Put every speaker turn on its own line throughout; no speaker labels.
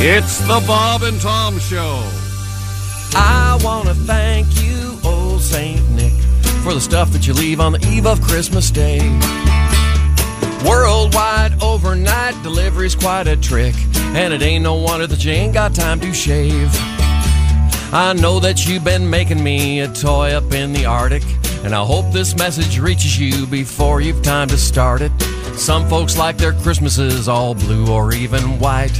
It's the Bob and Tom Show.
I want to thank you, old Saint Nick, for the stuff that you leave on the eve of Christmas Day. Worldwide overnight delivery's quite a trick, and it ain't no wonder that you ain't got time to shave. I know that you've been making me a toy up in the Arctic, and I hope this message reaches you before you've time to start it. Some folks like their Christmases all blue or even white,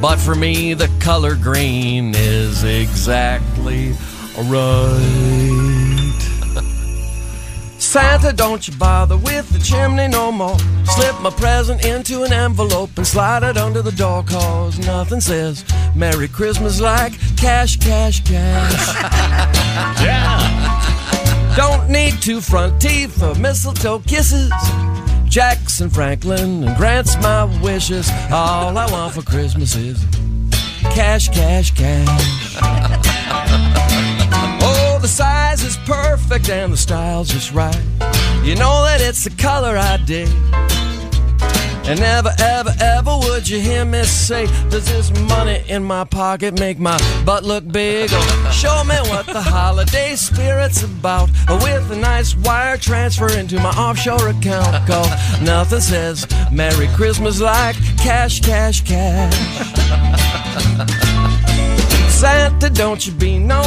but for me, the color green is exactly right. Santa, don't you bother with the chimney no more. Slip my present into an envelope and slide it under the door, cause nothing says Merry Christmas like cash, cash, cash. yeah. Don't need two front teeth or mistletoe kisses. Jackson Franklin and grants my wishes. All I want for Christmas is cash, cash, cash. Oh, the size is perfect and the style's just right. You know that it's the color I dig. And never, ever, ever would you hear me say, Does this money in my pocket make my butt look big? Or show me what the holiday spirit's about with a nice wire transfer into my offshore account. Call nothing says Merry Christmas like cash, cash, cash. Santa, don't you be no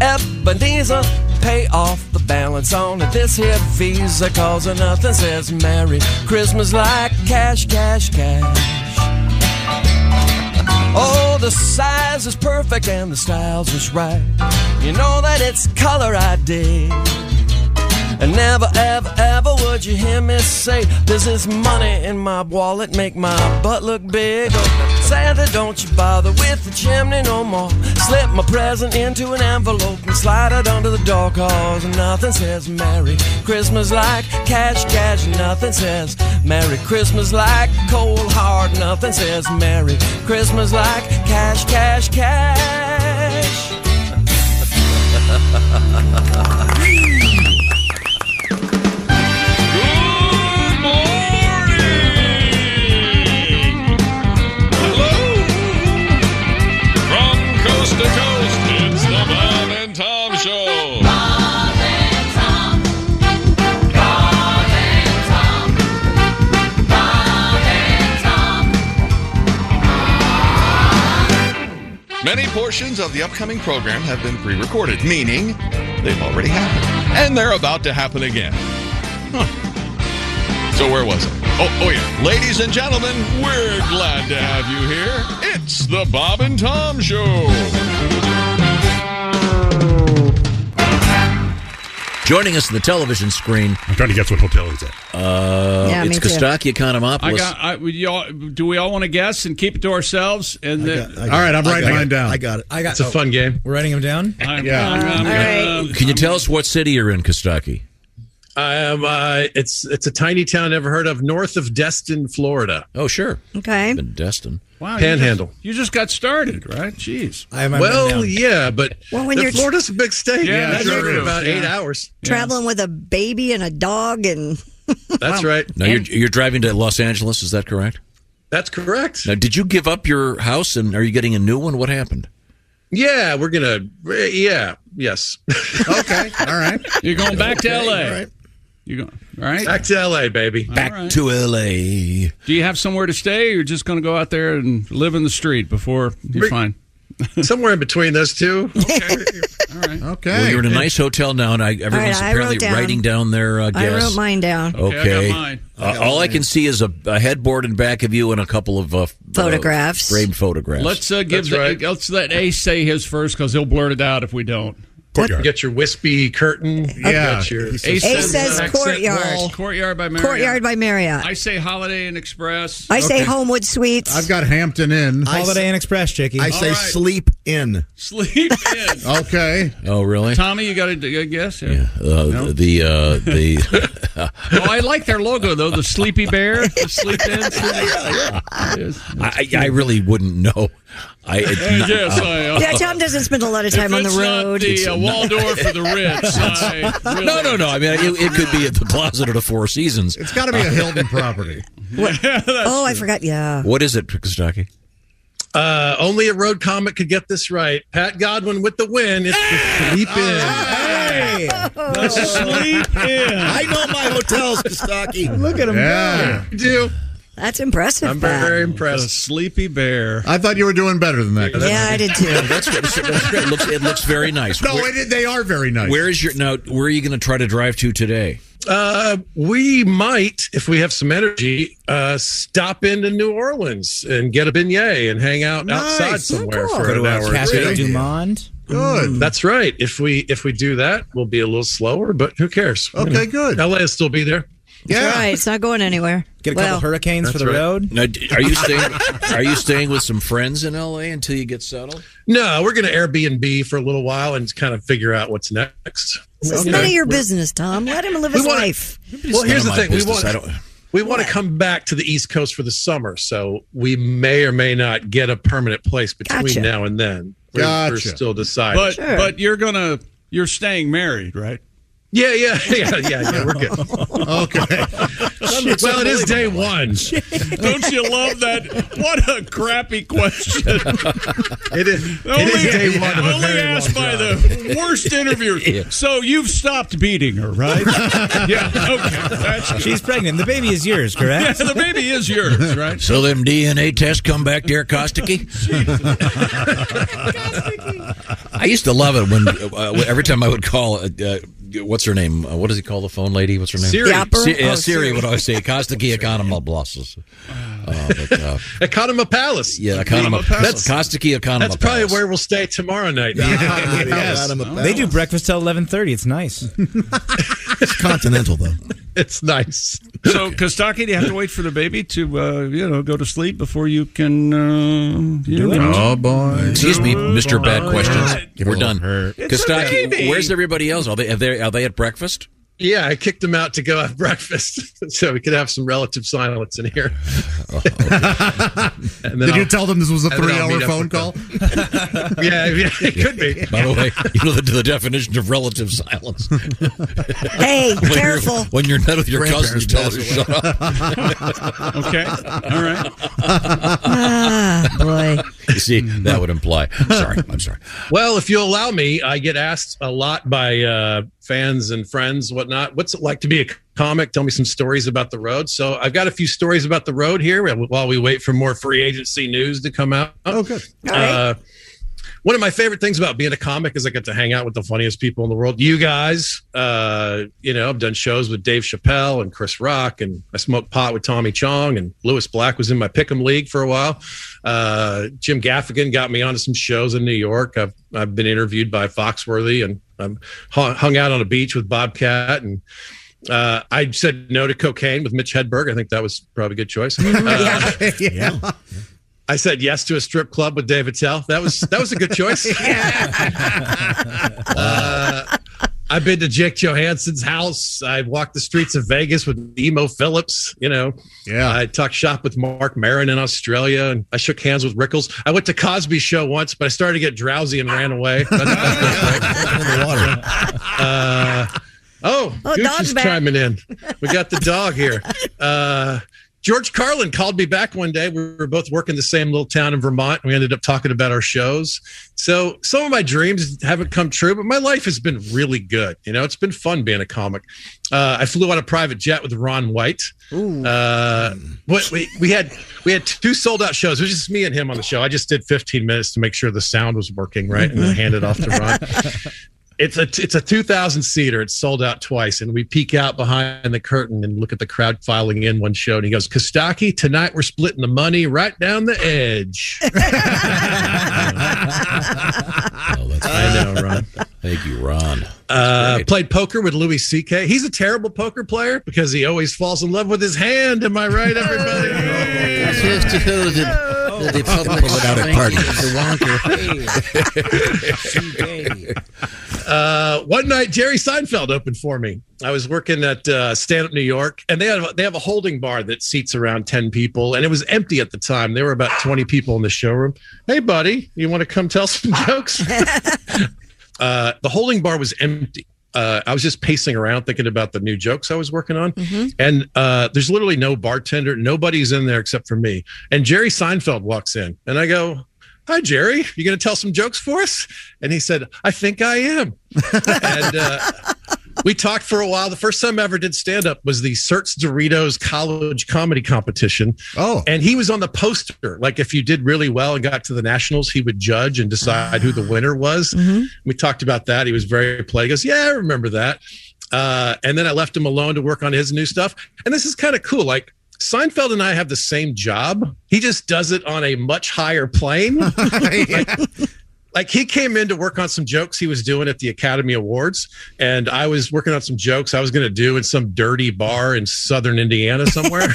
Ebenezer. Pay off the balance on this here Visa, cause nothing says Merry Christmas like cash, cash, cash. Oh, the size is perfect and the style's just right. You know that it's color I dig. And never, ever, ever would you hear me say, Does this money in my wallet make my butt look big? Or, Santa, don't you bother with the chimney no more. Slip my present into an envelope and slide it under the door, cause nothing says Merry Christmas like cash, cash. Nothing says Merry Christmas like cold hard. Nothing says Merry Christmas like cash, cash, cash.
From coast to coast, it's the Bob and Tom Show. Many portions of the upcoming program have been pre recorded, meaning they've already happened. And they're about to happen again. Huh. So, where was it? Oh, oh, yeah. Ladies and gentlemen, we're glad to have you here. It's the Bob and Tom Show.
Joining us on the television screen. I'm trying to guess what hotel he's at. Uh,
Yeah, me
it's
too.
Kostaki Economopoulos.
I got. I, we all, do we all want to guess and keep it to ourselves? And then,
All right, I'm I writing got mine it. down.
I got it. I got
It's a
oh.
fun game.
We're writing them down.
Yeah.
Um, Can you tell us what city you're in, Kostaki?
Um, uh, it's it's a tiny town never heard of, north of Destin, Florida.
Oh, sure.
Okay.
Been Destin.
Wow, you
Panhandle.
just- You just, got started, right? Jeez.
I have my
Well,
written down.
yeah, but
Well, when
the
you're-
Florida's a big state.
Yeah,
that's
sure is.
about eight
Yeah.
hours.
Traveling with a baby and a dog and
That's right.
Now you're, you're driving to Los Angeles. Is that correct?
That's correct.
Now, did you give up your house and are you getting a new one? What happened?
Yeah, we're gonna. Yeah, yes.
okay, all right.
You're going back to L.A.
all right.
You're going. All right.
Back to L.A., baby.
Back to L.A.
Do you have somewhere to stay? Or you're just going to go out there and live in the street before you're
Rick-
fine.
Somewhere in between those two.
Okay.
Well, you're in a nice hotel now, and I, everyone's
I wrote
apparently
down-
writing down their uh, guess.
I wrote mine down.
Okay.
Okay, I got mine.
Uh, all I can see is a, a headboard in back of you and a couple of uh, f-
Photographs.
uh, framed photographs.
Let's uh, give.
That's
The,
right.
Let's let Ace say his first because he'll blurt it out if we don't.
You got your wispy curtain. You got your.
Ace,
Ace says
accent
courtyard.
wall. Courtyard by Marriott.
Courtyard by Marriott.
I
I,
say Holiday Inn Express.
say Homewood Suites.
I've got Hampton Inn.
Holiday Inn Express, Chicky.
I say
right.
sleep in.
Sleep in.
Okay.
oh, really?
Tommy, you got a, a guess? Yeah.
Uh, The uh, the
Oh, I like their logo though. The sleepy bear. The sleep in. Yes.
I, I really wouldn't know. I it's not-
Yes, I. uh,
yeah, Tom doesn't spend a lot of
if
time on the
it's not
road.
the uh, Waldorf or the Ritz. I really-
no, no, no. I mean, it, it could be at the closet or the Four Seasons. Uh,
It's got to be a Hilton property.
oh, I forgot. Yeah.
What is it, Kostaki?
Uh, only a road comic could get this right. Pat Godwin with the win. It's the sleep in.
Hey,
The sleep in.
I know my hotels, Kostaki.
look at him
Yeah.
You do.
That's impressive,
I'm
Pat.
very
The
impressed.
sleepy bear.
I thought you were doing better than that.
yeah, I did too.
That's good. That's good. It looks, it looks very nice.
No,
where,
it, they are very nice.
where is your now? Where are you going to try to drive to today?
Uh, we might, if we have some energy, uh, stop into New Orleans and get a beignet and hang out outside somewhere for an hour. or
Cafe
two. Mm.
du Monde.
Good.
That's right. If we if we do that, we'll be a little slower, but who cares? You
Okay, good.
LA will still be there.
Yeah.
Right, it's not going anywhere.
Get a couple
well,
hurricanes for
that's
the
right.
road.
Now, d- are you staying? Are you staying with some friends in L.A. until you get settled?
No, we're gonna Airbnb for a little while and kind of figure out what's next.
this is none of your business, Tom. Let him live his
wanna-
life.
Well, here's the
None of my
thing: we want
business. I don't,
we want to come back to the East Coast for the summer, so we may or may not get a permanent place between
Gotcha.
now and then. We're, we're
Gotcha.
still deciding.
But but you're gonna you're staying married, right?
yeah, yeah, yeah, yeah, yeah. We're good.
Okay.
well, it is day one.
Don't you love that? What a crappy question.
It is.
Only,
It is day one of a
only
very long
asked by
drive.
the worst interviewer. So you've stopped beating her, right? yeah. Okay. That's good.
She's pregnant. The baby is yours,
Yeah,
correct?
the baby is yours, right?
so them DNA tests come back, dear Kostaki. I used to love it when uh, every time I would call. Uh, uh, what's her name? Uh, what does he call the phone lady? What's her name?
Siri.
The opera?
Si- yeah,
Oh,
Siri,
Siri.
would always say Kostaki Economy Blosses. Uh, but, uh,
Economy Palace.
yeah, Economy. That's Kostaki Economy.
That's probably where we'll stay tomorrow night.
yes.
They do breakfast till eleven thirty. It's nice.
continental though.
It's nice.
So, Kostaki, do you have to wait for the baby to, uh, you know, go to sleep before you can uh, do it?
Oh boy.
Excuse me, Mr. Bad Questions.
Give it
We're
a little
done.
hurt.
It's a
Kostaki,
baby.
where's everybody else? Are they, are they are they at breakfast?
Yeah, I kicked him out to go have breakfast so we could have some relative silence in here. and then
Oh, Did you
I'll-
tell them this was a
And then
three-hour
I'll meet up
phone
with
call?
yeah, yeah, it could be.
By the way, you know the, the definition of relative silence. When
Hey,
you're-
careful.
when you're not with your cousins, tell us
Grandparents
to shut up.
Okay. All right.
Ah, boy.
You see, that would imply. Sorry, I'm sorry.
Well, if you allow me, I get asked a lot by uh, fans and friends, whatnot. What's it like to be a comic? Tell me some stories about the road. So I've got a few stories about the road here while we wait for more free agency news to come out.
Oh, good.
Uh, one of my favorite things about being a comic is I get to hang out with the funniest people in the world. You guys, uh, you know, I've done shows with Dave Chappelle and Chris Rock, and I smoked pot with Tommy Chong, and Lewis Black was in my Pick'em League for a while. Uh, Jim Gaffigan got me onto some shows in New York. I've, I've been interviewed by Foxworthy, and I'm hung hung out on a beach with Bobcat and. Uh, I said no to cocaine with Mitch Hedberg. I think that was probably a good choice. Uh,
yeah.
I said yes to a strip club with David Tell. That was that was a good choice. uh, I've been to Jake Johansson's house. I walked the streets of Vegas with Emo Phillips. You know,
Yeah.
I talked shop with Mark Maron in Australia, and I shook hands with Rickles. I went to Cosby show once, but I started to get drowsy and ran away. That's- that's not great. Uh, oh,
Oh,
Gooch
dog's
is
back.
chiming in. We got the dog here. Uh, George Carlin called me back one day. We were both working the same little town in Vermont, and we ended up talking about our shows. So some of my dreams haven't come true, but my life has been really good. You know, it's been fun being a comic. Uh, I flew on a private jet with Ron White. Uh, what we, we had we had two sold out shows. It was just me and him on the show. I just did 15 minutes to make sure the sound was working right, and then handed off to Ron. It's a it's a 2,000 seater. It's sold out twice, and we peek out behind the curtain and look at the crowd filing in one show. And he goes, "Kostaki, tonight we're splitting the money right down the edge."
Oh, that's
I know, Ron.
Thank you, Ron.
Uh,
Great.
played poker with Louis C.K. He's a terrible poker player because he always falls in love with his hand. Am I right, everybody? Oh.
the public out at parties.
uh, one night Jerry Seinfeld opened for me. I was working at uh, Stand Up New York, and they have they have a holding bar that seats around ten people, and it was empty at the time. There were about twenty people in the showroom. Hey, buddy, you want to come tell some jokes? uh, the holding bar was empty. uh, I was just pacing around thinking about the new jokes I was working on. And uh, there's literally no bartender. Nobody's in there except for me. And Jerry Seinfeld walks in, and I go, Hi, Jerry. You going to tell some jokes for us? And he said, I think I am. and uh, we talked for a while. The first time I ever did stand up was the Certs Doritos College Comedy Competition.
Oh.
And he was on the poster. Like, if you did really well and got to the nationals, he would judge and decide who the winner was. We talked about that. He was very polite. He goes, Yeah, I remember that. Uh, and then I left him alone to work on his new stuff. And this is kind of cool. Like, Seinfeld and I have the same job. He just does it on a much higher plane. like he came in to work on some jokes he was doing at the Academy Awards, and I was working on some jokes I was going to do in some dirty bar in southern Indiana somewhere.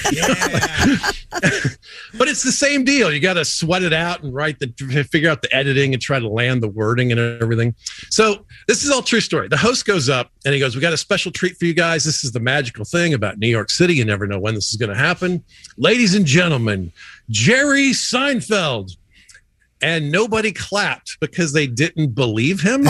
but it's the same deal. You got to sweat it out and write the figure out the editing and try to land the wording and everything. So this is all true story. The host goes up and he goes, "We got a special treat for you guys. This is the magical thing about New York City. You never know when this is going to happen, ladies and gentlemen. Jerry Seinfeld." and nobody clapped because they didn't believe him.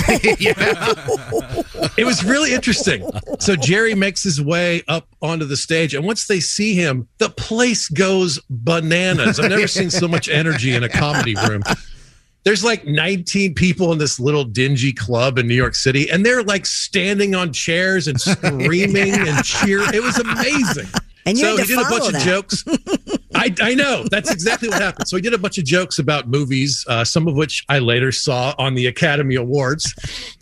it was really interesting. So Jerry makes his way up onto the stage, and once they see him, the place goes bananas. I've never seen so much energy in a comedy room. There's like 19 people in this little dingy club in New York City, and they're like standing on chairs and screaming and cheering. It was amazing.
And you
so
had
he
to
did a bunch
follow
of
that.
jokes. I, I know that's exactly what happened. So he did a bunch of jokes about movies, uh, some of which I later saw on the Academy Awards,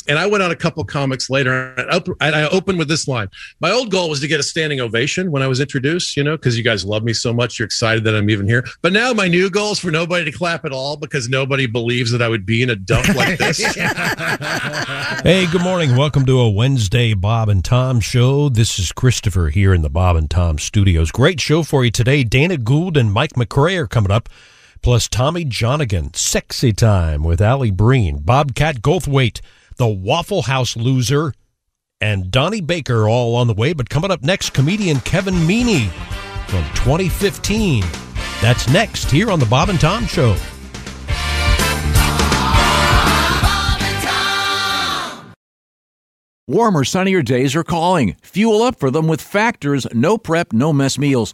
and I went on a couple comics later. And I op- and I opened with this line: My old goal was to get a standing ovation when I was introduced, you know, because you guys love me so much, you're excited that I'm even here. But now my new goal is for nobody to clap at all because nobody believes that I would be in a dump like this.
Hey, good morning. Welcome to a Wednesday Bob and Tom show. This is Christopher here in the Bob and Tom studios. Great show for you today. Dana Gould and Mike McRae are coming up, plus Tommy Jonigan, Sexy Time with Allie Breen, Bobcat Goldthwait, the Waffle House loser, and Donnie Baker all on the way. But coming up next, comedian Kevin Meaney from 2015. That's next here on the Bob and Tom show.
Warmer, sunnier days are calling. Fuel up for them with Factor's no prep, no mess meals.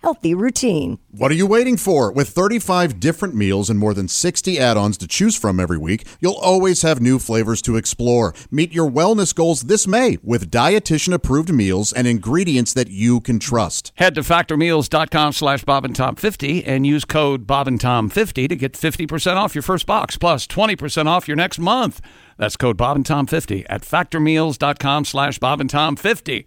healthy routine.
What are you waiting for? With 35 different meals and more than 60 add ons to choose from every week, you'll always have new flavors to explore. Meet your wellness goals this May with dietitian approved meals and ingredients that you can trust.
Head to factormeals.com slash Bob and Tom 50 and use code Bob and Tom 50 to get 50% off your first box plus 20% off your next month. That's code Bob and Tom 50 at factormeals.com slash Bob and Tom 50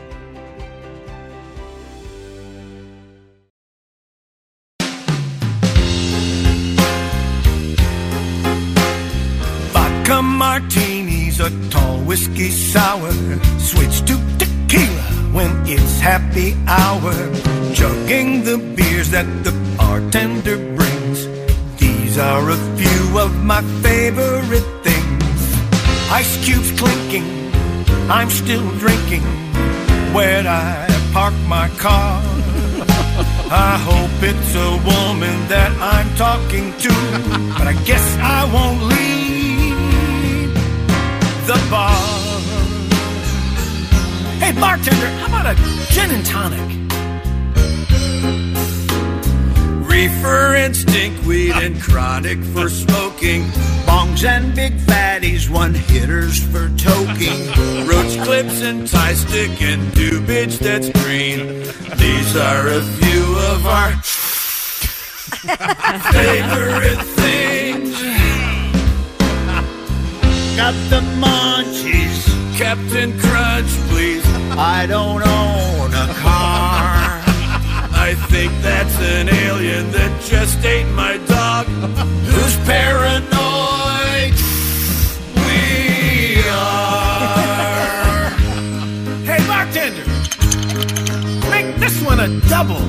Vodka martinis, a tall whiskey sour. Switch to tequila when it's happy hour. Chugging the beers that the bartender brings. These are a few of my favorite things. Ice cubes clinking, I'm still drinking. Where'd I park my car?
I hope it's a woman that I'm talking to, but I guess I won't leave the bar. Hey, bartender, how about a gin and tonic? Reefer and stinkweed and chronic for smoking. Bongs and big fatties, one hitters for toking. Roach clips and tie stick and dubage that's green. These are a few of our favorite things. Got the munchies. Captain Crunch, please. I don't own a car. I think that's an alien that just ate my dog. Who's paranoid? We are. hey, bartender, make this one a double.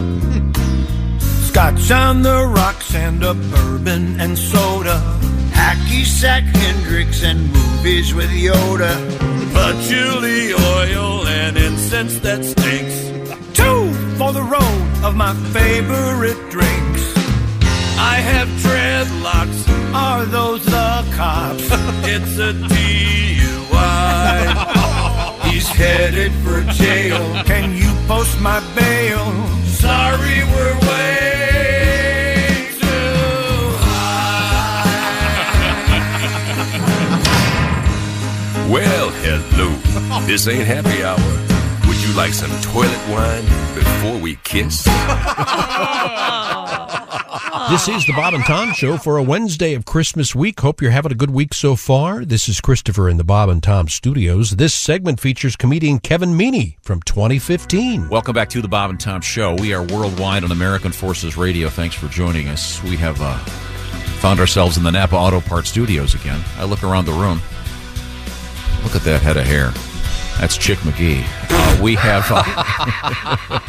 Scotch on the rocks and a bourbon and soda. Hacky sack Hendrix and movies with Yoda. Patchouli oil and incense that stinks. Two for the road of my favorite drinks. I have dreadlocks. Are those the cops? it's a DUI. He's headed for jail. Can you post my bail? Sorry, we're way too
Well, hello. This ain't happy hour. Would you like some toilet wine before we kiss?
This is the Bob and Tom Show for a Wednesday of Christmas week. Hope you're having a good week so far. This is Christopher in the Bob and Tom Studios. This segment features comedian Kevin Meaney from 2015.
Welcome back to the Bob and Tom Show. We are worldwide on American Forces Radio. Thanks for joining us. We have uh, found ourselves in the Napa Auto Parts Studios again. I look around the room. Look at that head of hair. That's Chick McGee. Uh, we have. Uh,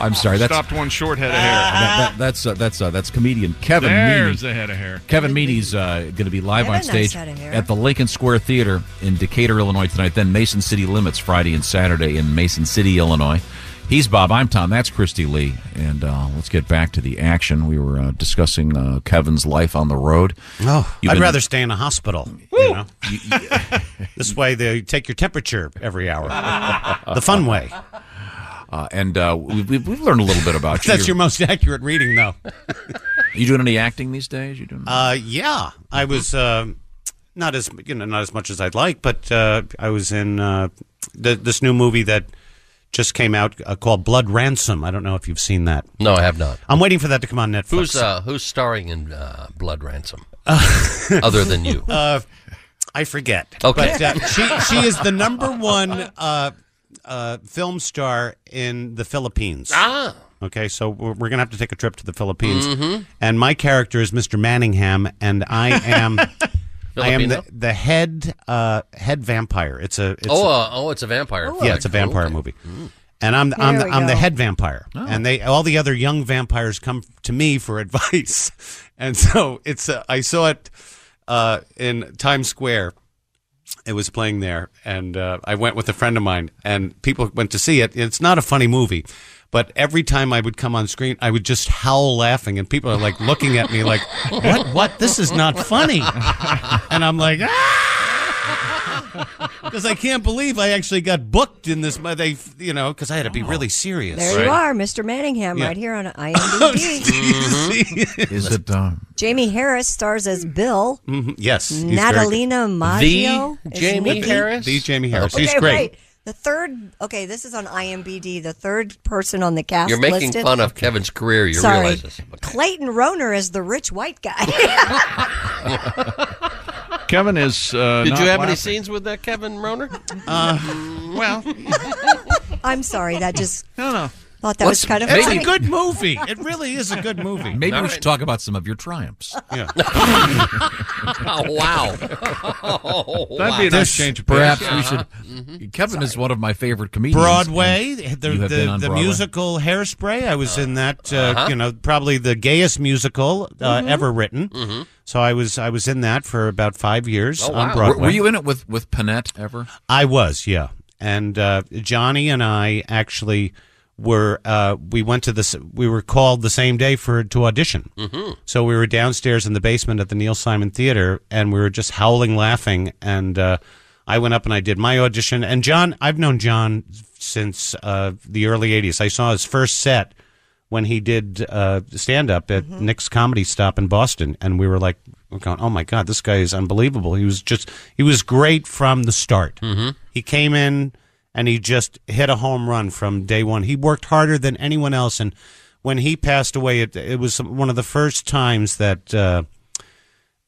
I'm sorry. That's
Stopped one short head of
That-
hair.
that- that's uh, that's uh, that's comedian Kevin.
Ah, There's
Meaney.
a head of hair.
Kevin Meany's uh, going to be live
Have a
on
nice
stage
head of hair.
at the Lincoln Square Theater in Decatur, Illinois tonight. Then Mason City Limits Friday and Saturday in Mason City, Illinois. He's Bob. I'm Tom. That's Christy Lee. And uh, let's get back to the action. We were uh, discussing uh, Kevin's life on the road.
Oh,
You've
I'd
been-
rather stay in a hospital. You know? this way they take your temperature every hour. the fun way.
Uh, and uh, we've, we've we've learned a little bit about you.
That's your most accurate reading, though.
you doing any acting these days? You doing?
Uh, yeah, I was uh, not as you know not as much as I'd like, but uh, I was in uh, th- this new movie that just came out uh, called Blood Ransom. I don't know if you've seen that.
No, I have not.
I'm waiting for that to come on Netflix.
Who's uh, who's starring in uh, Blood Ransom? Other than you,
Uh, I forget.
Okay.
But, uh, she she is the number one uh, uh, film star in the Philippines.
Ah.
Okay, so we're, we're gonna have to take a trip to the Philippines,
Mhm.
and my character is Mr. Manningham, and I am. I am the,
Filipino?
the head uh, head vampire. It's a it's
oh,
a,
uh, oh, it's a
yeah,
vampire. flick.
it's a vampire
Okay. Hmm.
movie. And I'm I'm
There
the,
we
I'm the
go.
head vampire,
Oh.
and they all the other young vampires come to me for advice, and so it's uh, I saw it uh, in Times Square. It was playing there, and uh, I went with a friend of mine, and people went to see it. It's not a funny movie, but every time I would come on screen, I would just howl laughing, and people are like looking at me like, "What? What? This is not funny," and I'm like, "Ah!" because I can't believe I actually got booked in this. my- They, you know, because I had to be really serious.
There you are, Mr. Manningham,
Yeah.
right here on IMDb.
Is it? Uh,
Jamie Harris stars as Bill.
mhm, yes, he's very
Natalina
good.
Maggio. is Nikki.
The Jamie Harris.
Okay,
He's great.
right. The third, okay, this is on IMDb. The third person on the cast.
You're making
listed-
fun of Kevin's career. You
Sorry.
realize this?
Clayton Roner is the rich white guy.
Kevin is. Uh,
Did
not
you have any Uh,
laughing.
scenes with that Kevin Roner?
Uh,
well,
I'm sorry. That just.
No, no.
Thought that was kind of
it's
funny.
a good movie. It really is a good movie.
Maybe we should talk about some of your triumphs.
Yeah.
wow.
That'd be a nice change of pace. Perhaps we should.
Mm-hmm.
Kevin is one of my favorite comedians.
Broadway,
and
the
you have been
the,
on
the
Broadway.
musical Hairspray. I was in that. Uh,
uh-huh.
You know, probably the gayest musical uh,
Mhm.
ever written.
Mhm.
So I was I was in that for about five years
Oh,
on
wow.
Broadway.
Were- were you in it with with Panette ever?
I was, yeah. And uh, Johnny and I actually were uh, we went to this we were called the same day for to audition.
Mhm.
So we were downstairs in the basement at the Neil Simon Theater, and we were just howling laughing. And uh, I went up and I did my audition. And John, I've known John since uh, the early '80s. I saw his first set when he did uh, stand up at Nick's Comedy Stop in Boston, and we were like, we're going, "Oh my God, this guy is unbelievable." He was just he was great from the start.
Mhm.
He came in and he just hit a home run from day one. He worked harder than anyone else, and when he passed away, it, it was one of the first times that. Uh,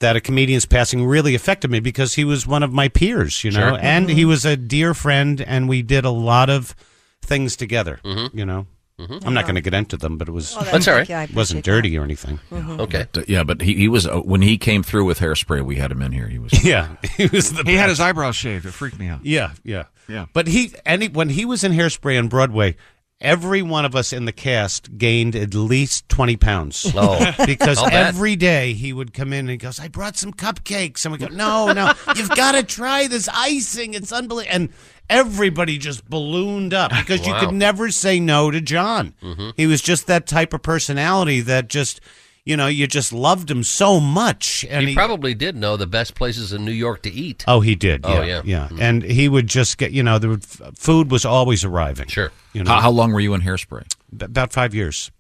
that a comedian's passing really affected me because he was one of my peers, you know,
Sure.
and he was a dear friend, and we did a lot of things together, you know.
Mm-hmm.
Mhm.
I'm not going to get into them, but it was
Well, that's all right. Yeah, I
It wasn't dirty or anything.
Okay.
But, yeah, but he, he was uh, when he came through with hairspray. We had him in here. He was
yeah. He was the
He had his
eyebrows
shaved. It freaked me out.
Yeah, yeah,
Yeah.
But he and he, when he was in Hairspray on Broadway, every one of us in the cast gained at least twenty pounds.
Oh.
because
I'll bet.
every day he would come in and he goes, "I brought some cupcakes," and we go, "No, no, you've got to try this icing. It's unbelievable." And everybody just ballooned up because
Wow.
you could never say no to John.
Mhm.
He was just that type of personality that just. You know, you just loved him so much, and
he, probably did know the best places in New York to eat.
Oh, he did.
Oh,
yeah. Mm-hmm.
yeah.
And he would just get, you know, the food was always arriving. Sure. You know,
How, how long were you in hairspray?
B- about five years.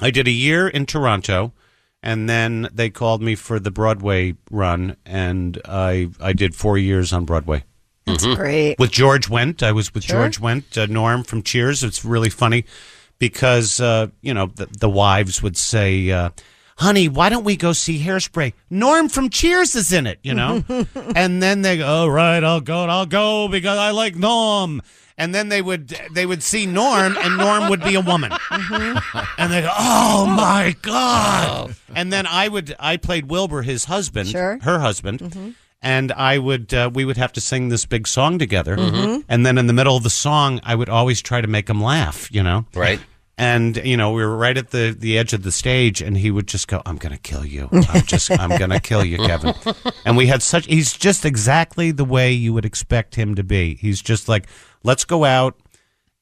I did a year in Toronto, and then they called me for the Broadway run, and I I did four years on Broadway.
That's
Mm-hmm.
Mhm. great.
With George Wendt, I was with
Sure.
George Wendt, uh, Norm from Cheers. It's really funny because uh, you know the, the wives would say. Uh, Honey, why don't we go see Hairspray? Norm from Cheers is in it, you know? and then they go, all right, I'll go, I'll go because I like Norm. And then they would they would see Norm and Norm would be a woman.
Uh-huh.
And they go, "Oh my god!" And then I would, I played Wilbur, his husband,
Sure.
her husband, and I would, uh, we would have to sing this big song together.
Mhm.
And then in the middle of the song, I would always try to make him laugh, you know,
Right.
And you know, we were right at the the edge of the stage, and he would just go, "I'm gonna kill you. I'm just, I'm gonna kill you, Kevin." And we had such, he's just exactly the way you would expect him to be. He's just like, let's go out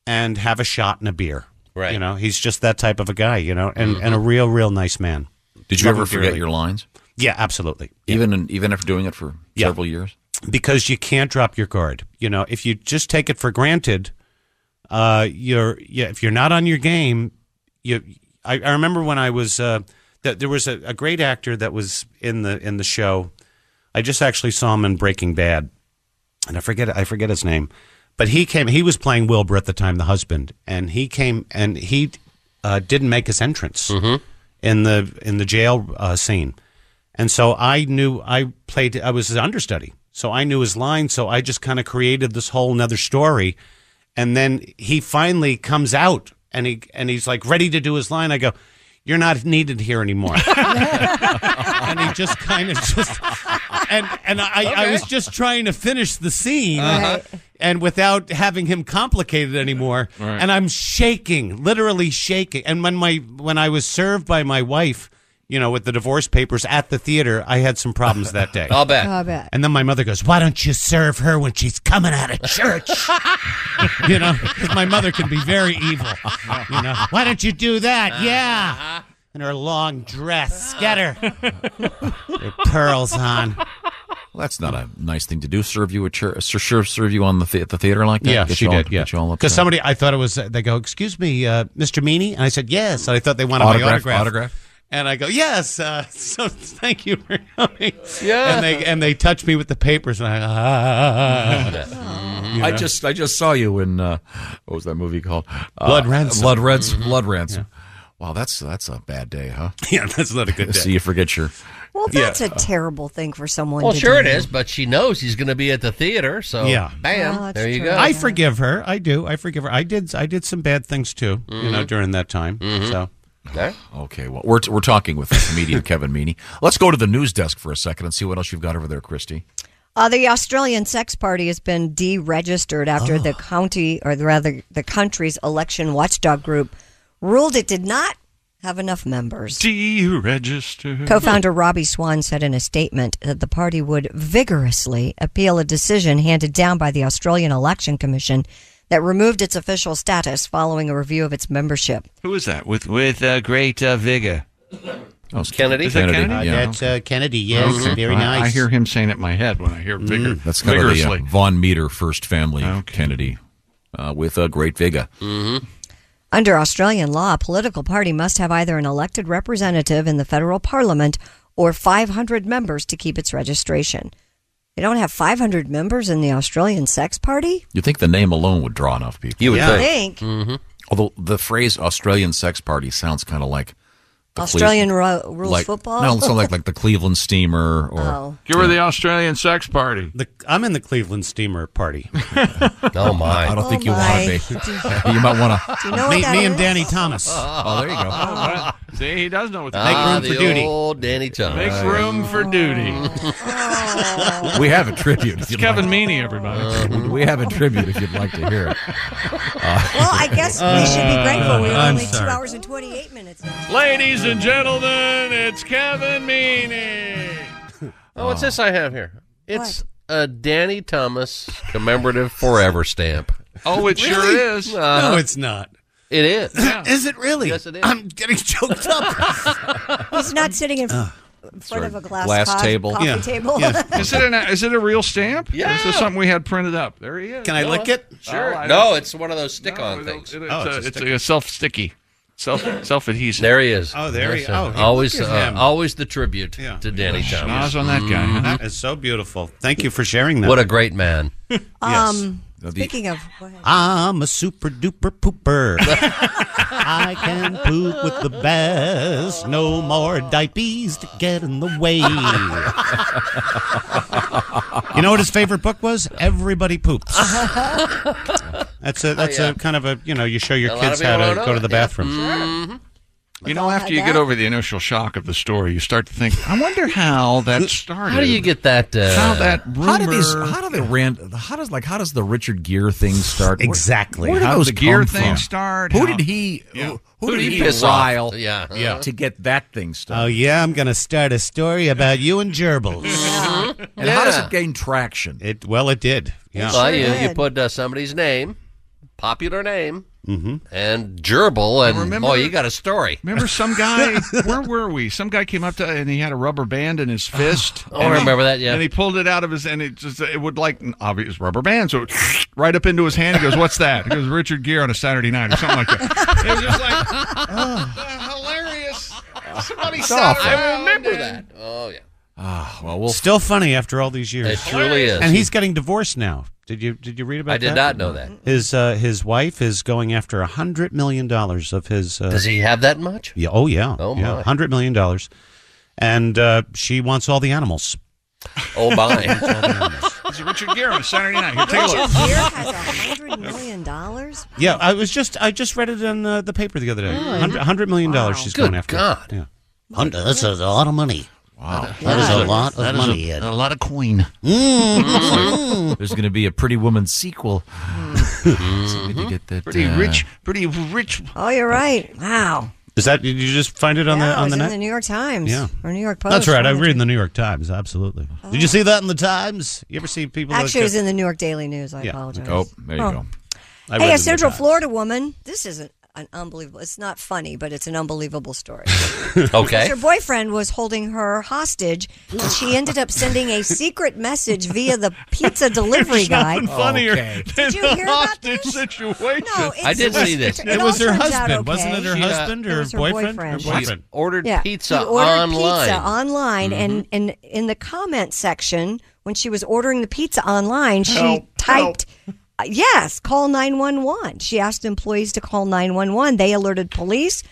and have a shot and a beer. Right. You know, he's just that type of a guy, you know, and, and a real, real nice man.
Mm-hmm. Did you
Love
ever
him
forget
dearly.
your lines?
Yeah, absolutely.
Even in, even after doing it for
Yeah.
several years.
Because you can't drop your guard. You know, if you just take it for granted, uh, you're yeah, if you're not on your game, you. I, I remember when I was uh, that there was a, a great actor that was in the in the show. I just actually saw him in Breaking Bad, and I forget I forget his name, but he came. He was playing Wilbur at the time, the husband, and he came and he uh, didn't make his entrance in the in the jail uh, scene, and so I knew I played. I was his understudy, so I knew his line. So I just kind of created this whole another story, and then he finally comes out and he and he's like ready to do his line. I go. You're not needed here anymore. and he just kind of just and and I, I
Okay.
was just trying to finish the scene
Uh-huh.
and without having him complicated anymore
Right.
and i'm shaking literally shaking and when my when i was served by my wife you know with the divorce papers at the theater i had some problems that day
I'll bet. I'll bet.
and then my mother goes why don't you serve her when she's coming out of church you know 'cause my mother can be very evil you know why don't you do that yeah and her long dress get her her pearls on
Well, that's not a nice thing to do. Serve you a church, serve, serve you on the, the- at the theater like that.
Yeah,
Get
she
you all-
did. Yeah,
get you all
because
upset.
somebody I thought it was. uh, They go, "Excuse me, uh, Mr. Meany," and I said, "Yes." And I thought they wanted my
Autograph,
autograph.
autograph?
And I go, "Yes." Uh, so thank you for coming.
Yeah.
And they and they touch me with the papers, and I. Ah, you
I
know?
just I just saw you in uh, what was that movie called? Uh,
Blood Ransom.
Blood Ransom.
Mm-hmm.
Mhm.
Blood Ransom. Wow, that's that's a bad day, huh?
Yeah, that's not a good
so
day.
you forget your.
Well,
Yeah.
that's a terrible thing for someone
Well,
to
sure it
do.
is, but she knows he's going to be at the theater, so
Yeah.
bam,
Well, that's
there you
true.
go.
I forgive her. I do. I forgive her. I did. I did some bad things too. You know,
Mhm.
during that time. So.
Okay, well, we're, we're talking with comedian Kevin Meaney. Let's go to the news desk for a second and see what else you've got over there, Christy.
Uh, the Australian sex party has been deregistered after the county, or rather, the country's election watchdog group ruled it did not have enough members.
Deregister.
Co founder Robbie Swan said in a statement that the party would vigorously appeal a decision handed down by the Australian Election Commission that removed its official status following a review of its membership.
Who is that with with uh, great uh, vigor?
Oh, Kennedy?
Is that Kennedy?
Kennedy, yeah.
That's uh, Kennedy. Yes,
Mhm.
very
I-
nice.
I, hear him saying it in my head when I hear vigor.
That's kind
vigorously.
of the uh, Von Meter first family Kennedy uh, with a great Vega.
Mm-hmm.
Under Australian law, a political party must have either an elected representative in the federal parliament or 500 members to keep its registration. They don't have 500 members in the Australian sex party?
You'd think the name alone would draw enough people.
You would Yeah. think.
Mm-hmm. Although the phrase Australian sex party sounds kind of like the
Australian ro- rules
like-
football?
No, it sounds like, like the Cleveland Steamer or
Oh.
Give her the Australian sex party. I'm in the Cleveland Steamer party.
oh my!
I don't think you
wanna
my.
be. You might wanna-
to.
Do you know what
me,
that
me and
is?
Danny Thomas.
Oh, there you go.
Oh, well, see, he does know what
Make room for duty.
Ah, Old Danny Thomas.
Make room for duty.
Oh.
we have a tribute.
It's Kevin Meaney, everybody.
we have a tribute if you'd like to hear it.
Well, I guess
Uh,
we should be grateful. We were
I'm
only two
sorry.
hours and 28 minutes.
Ladies and gentlemen, it's Kevin Meaney.
Oh, what's this I have here? It's a Danny Thomas commemorative forever stamp.
Oh, it sure Really? is.
Uh-huh.
No, it's not.
It is.
Is it really? Yes, it is. I'm getting choked up.
He's not sitting in
Uh,
Ah.
in front of a glass,
Glass
co-
table.
coffee
Yeah.
table.
is it an, is it a real stamp?
Yeah.
Is this something we had printed up? There he is.
Can I lick
it?
Sure. no, it's one of those stick-on things.
It's, a,
Oh,
uh, it's a self-sticky, self self adhesive.
There he is.
is.
Yes, uh, always, uh, always the tribute to Danny
Schnoz
Thomas.
on that guy, huh?
That is so beautiful. Thank you for sharing that.
What a great man.
Um,
Yes.
Speaking of, go ahead.
I'm a super duper pooper. I can poop with the best. No more diapers to get in the way. you know what his favorite book was? Everybody poops. That's a that's
Yeah.
a kind of a you know you show your
A lot
kids
of
how
people
to
don't
go
know
to the
it, yeah.
Mm.
bathroom.
You know, after you get over the initial shock of the story, you start to think, I wonder how that started.
How do you
get that? Uh,
how that rumor?
How do these? How do they ran? How does like? How does the Richard Gere thing start?
Exactly.
Where, where
How
did
did
those
the Gere
come
thing
from?
start?
Who
How-
did he? Who, who
Who
did,
did
he
he piss off? Uh-huh.
rile?
Yeah.
Yeah.
To get that thing started.
Oh yeah, I'm gonna start a story about you and gerbils.
And how does it
gain traction? It well, it did. Yeah.
Well, you, you put uh, somebody's name, popular name,
hmm
and gerbil, and
Mm-hmm. remember-
oh, you got a story.
Remember some guy? where were we? Some guy came up to and he had a rubber band in his fist.
Oh, I
And he-
remember that, yeah.
and he pulled it out of his and it just it would like an obvious rubber band, so it right up into his hand. He goes, "What's that?" He goes, "Richard Gere on a Saturday night or something like that." It was just like hilarious. Somebody
sat
I remember that. Oh yeah.
Ah, well, still funny after all these years.
It truly is.
And he's getting divorced now. Did you did you read about
I
that?
did not know that.
His uh, his wife is going after a hundred million dollars of his. Uh,
Does he have that much?
Yeah. Oh yeah.
Oh,
yeah.
my.
Hundred million dollars, and uh, she wants all the animals.
Oh my.
It's Richard Gere on a Saturday night. Here, take a
Richard
look.
Gere has a hundred million dollars.
Yeah, I was just I just read it in uh, the, the paper the other day.
Really?
Hundred hundred million dollars she's
Good
going after.
God.
Yeah. Hundred, this is a lot of money. Wow. That is a lot of
That is
money.
a-
Ed.
a lot of coin.
Mm-hmm.
Mm.
There's going to be a Pretty Woman sequel. So we need to get that,
Pretty
uh,
rich, pretty rich.
Oh, you're right. Wow.
Is that did you just find it on
yeah,
the Uh, on
it was
the
in
net?
the New York Times.
Yeah.
Or New York Post.
That's right. I
one of
read in the New York Times. Absolutely. Did you see that in the Times? You ever see
the-
people? that
Actually, it was
go-
in the New York Daily News. I apologize. Oh.
I read
hey,
it
a
in the
Central
Times.
Florida woman. This isn't an unbelievable. It's not funny, but it's an unbelievable story.
Okay.
Her boyfriend was holding her hostage, and she ended up sending a secret message via the pizza delivery guy.
Nothing funnier than
Did you
the
hear about
hostage situation.
No,
I did see this.
It all turns out okay.
She, uh,
was her boyfriend?
She ordered
Yeah,
pizza
he ordered
online. Mm-hmm.
Pizza online, and and in the comment section when she was ordering the pizza online, she
Help,
typed. uh, Yes, call 911. She asked employees to call 911. They alerted police.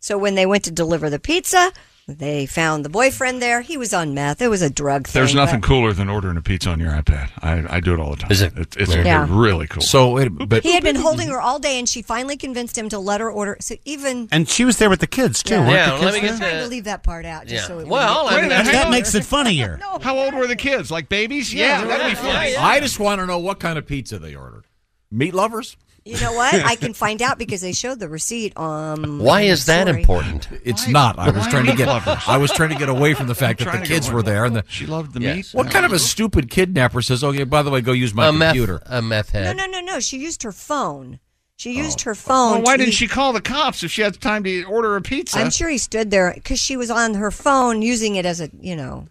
So when they went to deliver the pizza, they found the boyfriend there. He was on meth. It was a drug thing.
There's
but-
nothing cooler than ordering a pizza on your iPad. I, I do it all the time. Is it? It's, it's
Yeah.
really cool.
So, wait, but
He had
Mm-hmm.
been holding her all day, and she finally convinced him to let her order. So even
And she was there with the kids too. weren't
Yeah,
the
let
kids
me
there?
get
trying to
the.
leave that part out. Just
Yeah.
so it
Well, I mean, that's-
that makes it funnier.
How old were the kids? Like babies?
Yeah,
Yeah, that'd be
yeah,
funny.
I just want to know what kind of pizza they ordered. Meat lovers?
You know what? I can find out because they showed the receipt. Um,
Why is that
sorry.
important?
It's not. I was
why
trying
are
to
we
get.
lovers?
I was trying to get away from the fact that
trying
the
to get
kids
away
were there, and the, she
loved the
meat. What kind of a stupid kidnapper says, "Okay, by the way, go use my
A meth-
computer"?
a meth
No, no, no, no. She used her phone. She
Oh.
used her phone.
Well, why
to
didn't
eat-
she call the cops if she had time to order a pizza?
I'm sure he stood there because she was on her phone using it as a, you know,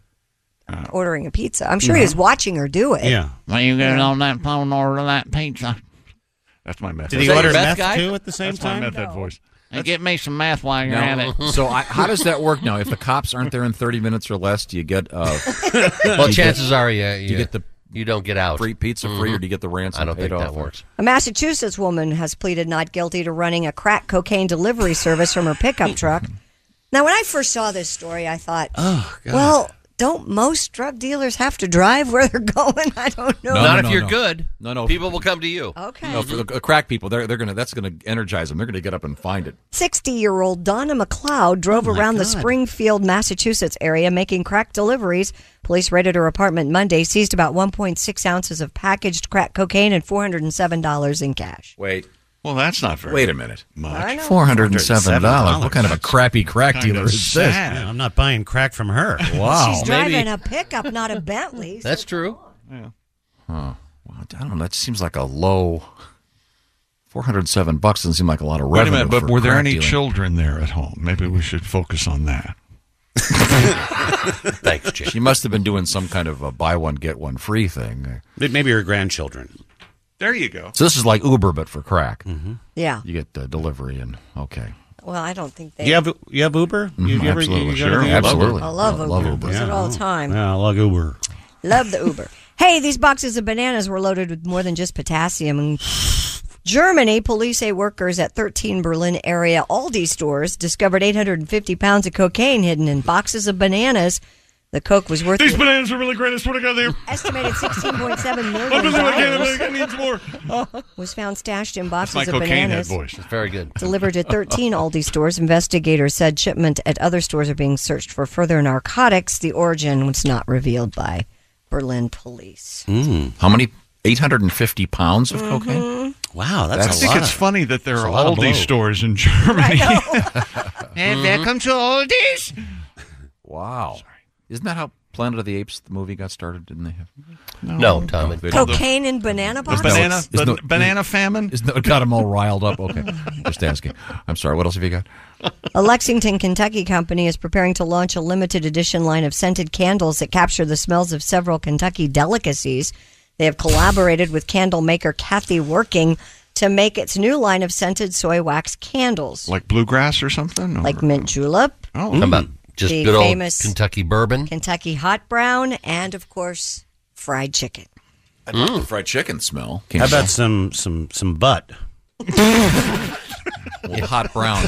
Oh.
ordering a pizza. I'm sure he was
Mhm.
watching her do it.
Well, you get on that phone order that pizza.
That's my method.
Did he Is that order your meth meth guy? too
at the same That's My
time?
method voice.
And get me some math while you're at
Now,
it.
so I, how does that work now? If the cops aren't there in thirty minutes or less, do you get? Uh,
Well, chances are, yeah,
do you
yeah.
get the
you don't get out Mm-hmm.
free pizza free, or do you get the ransom?
I don't
paid
think that
off?
works.
A Massachusetts woman has pleaded not guilty to running a crack cocaine delivery service from her pickup truck. Now, when I first saw this story, I thought,
Oh,
God.
well, don't most drug dealers have to drive where they're going? I don't know.
Not if
no,
you're
no.
good.
No, no.
People will come to you.
Okay.
No, for the uh, crack people, they're they're gonna that's gonna energize them. They're gonna get up and find it.
60 year old Donna McLeod drove around the Springfield, Massachusetts area making crack deliveries. Police raided her apartment Monday, seized about 1.6 ounces of packaged crack cocaine and $407 in cash.
Wait.
Well, that's not very.
Wait a minute.
Much.
Four hundred and seven dollars. What kind of a crappy crack
Kinda
dealer is this?
sad. I'm not buying crack from her.
Wow.
She's driving a pickup, not a Bentley. so
That's true.
Huh. Well, I don't know. That seems like a low. Four hundred seven bucks doesn't seem like a lot of
Wait a
revenue.
minute, but
for
were there
crack
any
dealing.
children there at home? Maybe we should focus on that.
Thanks, Jim. She must have been doing some kind of a buy one get one free thing.
Maybe her grandchildren.
There you go.
So this is like Uber, but for crack. Mm-hmm.
Yeah.
You get uh, delivery and okay.
Well, I don't think they.
Do you have you have Uber? You, you
Mhm,
ever-
absolutely,
go to
sure,
the Uber?
absolutely.
I love I love Uber. Uber. Use it all the time.
Yeah, I love Uber.
Love the Uber. hey, these boxes of bananas were loaded with more than just potassium. In Germany, police say workers at 13 Berlin area Aldi stores discovered 850 pounds of cocaine hidden in boxes of bananas. The coke was worth
These bananas are really great. I swear to God, they're
estimated sixteen point seven million.
I believe I can. I
dollars.
believe I needs more.
was found stashed in
That's
boxes
my
of
cocaine head
bananas.
voice.
Very good.
Delivered to 13 Aldi stores. Investigators said shipment at other stores are being searched for further narcotics. The origin was not revealed by Berlin police.
How many? Eight hundred and fifty pounds of
Mm-hmm.
cocaine.
Wow,
I think it's funny that there
That's a
are
lot of
all these
blow.
stores in Germany.
Mm-hmm.
And
Mm-hmm.
there
comes Aldi's.
Wow. Isn't that how Planet of the Apes, the movie, got started? Didn't they have?
No, Tom, it-
they didn't.
Cocaine in banana
Isn't
boxes?
that what's- isn't that-
famine?
Isn't that what got them all riled up? Okay. Just asking. I'm sorry. What else have you got?
A Lexington, Kentucky company is preparing to launch a limited edition line of scented candles that capture the smells of several Kentucky delicacies. They have collaborated with candle maker Kathy Working to make its new line of scented soy wax candles,
Like bluegrass or something?
like mint julep.
Oh,
How about just
the
good old
famous
Kentucky bourbon?
Kentucky hot brown, and of course, fried chicken.
I love the fried chicken smell.
How about some some some butt?
Well, hot brown.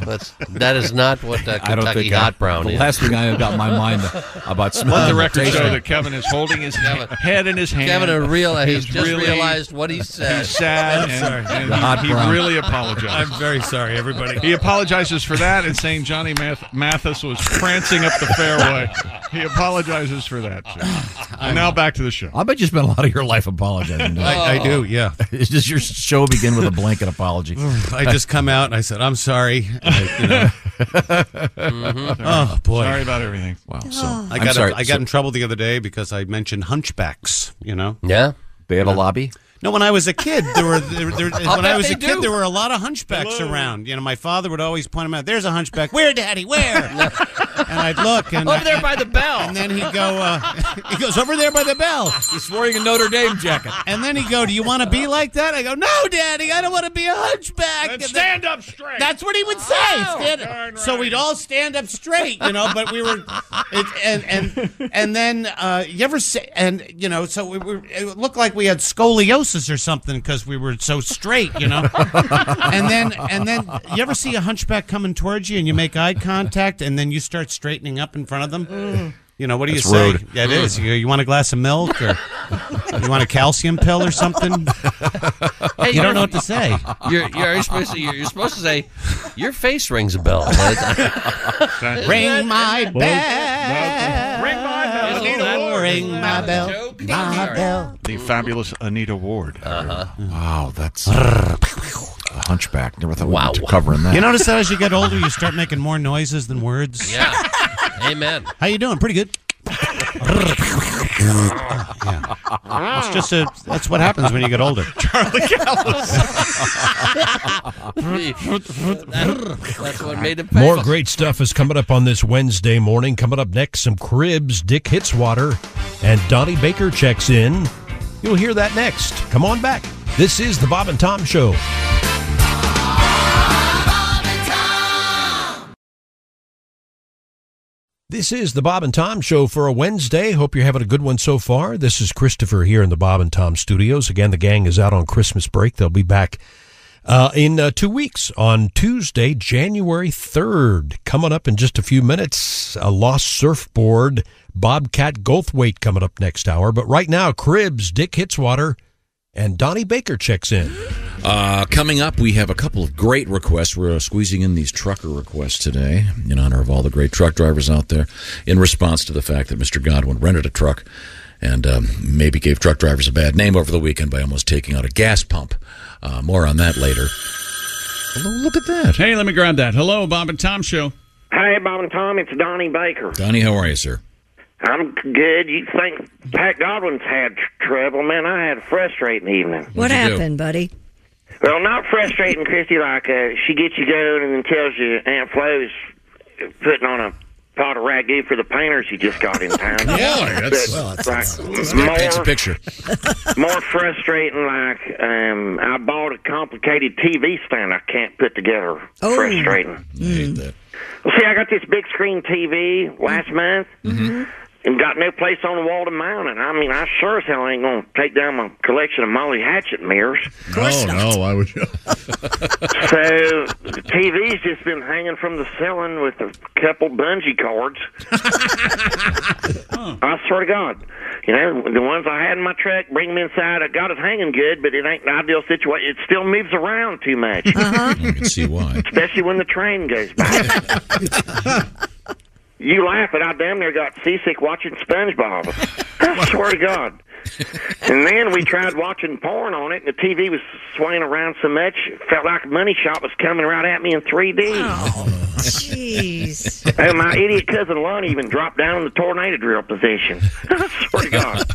That's, that is not what uh, Kentucky
I don't think I-
hot brown
the
is.
last thing I got in my mind about smell
Let the
and
record
taste.
show that Kevin is holding his head in his hand.
Kevin, a real, he's
He's
just
really-
realized what he said.
He's sad. and, and
The
he-
hot
he,
brown.
really apologized.
I'm very sorry, everybody.
He apologizes for that and saying Johnny Math- Mathis was prancing up the fairway. He apologizes for that. Too. And now back to the show.
I bet you spent a lot of your life apologizing.
I- I do, yeah.
Does your show begin with a blanket apology?
I just come out and I said, "I'm sorry." I, you know. Oh boy, Oh.
Mm-hmm. Sorry about everything.
Wow.
so-
I
I'm
got
sorry,
I got
so-
in trouble the other day because I mentioned hunchbacks. You know.
Yeah.
They have a lobby.
No, when I was a kid, there were there, there,
I'll
when
bet
I was
they
a kid,
do.
there were a lot of hunchbacks
Hello.
around. You know, my father would always point them out. There's a hunchback. Where, Daddy? Where? and I'd look and
Over there
by the bell. And then he'd go. Uh, he goes over there by the bell.
He's wearing a Notre Dame jacket.
And then he'd go, "Do you want to be like that?" I go, "No, Daddy. I don't want to be a hunchback." And
stand up straight.
That's what he would say.
Oh,
stand up. So we'd all stand up straight, you know. But we were, it, and and and then uh, you ever say, and you know, so we were. It looked like we had scoliosis or something because we were so straight, you know. and then and then you ever see a hunchback coming towards you and you make eye contact and then you start straightening up in front of them. You know what do
That's
you say?
rude.
Yeah, it is. You, you want a glass of milk or you want a calcium pill or something? you don't know what to say.
You're, you're, supposed to, you're, you're supposed to say, your face rings a bell. Ring
my
bell.
Ring my
bell,
Anita Ward. Ring my bell.
Uh-huh.
The fabulous Anita Ward.
Wow, that's
hunchback. Never thought wow. we'd be covering that.
You notice that as you get older, you start making more noises than words.
Yeah. Amen.
How you doing? Pretty good. yeah. It's just a. That's what happens when you get older.
Charlie That- that's what made it
More
famous.
great stuff is coming up on this Wednesday morning. Coming up next, some cribs. Dick Hitswater and Donnie Baker checks in. You'll hear that next. Come on back. This is the Bob and Tom Show. This is the Bob and Tom Show for a Wednesday. Hope you're having a good one so far. This is Christopher here in the Bob and Tom Studios. Again, the gang is out on Christmas break. They'll be back uh, in uh, two weeks on Tuesday, January 3rd. Coming up in just a few minutes, a lost surfboard, Bobcat Goldthwait coming up next hour. But right now, Cribs, Dick Hitswater, and Donnie Baker checks in.
Uh, coming up, we have a couple of great requests. We're uh, squeezing in these trucker requests today in honor of all the great truck drivers out there in response to the fact that Mr. Godwin rented a truck and um, maybe gave truck drivers a bad name over the weekend by almost taking out a gas pump. Uh, more on that later. Look at that.
Hey, let me grab that. Hello, Bob and Tom Show.
Hey, Bob and Tom, it's Donnie Baker.
Donnie, how are you, sir?
I'm good. You think Pat Godwin's had tr- trouble? Man, I had a frustrating evening.
What happened, buddy?
Well, not frustrating, Christy. Like uh, she gets you going and then tells you Aunt Flo's putting on a pot of ragu for the painters you just got in town.
Yeah, that's-
But,
well,
like,
That paints a
more-
picture.
more frustrating, like um, I bought a complicated TV stand I can't put together.
Oh.
Frustrating. Well, see, I got this big screen TV last month and got no place on the wall to mount it. I mean, I sure as hell ain't going to take down my collection of Molly Hatchet mirrors.
oh no, why would you?
so the TV's just been hanging from the ceiling with a couple bungee cords. I swear to God, you know the ones I had in my truck. Bring them inside. I got it hanging good, but it ain't an ideal situation. It still moves around too much,
I can see why.
especially when the train goes by. you laugh, but I damn near got seasick watching SpongeBob. I swear to God. And then we tried watching porn on it, and the TV was swaying around so much, it felt like a money shot was coming right at me in 3D.
Jeez.
And my idiot cousin Lonnie even dropped down in the tornado drill position. I swear to God.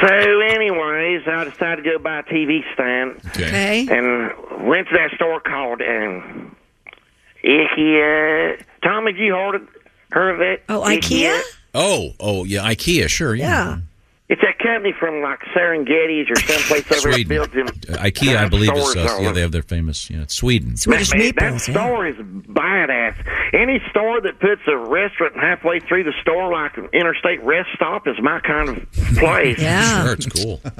so, anyways, I decided to go buy a TV stand.
Okay. Okay.
And went to that store called um, IKEA. Tom, have you heard of, heard of it?
Oh,
IKEA?
Oh, oh, yeah, IKEA, sure, yeah.
It's that company from like Serengeti's or someplace over there
Sweden.
builds them.
Uh, IKEA, I believe, is
stores
uh,
all
yeah,
over.
they have their famous, yeah, it's Sweden.
that, man, that store is badass. Any store that puts a restaurant halfway through the store, like an interstate rest stop, is my kind of place.
Sure, it's cool.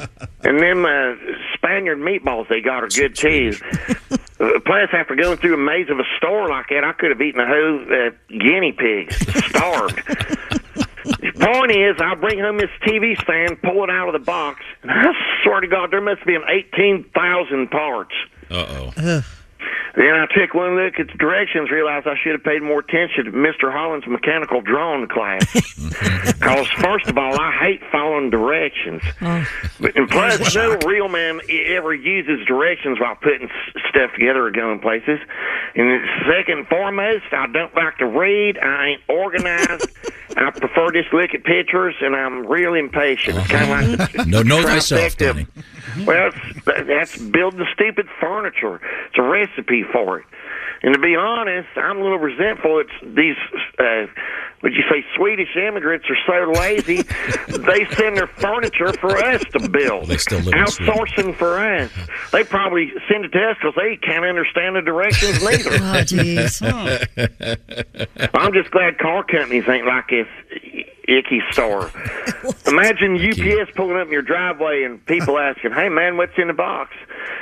And them uh, Spaniard meatballs they got are good too. Uh, Plus, after going through a maze of a store like that, I could have eaten a whole uh, guinea pig, starved. The point is, I bring home this TV stand, pull it out of the box, and I swear to God, there must be an 18,000 parts.
Uh
oh. Then I took one look at the directions, realized I should have paid more attention to Mr. Holland's mechanical drawing class. Because, first of all, I hate following directions.
Mm-hmm.
And plus, no real man e- ever uses directions while putting s- stuff together or going places. And second and foremost, I don't like to read. I ain't organized. I prefer just look at pictures, and I'm real impatient. It's kind of like the
No, know thyself,
trifecta of well, it's, that's building stupid furniture. It's a recipe for it. And to be honest, I'm a little resentful. It's these, uh, would you say, Swedish immigrants are so lazy. they send their furniture for us to build.
they still live in Sweden.
Outsourcing for us. They probably send it to us because they can't understand the directions neither. I'm just glad car companies ain't like this icky store. Imagine UPS pulling up in your driveway and people asking, "Hey man, what's in the box?"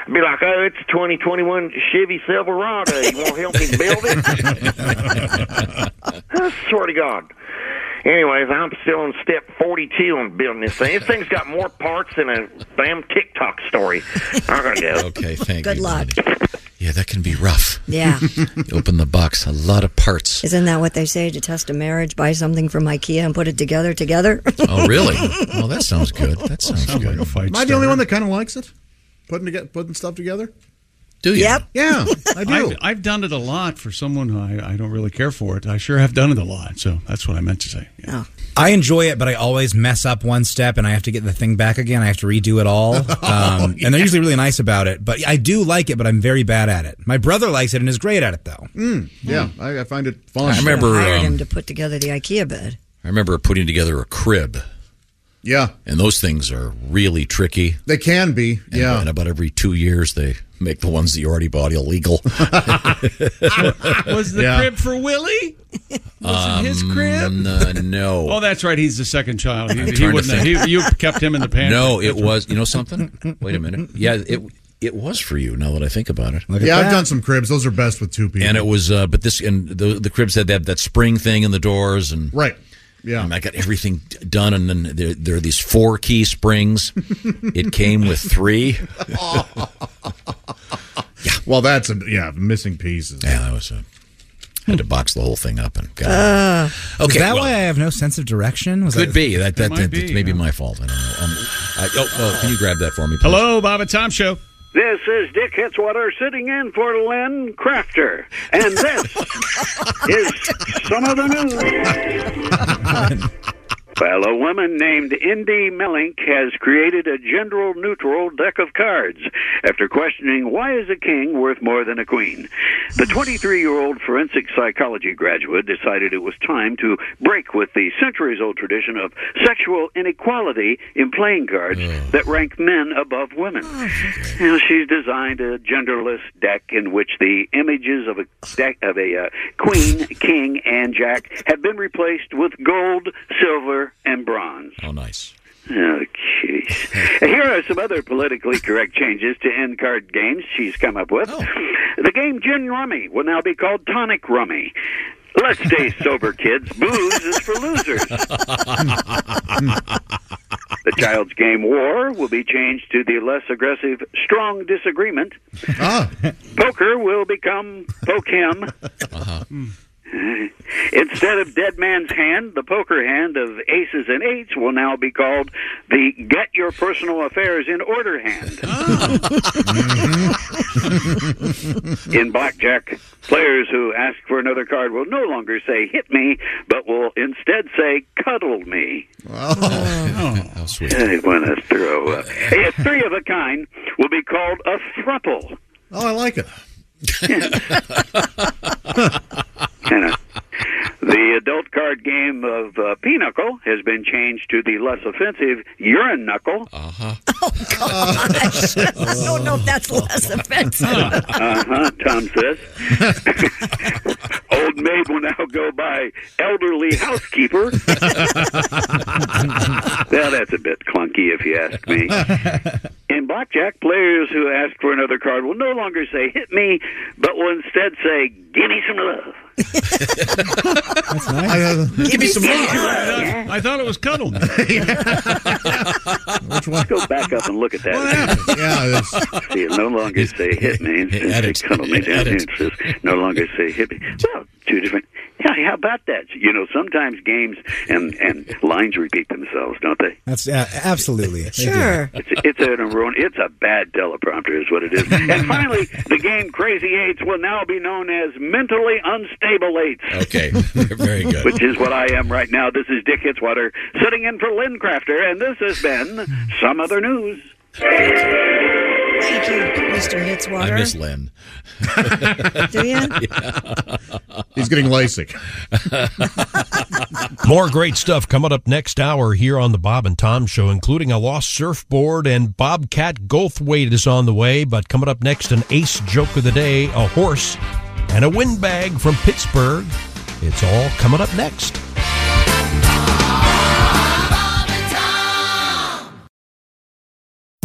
I'd be like, "Oh, it's a 2021 Chevy Silverado. You want to help me build it?" I swear to God. Anyways, I'm still on step 42 on building this thing. This thing's got more parts than a damn TikTok story. I'm gonna go.
Okay, thank
Good
you.
luck.
Yeah, that can be rough.
Yeah.
Open the box, a lot of parts.
Isn't that what they say to test a marriage? Buy something from IKEA and put it together together?
Oh, really? Well, that sounds good. That sounds good.
Am I the only one that kind of likes it? Putting together, putting stuff together.
Do you?
Yep.
Yeah, I do.
I've, I've done it a lot for someone who I, I don't really care for it. I sure have done it a lot. So that's what I meant to say. Yeah.
I enjoy it, but I always mess up one step and I have to get the thing back again. I have to redo it all. Um,
Oh,
And they're usually really nice about it, but I do like it, but I'm very bad at it. My brother likes it and is great at it, though.
Mm, yeah, I, I find it fun.
I remember,
hired him
um,
to put together the IKEA bed.
I remember putting together a crib.
Yeah.
And those things are really tricky.
They can be.
And,
yeah.
And about every two years, they make the ones that you already bought illegal.
Was the
Oh. Yeah.
crib for Willie? Was it his
Um,
crib?
uh, no.
Oh, that's right. He's the second child. He,
I'm
he
trying to
wouldn't have-
think.
he- you kept him in the pantry.
No, it was. You know something? Wait a minute. Yeah, it it was for you. Now that I think about it.
yeah, I've done some cribs. Those are best with two people.
And it was, uh, but this and the the cribs had that that spring thing in the doors and
right. Yeah,
and I got everything d- done, and then there, there are these four key springs. it came with three.
Well, that's a yeah missing pieces.
Yeah, that was a had to box the whole thing up and got.
okay.
Okay,
Is that
well-
why I have no sense of direction? Was
Could
I-
be that that, that, that's maybe my fault. I don't know. Um, I, oh, oh, can you grab that for me? Please?
Hello, Bob and Tom Show.
This is Dick Hitzwater sitting in for Lynn Crafter, and this is some of the news. Well, a woman named Indy Mellink has created a gender neutral deck of cards after questioning why is a king worth more than a queen. The 23 year old forensic psychology graduate decided it was time to break with the centuries old tradition of sexual inequality in playing cards that rank men above women.
Oh,
Now, she's designed a genderless deck in which the images of a deck of a uh, queen, king, and jack have been replaced with gold, silver, and bronze.
Oh, nice.
Oh, jeez. Here are some other politically correct changes to end card games she's come up with. The game Gin Rummy will now be called Tonic Rummy. Let's stay sober, kids. Booze is for losers. The child's game War will be changed to the less aggressive Strong Disagreement. Poker will become Poke Him. Instead of Dead Man's Hand, the poker hand of aces and eights will now be called the Get Your Personal Affairs in Order hand.
Oh.
Mm-hmm.
in blackjack, players who ask for another card will no longer say hit me, but will instead say cuddle me.
Oh,
How sweet.
I want to throw up. A three of a kind will be called a thruple.
Oh, I like it.
You know, the adult card game of uh, Pinochle has been changed to the less offensive Urine Knuckle. Uh-huh.
Gosh, I don't know if that's less offensive.
Uh-huh, Tom says. Old maid will now go by elderly housekeeper. well, that's a bit clunky if you ask me. In blackjack, players who ask for another card will no longer say hit me, but will instead say give me some love.
That's
nice.
Give me some more.
I thought it was cuddled.
Go back up and look at that.
yeah,
See, it no longer say hit me. It says say cuddle me down here. It says no longer say hit me. Well, two different. Yeah, how about that? You know, sometimes games and and lines repeat themselves, don't they?
That's uh, absolutely. They do.
It's it's an erron- It's a bad teleprompter, is what it is. And finally, the game Crazy Eights will now be known as Mentally Unstable Eights.
Okay, very good.
Which is what I am right now. This is Dick Hitzwater sitting in for Lynn Crafter, and this has been Some Other News.
Thank you, Mr. Hitzwater.
I miss Len.
Do you?
He's getting LASIK.
More great stuff coming up next hour here on the Bob and Tom Show, including a lost surfboard and Bobcat Goldthwait is on the way. But coming up next, an ace joke of the day, a horse, and a windbag from Pittsburgh. It's all coming up next.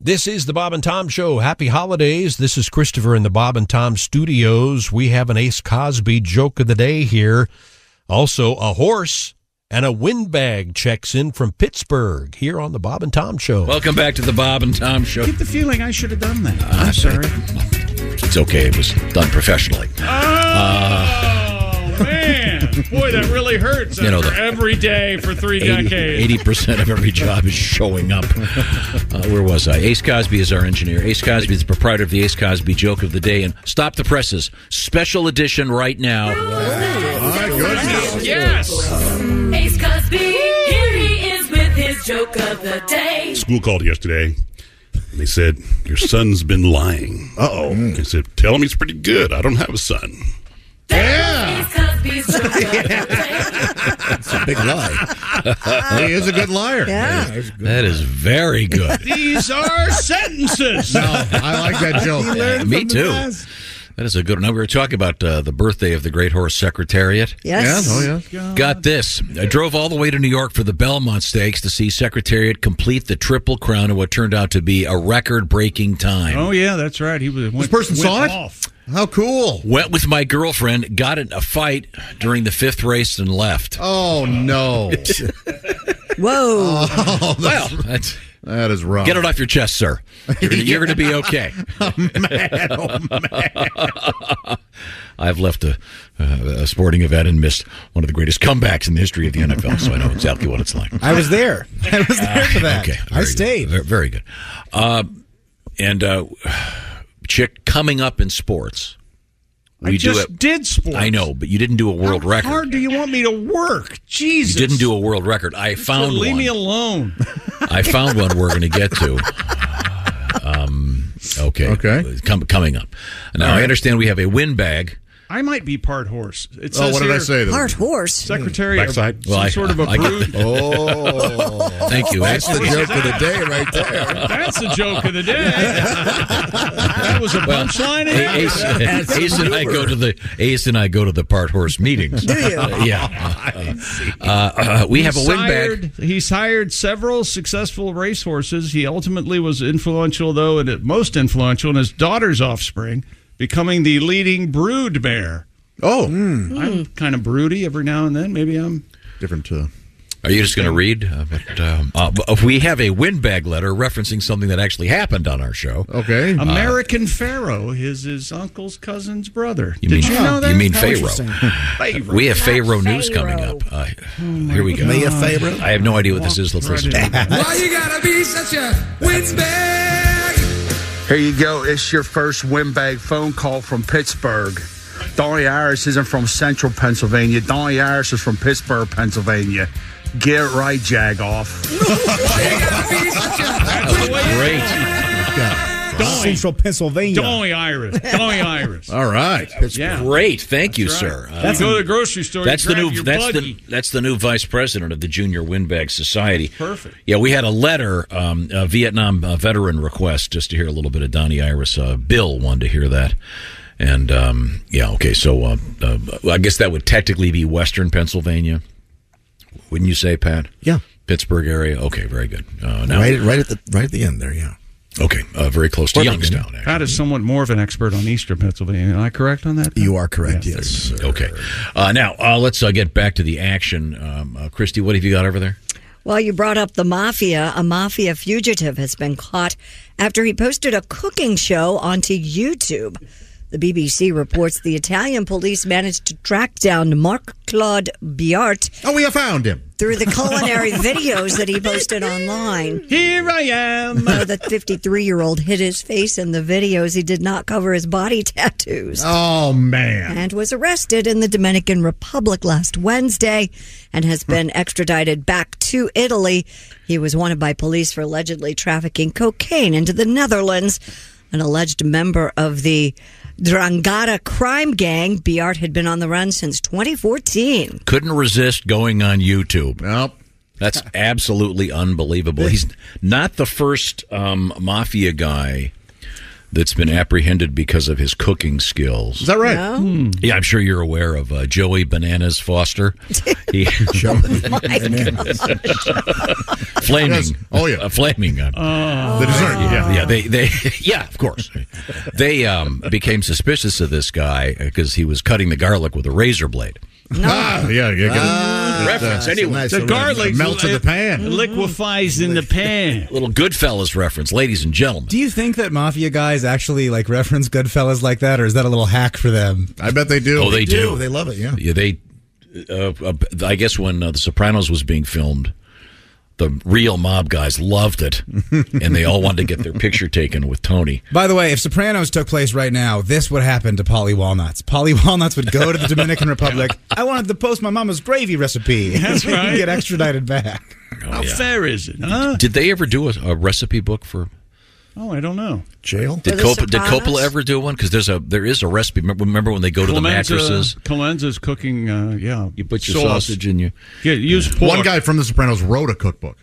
This is the Bob and Tom Show. Happy holidays. This is Christopher in the Bob and Tom Studios. We have an Ace Cosby joke of the day here. Also, a horse and a windbag checks in from Pittsburgh here on the Bob and Tom Show.
Welcome back to the Bob and Tom Show.
Get the feeling I should have done that. I'm sorry.
It's okay. It was done professionally.
Ah!
Uh,
Oh, man. Boy, that really hurts.
You know,
after
the-
every day for three decades.
Eighty percent of every job is showing up. Uh, where was I? Ace Cosby is our engineer. Ace Cosby is the proprietor of the Ace Cosby Joke of the Day and Stop the Presses special edition right now.
Yes. Ace Cosby, here he is with his joke of the day.
School called yesterday. And they said, Your son's been lying. Uh oh.
Mm.
I said, Tell him he's pretty good. I don't have a son.
Ace Cosby's joke of the
It's a big lie.
He is a good
liar.
Yeah.
That is very good.
These are sentences.
Me too. That is a good one. Now, we were talking about uh, the birthday of the Great Horse Secretariat.
Yes. Yeah, oh, yeah.
Got this. I drove all the way to New York for the Belmont Stakes to see Secretariat complete the Triple Crown in what turned out to be a record breaking time.
Oh yeah, that's right. He was. Went,
person
went
saw it?
off.
How cool. Went with my girlfriend, got in a fight during the fifth race, and left.
Oh no!
Whoa!
Oh,
well,
that's-
that's.
that is rough.
Get it off your chest, sir. You're gonna, you're gonna be okay.
I'm mad. Oh, man.
I've left a, uh, a sporting event and missed one of the greatest comebacks in the history of the NFL, so I know exactly what it's like.
I was there. I was there for that.
Okay, I stayed. Very, very good. Uh, and uh, chick coming up in sports.
I just did sports.
I know, but you didn't do a world record.
How hard do you want me to work? Jesus.
You didn't do a world record. I found
Leave
one.
me alone.
I found one we're going to get to. Um, okay. Okay. Com- coming up. Now, I understand we have a windbag.
I might be part horse. It
Oh,
says
what did I
here-
say? Part
horse?
Secretary. of-
Backside.
Some
Well, I-
sort of a
I get
brood.
that. Oh. Thank you,
That's
Ace.
the joke of the
day right there.
That's the joke of the day. that was a punchline. eh? in it.
Ace, Ace and I go to the Ace and I go to the part horse meetings.
Do you?
yeah. Uh, uh, we have a
He's
windbag.
hired- He's hired several successful racehorses. He ultimately was influential, though, and most influential in his daughter's offspring, becoming the leading brood bear.
Oh,
I'm kind of broody every now and then. Maybe I'm
different. Uh,
Are you just going to read? Uh, but, um, uh, but we have a windbag letter referencing something that actually happened on our show. Uh,
Okay.
American Pharaoh. His his uncle's cousin's brother.
You
Did
mean-
you know that?
you mean
How
Pharaoh.
interesting. Pharaoh. Oh
we have Pharaoh news coming up. Uh, here we go.
Mia Pharaoh?
I have no idea what this is. Let's listen.
Why you gotta be such a windbag? Here you go. It's your first windbag phone call from Pittsburgh. Donnie Iris isn't from central Pennsylvania. Donnie Iris is from Pittsburgh, Pennsylvania. Get it right, Jagoff.
Great. Central Pennsylvania.
Dolly Iris. Dolly Iris.
All right, that's
Yeah.
great. Thank you, sir.
right. You go to the grocery store,
That's
you
the
grab
new.
your
That's
buggy.
the that's the new vice president of the Junior Windbag Society.
Perfect.
Yeah, we had a letter, um, a Vietnam uh, veteran request, just to hear a little bit of Donnie Iris. Uh, Bill wanted to hear that, and um, yeah, okay. So uh, uh, I guess that would technically be Western Pennsylvania, wouldn't you say, Pat?
Yeah.
Pittsburgh area. Okay, very good. Uh, now,
Right, right at the right at the end there. Yeah.
Okay, uh, very close to Youngstown.
Pat is somewhat more of an expert on Eastern Pennsylvania. Am I correct on that?
You are correct.
Yes.
Okay. Uh, now uh, let's uh, get back to the action. Um, uh, Christy, what have you got over there?
Well, you brought up the mafia. A mafia fugitive has been caught after he posted a cooking show onto YouTube. The BBC reports the Italian police managed to track down Marc Claude Biart.
Oh, we have found him.
Through the culinary videos that he posted online.
Here I am.
the 53 year old hid his face in the videos. He did not cover his body tattoos.
Oh, man.
And was arrested in the Dominican Republic last Wednesday and has been extradited back to Italy. He was wanted by police for allegedly trafficking cocaine into the Netherlands. An alleged member of the Drangheta crime gang, Biart had been on the run since 2014.
Couldn't resist going on YouTube.
Nope.
That's absolutely unbelievable. He's not the first um, mafia guy that's been apprehended because of his cooking skills.
Is that right?
No.
Yeah, I'm sure you're aware of uh, Joey Bananas Foster. He, flaming.
Yes.
Oh yeah, flaming. uh,
The dessert,
Yeah, yeah. They, they, yeah. Of course, they um, became suspicious of this guy because he was cutting the garlic with a razor blade.
Ah, yeah, yeah. get it.
Ah.
reference
Uh,
anyway.
The
little
garlic melts in the pan.
Liquefies in the pan.
Little Goodfellas reference, ladies and gentlemen.
Do you think that mafia guys actually like reference Goodfellas like that, or is that a little hack for them?
I bet they do.
Oh, they do.
They love it. Yeah.
Yeah, they. Uh, uh, I guess when uh, The Sopranos was being filmed, the real mob guys loved it, and they all wanted to get their picture taken with Tony.
By the way, if Sopranos took place right now, this would happen to Polly Walnuts. Polly Walnuts would go to the Dominican Republic. I wanted to post my mama's gravy recipe.
That's right.
Get extradited back.
How fair is it? Huh?
Did they ever do a, a recipe book for
Oh, I don't know.
jail?
For
Did
The
Coppola, did
Sopranos?
Coppola ever do one? Because there's a there is a recipe. Remember- Remember when they go to the
Clemenza-
mattresses?
Clemenza's cooking. Uh, yeah, you
put your sausage in your.
Yeah, use pork.
One guy from The Sopranos wrote a cookbook.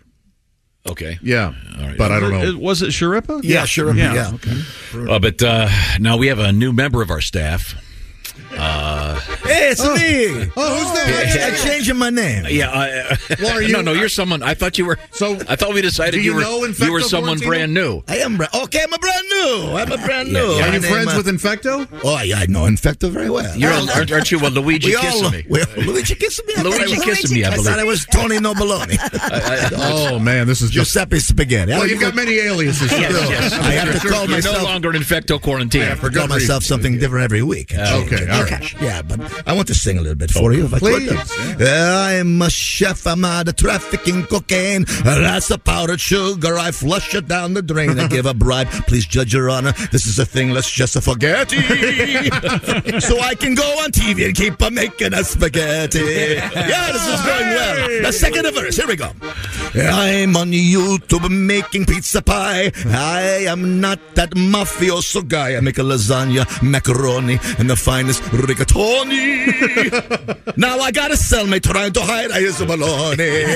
Okay.
Yeah,
All right.
but I don't know.
Was it Sharippa?
Yeah, Sharippa, yeah.
Uh, but uh, now we have a new member of our staff. Uh,
Hey, it's me.
Oh, who's
that? I'm changing my name.
yeah, I,
uh, Well, are
no,
you-
no, you're someone. I thought you were. So I thought we decided
do you
were.
know
you were
Infecto
someone
Florentino?
brand new.
I am bra- okay. I'm a brand new. I'm a brand
Yeah,
new.
yeah. Are
My
you
name,
friends
uh,
with
Infecto?
Oh, yeah, I know Infecto very well.
You're a- aren't- aren't you a Luigi
we all-
Kissame?
we- Luigi Kissame. I thought
Luigi
I was-
Kissame, I
I
believe.
thought I was Tony Noboloni.
oh man, this is just
Giuseppe Spaghetti. I
Well,
was-
you've got many aliases.
Yes, yes. I have to call
You're
myself-
no longer in infecto quarantine.
I have to call myself something different every week.
Okay, all
right. Yeah, but I want to sing a little bit for you if I could. Uh, I'm a chef. I'm out of trafficking cocaine. That's the powdered sugar. I flush it down the drain. I give a bribe. Please judge your honor. This is a thing. Let's just a forget. so I can go on TV and keep on making a spaghetti. Yeah, this is going well. The second verse. Here we go. I'm on YouTube making pizza pie. I am not that mafioso guy. I make a lasagna, macaroni, and the finest rigatoni. now I got a cellmate trying to hide. I is a baloney. oh,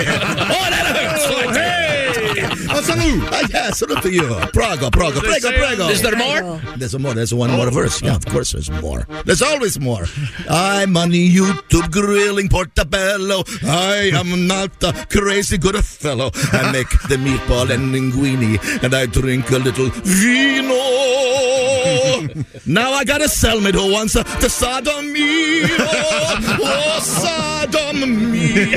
that hurts. Oh, hey. A salute. Ah, yeah, salute to you. Prago, Prago,
They
prego,
say-
prego.
Is there more? Oh.
There's more. There's one more verse. Yeah, of course there's more. There's always more. I'm on YouTube grilling portobello. I am not a crazy good fellow. I make the meatball and linguine, and I drink a little vino. now I got a cellmate who wants a the sodomio. Oh, sodomio.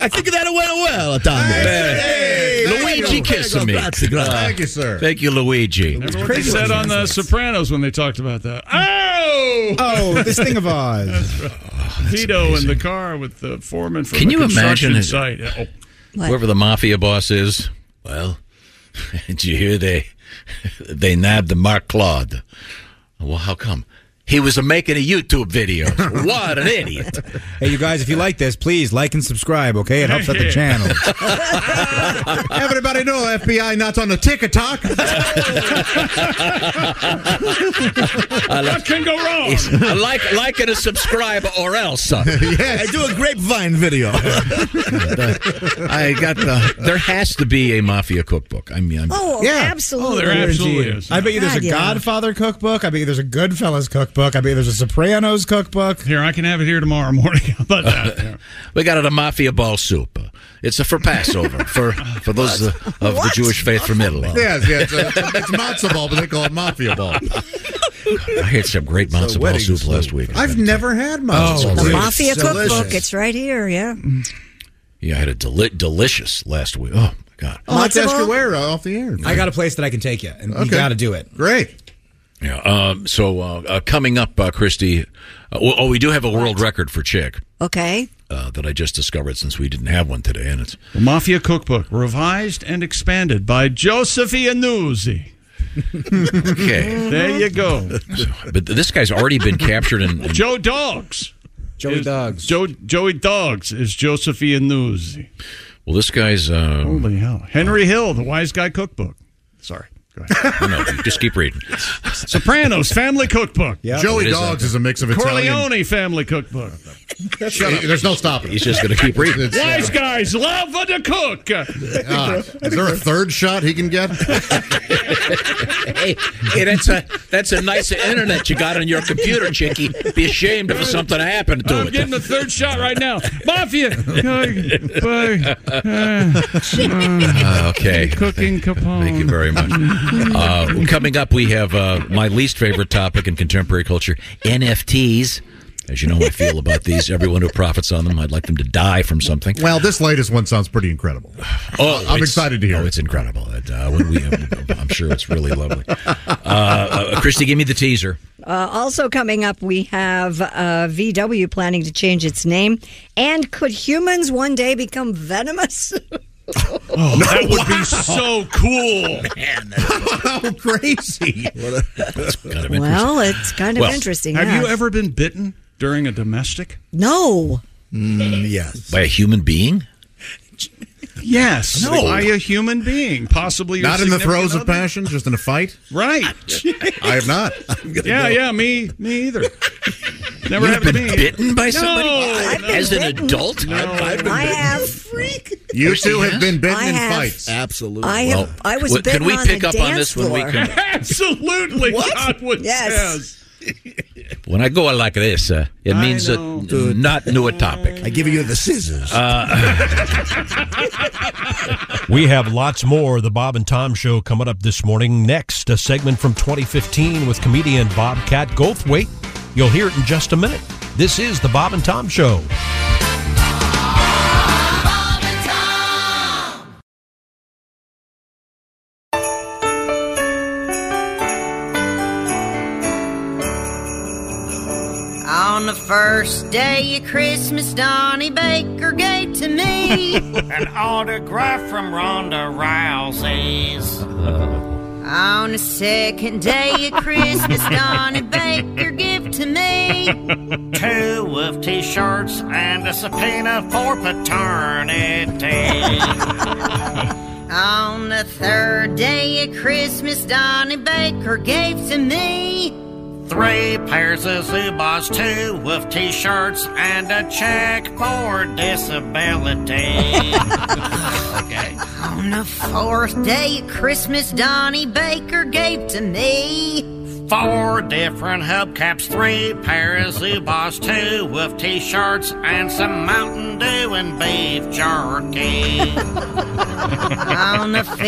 I think that went well, Tommy.
Hey, Luigi Kissame.
Grazie,
Uh,
grazie.
Thank you, sir.
Uh, Thank you, Luigi.
Remember what they said on The Sopranos when they talked about that. Oh,
Oh, this thing of Oz.
That's right. Vito in the car with the foreman from
Can
the
you
construction
imagine it?
site. Oh.
Whoever the mafia boss is, well, did you hear they they nabbed Mark Claude? Well, how come? He was making a YouTube video. what an idiot!
Hey, you guys, if you like this, please like and subscribe, okay? It helps out the channel.
Everybody know FBI not on the TikTok.
I
What can go wrong?
I like like and a subscribe or else.
I do a grapevine video.
I got the. There has to be a mafia cookbook. I mean, I'm,
Oh,
Yeah.
absolutely.
I bet you there's a
God, yeah.
Godfather cookbook. I bet you there's a Goodfellas cookbook. I bet you there's a Sopranos cookbook.
Here, I can have it here tomorrow morning. How about that?
uh,
we got it a mafia ball soup. It's a for Passover for for those uh, of the
What?
Jewish faith from Italy.
yes, yes. It's, it's matzo ball, but they call it mafia ball.
I had some great matzo ball
wedding
soup last week.
I've never had matzo
Oh,
ball.
The
It's
Mafia
delicious.
Cookbook. It's right here, yeah.
Yeah, I had a deli- delicious last week. Oh, my God.
I'll have to ask you
where off the air.
I got a place that I can take you, and you
Okay.
got to do it.
Great.
Yeah. Um, so uh, uh, coming up, uh, Christy. Uh, well, oh, we do have a world record for chick
Okay.
uh, that I just discovered since we didn't have one today, and it's
The Mafia Cookbook, revised and expanded by Joseph Iannuzzi.
okay.
There you go.
But this guy's already been captured in. in-
Joe Dogs.
Joey Dogs.
Joe, Joey Dogs is Joseph Iannuzzi.
well, this guy's. Uh,
Holy hell. Henry Hill, The Wise Guy Cookbook. Sorry. Go
ahead. no, just keep reading.
Sopranos Family Cookbook.
Yeah. Joey What is Dogs that? is a mix of
Corleone
Italian-
Family Cookbook.
Shut up. There's no stopping.
He's just going to keep reading.
uh,
Wise guys love to cook.
Ah,
Uh, is there a third shot he can get?
hey, hey, that's a that's a nice internet you got on your computer, Chicky. Be ashamed if something happened to
I'm
it.
getting the third shot right now. Mafia.
Uh, okay.
Cooking Capone.
Thank you very much. Uh, coming up, we have uh, my least favorite topic in contemporary culture NFTs. As you know, I feel about these. Everyone who profits on them, I'd like them to die from something.
Well, this latest one sounds pretty incredible.
Oh,
I'm
it's-
excited to hear.
Oh, it's incredible. It, uh, when we, I'm sure it's really lovely. Uh, uh, Christy, give me the teaser.
Uh, also coming up, we have uh, VW planning to change its name. And could humans one day become venomous?
Oh, that would be so cool.
Man,
how crazy.
Uh, that's kind of
well, it's kind of interesting.
Have
yes.
you ever been bitten during a domestic?
No.
yes. By a human being?
Yes.
No.
By a human being, possibly. your
Not in the throes of
significant other?
passion, just in a fight.
Right.
I have not.
Yeah, yeah, me, me either. Never
You've
happened to
been
me.
bitten by somebody?
No,
I've been As an bitten. adult?
No.
I've- I've been
I
bitten.
have.
You
Christy
two have
has?
been bitten
I
in
have.
fights. Absolutely.
I have. I was bitten on a dance floor.
Absolutely.
What?
God would
Yes.
says.
When I go on like this, uh, it means uh, not new a topic. Uh, I give you the scissors.
We have lots more of the Bob and Tom Show coming up this morning. Next, a segment from 2015 with comedian Bobcat Goldthwait. You'll hear it in just a minute. This is the Bob and Tom Show.
On the first day of Christmas, Donnie Baker gave to me an autograph from Ronda Rousey's. On the second day of Christmas, Donnie Baker gave to me two of t-shirts and a subpoena for paternity. On the third day of Christmas, Donnie Baker gave to me
Three pairs of Zubas, two of t-shirts, and a check for disability. okay.
On the fourth day of Christmas, Donnie Baker gave to me
Four different hubcaps, three pairs of Zubas, two of t-shirts, and some Mountain Dew and beef jerky.
on the fifth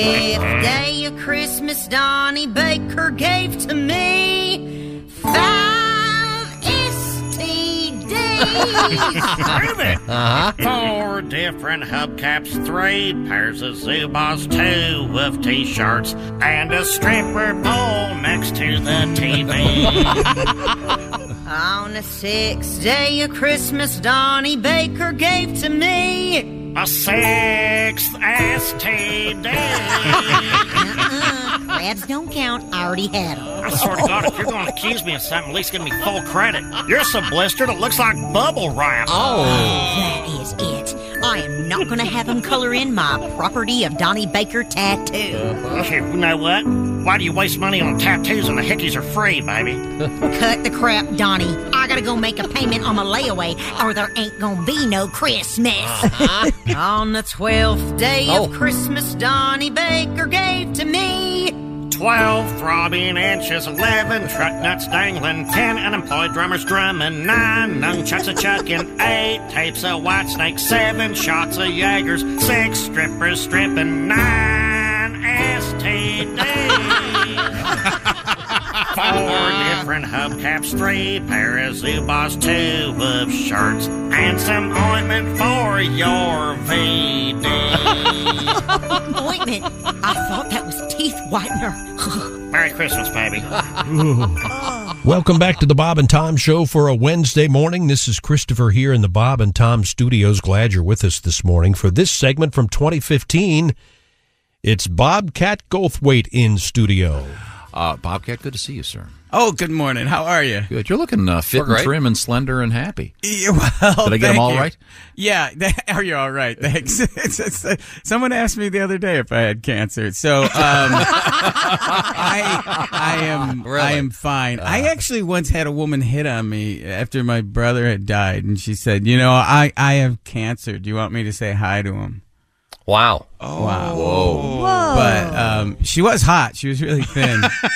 day of Christmas, Donnie Baker gave to me five STDs.
Prove it.
Uh-huh.
Four different hubcaps, three pairs of Zubas, two of t-shirts, and a stripper pole next to the TV.
on the sixth day of Christmas, Donnie Baker gave to me
a sixth STD.
Uh-uh. Crabs don't count. I already had them.
I swear to God, if you're going to accuse me of something, at least give me full credit. You're so blistered, it looks like bubble wrap.
Oh. That is it. I am not going to have him color in my property of Donnie Baker tattoo.
You know what? Why do you waste money on tattoos when the hickeys are free, baby?
Cut the crap, Donnie. I gotta go make a payment on my layaway, or there ain't gonna be no Christmas. Uh-huh. Oh. on the twelfth day of Christmas, Donnie Baker gave to me.
12 throbbing inches, 11 truck nuts dangling, 10 unemployed drummers drumming, 9 nunchucks a chucking, 8 tapes of white snake, 7 shots of Jaggers, 6 strippers stripping, 9 STDs. 4 different different hubcaps, three pair of Zubas, two of shirts, and some ointment for your VD.
Ointment. I thought that was teeth whitener.
Merry Christmas, baby.
Welcome back to the Bob and Tom Show for a Wednesday morning. This is Christopher here in the Bob and Tom Studios. Glad you're with us this morning for this segment from 2015. It's Bobcat Goldthwait in studio.
Uh, Bobcat, good to see you, sir.
Oh, good morning. How are you?
Good. You're looking uh, fit
We're
and
great.
trim and slender and happy.
Yeah, well,
Did I get 'em
thank
all
you.
right?
Yeah. Are you all right? Thanks. It's- it's, uh, someone asked me the other day if I had cancer, so um, I, I am I am fine. I actually once had a woman hit on me after my brother had died, and she said, "You know, I I have cancer. Do you want me to say hi to him?"
Wow.
Oh. Wow.
Whoa. Whoa.
But um, she was hot. She was really thin. Oh.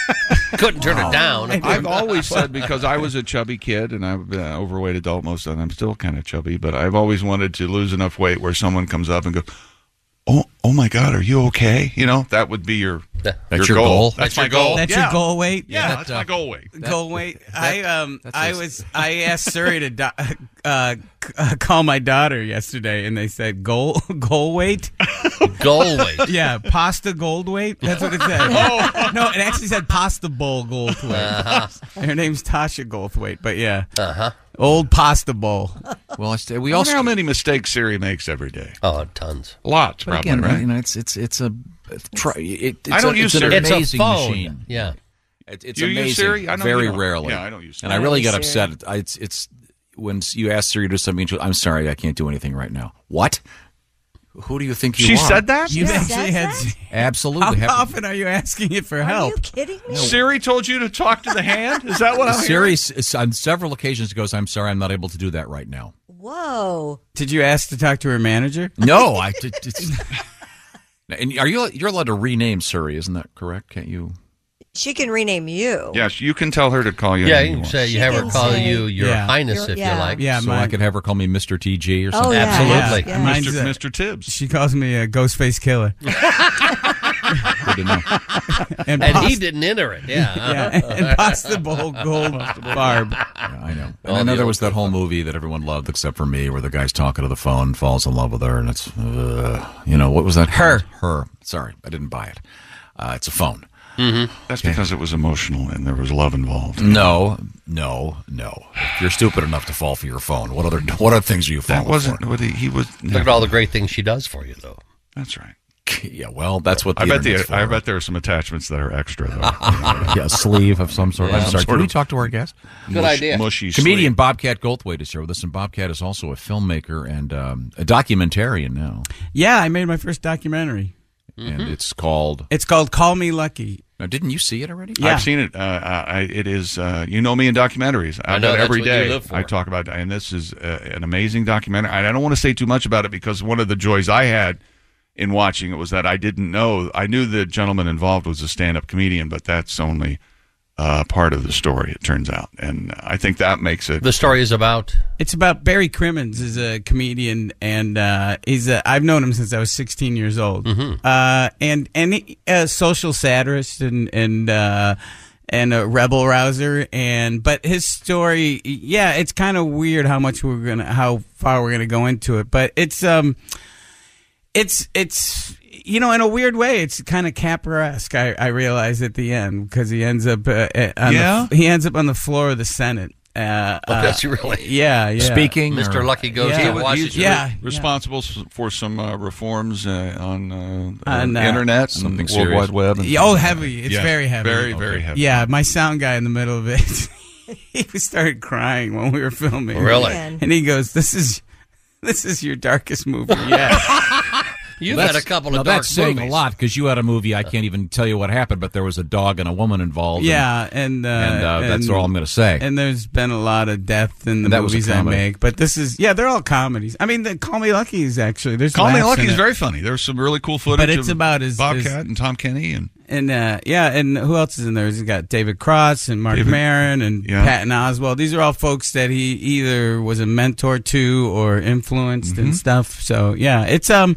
Couldn't turn
Oh.
it down.
I've always said because I was a chubby kid and I've been an overweight adult most of the time. I'm still kind of chubby, but I've always wanted to lose enough weight where someone comes up and goes, "Oh, oh my God, are you okay?" You know, that would be your
That's your goal?
That's, my goal.
That's
Yeah.
your goal weight. uh,
Yeah, that's my goal weight.
Goal weight. I um
that's
I
a-
was I asked Surrey to do, uh, c- uh, call my daughter yesterday, and they said goal goal weight.
Goal weight.
Yeah, pasta gold weight. That's what it said.
Oh.
no, it actually said pasta bowl gold weight.
Uh-huh.
Her name's Tasha Goldthwaite, but yeah,
uh-huh.
old pasta bowl.
Well, I st- we
I
all
wonder how
many mistakes Siri makes every day.
Oh, tons.
Lots,
But
probably,
again,
right?
You know, it's it's it's a it's try. It, it's
I don't
a,
use
it's an
Siri. It's a
amazing
phone.
machine.
Yeah.
It, it's
You use
amazing.
Siri? I know
very
you don't.
rarely.
Yeah, I don't use
And I
Siri.
really
I
get
don't use
upset. I, it's it's when you ask Siri to do something, she'll- I'm sorry, I can't do anything right now. What? Who do you think you
She
are?
said that? You've She actually says had- How
absolutely. happened-
often are you asking it for help? Are you kidding me?
Siri told you to talk to the hand. Is that what I'm
Siri s- on several occasions goes, I'm sorry, I'm not able to do that right now.
Whoa.
Did you ask to talk to her manager?
No, I. T- t- it's- and are you you're allowed to rename Siri? Isn't that correct? Can't you?
She can rename you.
Yes, you can tell her to call
you
Oh. Yeah,
anything
you can
you want.
say
She
you have her
can
call
say-
you your
Yeah.
highness
Your-
if
yeah.
you like.
so I could have her call me Mr. TG or
Oh,
something.
yeah,
Absolutely.
Yeah, mine's a-
Mr. Tibbs.
She calls me a Ghostface Killer.
And, he
pasta-
didn't enter it. Yeah.
yeah. And pasta bowl gold barb.
I know.
All
And then
the
there was that whole movie that everyone loved except for me, where the guy's talking to the phone, falls in love with her, and it's, uh, you know, what was that? Her. Her. Sorry, I didn't buy it. Uh, it's a phone.
Mm-hmm.
That's because it was emotional and there was love involved.
No, no, no. If you're stupid enough to fall for your phone. What other what other things are you falling
That wasn't
for?
what he, was.
Look at all the great things she does for you, though.
That's right.
Yeah, well, that's what the
I bet the
internet's for.
I bet there are some attachments that are extra though.
yeah, a sleeve of some sort.
Yeah.
I'm sorry.
Sort
Can we
of
talk to our guest?
Good mush- idea. mushy
Comedian Bobcat Goldthwait is here with us, and Bobcat is also a filmmaker and um, a documentarian now,
Yeah, I made my first documentary.
Mm-hmm.
and it's called.
It's called Call Me Lucky.
Now, didn't you see it already?
Yeah.
I've seen it. Uh, I, it is uh, you know me in documentaries.
I
I, know
know, that's
every
what you
day.
live for.
I talk about, and this is uh, an amazing documentary. And I don't want to say too much about it because one of the joys I had in watching it was that I didn't know. I knew the gentleman involved was a stand-up comedian, but that's only uh, part of the story. It turns out, and I think that makes it.
The story is about.
It's about Barry Crimmins is a comedian and uh, he's a, I've known him since I was 16 years old.
Mm-hmm.
Uh, and and he, a social satirist and and uh, and a rebel rouser and but his story yeah, it's kind of weird how much we're going to how far we're going to go into it, but it's um it's it's you know in a weird way it's kind of capra-esque I, I realize at the end because he ends up uh, uh, on the-
Yeah?
he ends up on the floor of the senate uh,
Oh,
uh,
does he really?
yeah yeah
Speaking
Mr. Lucky goes
yeah.
He
to
was-
Washington.
he's re-
Yeah, yeah.
responsible s for some uh, reforms uh, on, uh,
On,
the
uh,
internet,
Something
and
serious.
World Wide Web. and
Yeah,
things
oh
like that.
heavy it's
Yeah.
very heavy
Very, very heavy.
yeah my sound guy in the middle of it he started crying when we were filming
Really? Man.
and he goes this is this is your darkest movie yet
You've
Well,
had a
that's-
couple of
now
dark
that's saying
movies.
a lot because you had a movie. I can't even tell you what happened, but there was a dog and a woman involved.
Yeah, and, uh,
and, uh, that's
and-
all I'm going to say.
And there's been a lot of death in the
And that was a
movies I
comedy.
make, but this is yeah, they're all comedies. I mean, the Call Me Lucky is actually there's
Call Me
laughs
Lucky
in
is
it.
very funny. There's some really cool footage.
But it's
of
about as-
Bobcat
as-
and Tom Kenny and
and uh, yeah, and who else is in there? He's got David Cross and Mark
David-
Maron and
Yeah.
Patton Oswald. These are all folks that he
Mm-hmm.
either was a mentor to or influenced and stuff. So yeah, it's um,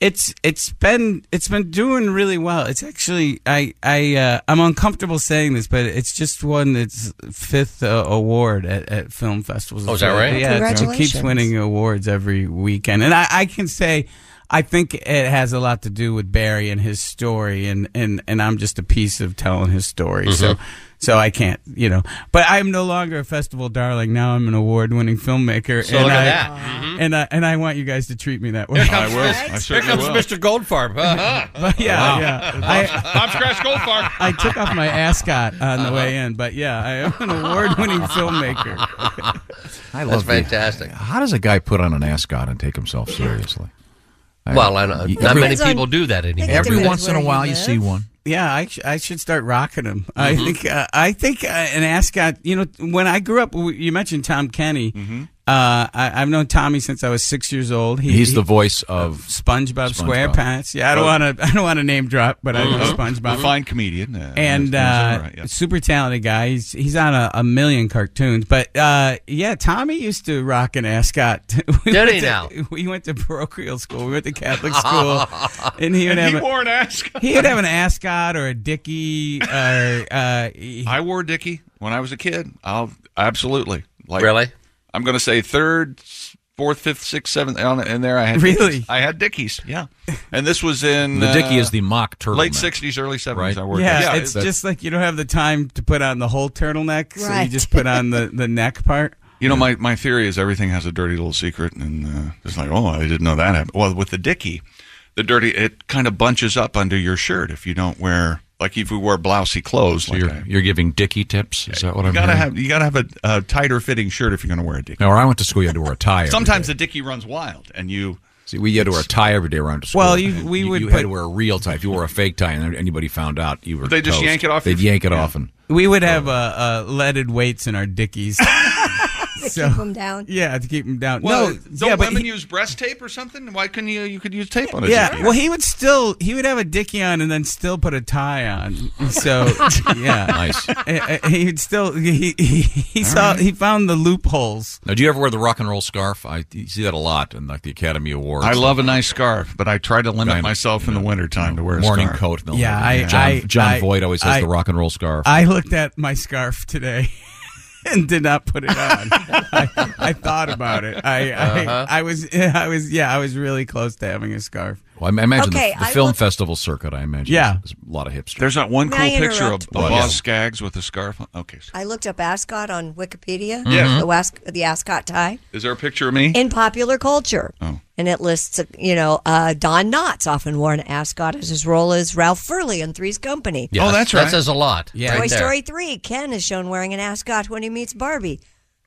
it's it's been it's been doing really well. It's actually I I uh, I'm uncomfortable saying this, but it's just won its fifth uh, award at, at film festivals.
Oh, is that right?
Yeah, it's- it keeps
Congratulations.
winning awards every weekend, and I, I can say. I think it has a lot to do with Barry and his story, and, and, and I'm just a piece of telling his story. So,
Mhm.
so I can't, you know. But I'm no longer a festival darling. Now I'm an award-winning filmmaker,
So
and
look at
I,
that.
and I, and I want you guys to treat me that way.
Here comes- Here comes Mr. Goldfarb. Uh-huh.
But yeah,
Wow.
yeah.
Bob Scratch Goldfarb.
I took off my ascot on
Uh-huh.
the way in, but yeah, I am an award-winning filmmaker.
I
That's
love the-
fantastic.
how does a guy put on an ascot and take himself seriously?
Well, I know- not many Depends on- people do that I think it anymore.
Every
depends
once in a
where you
while, you
live.
see one.
Yeah, I, sh- I should start rocking them. I
Mhm.
think uh, I think uh, an ascot. You know, when I grew up, w- you mentioned Tom Kenny.
Mm-hmm.
Uh, I, I've known Tommy since I was six years old. He-
He's
he-
the voice of
SpongeBob, SquarePants. Yeah, I don't
Oh.
want to. I don't want to name drop, but I know
Mhm.
Mm-hmm.
SpongeBob.
Refined comedian, uh,
and
that's-
uh,
that's right, yeah.
super talented guy. He's he's on a, a million cartoons. But uh, yeah, Tommy used to rock an ascot. We
Did
went
he
to-
now?
We went to parochial school. We went to Catholic school, and he would
And
have
he
a-
wore an ascot.
He would have an ascot or a dicky. Or uh,
I wore Dickie when I was a kid. I'll absolutely like
Really?
I'm going to say third, fourth, fifth, sixth, seventh. On in there, I had
Really?
Dickies. I had Dickies. Yeah, and this was in
The Dickie
uh,
is the mock turtleneck,
late '60s, early '70s.
right?
I worked.
yeah,
at-
it's just like you don't have the time to put on the whole turtleneck, so you
Right.
just put on the, the neck part.
You know, my, my theory is everything has a dirty little secret, and uh, it's like, oh, I didn't know that happened. Well, with the dicky, the dirty it kind of bunches up under your shirt if you don't wear like if we wear blousy clothes.
So
like
you're
that.
you're giving Dickie tips. Is that what
you
I'm?
gotta
hearing?
have you gotta have a, a tighter fitting shirt if you're gonna wear a dicky.
No, where I went to school, you had to wear a tie. every
Sometimes the dicky runs wild, and you
See, we had to wear a tie every day around to school.
Well, you-
And
we would
you had
put-
to wear a real tie. If you wore a fake tie and anybody found out, you were
They just
toast.
yank it off
They'd
your-
yank it
yeah.
off, and
We would have
Oh.
uh, uh, leaded weights in our dickies.
to keep them down.
Yeah, to keep them down.
well,
no,
don't
yeah, but
women
he-
use breast tape or something? Why couldn't you? You could use tape on a
yeah.
dicky.
Well, he would still he would have a dickie on and then still put a tie on. So yeah,
Nice.
Uh, uh, He would still he he, he saw he found the loopholes.
Now, do you ever wear the rock and roll scarf? I you see that a lot in like the Academy Awards.
I love a nice scarf, but I try to limit
Kind of,
myself in the wintertime to wear a
morning
scarf.
coat. and all
Yeah,
that.
I-
John,
I-
John
I-
Voight always has
I-
the rock and roll scarf.
I looked at my scarf today and did not put it on. I, I thought about it. I,
Uh-huh.
I I was I was yeah I was really close to having a scarf.
Well, I imagine the-
Okay,
the,
I
film
look-
festival circuit. I imagine.
Yeah.
is a lot of hipsters.
There's not one
May
cool
I
picture of
interrupt,
Boz
please?
Scaggs with a scarf. on. Okay, so
I looked up ascot on Wikipedia.
Yes.
The, wasc- the ascot tie
is there a picture of me?
in popular culture.
Oh.
And it lists, you know, uh, Don Knotts often wore an ascot as his role as Ralph Furley in Three's Company.
Yes, Oh, that's that right. says a lot, Yeah. right
Toy
there.
Story 3, Ken is shown wearing an ascot when he meets Barbie.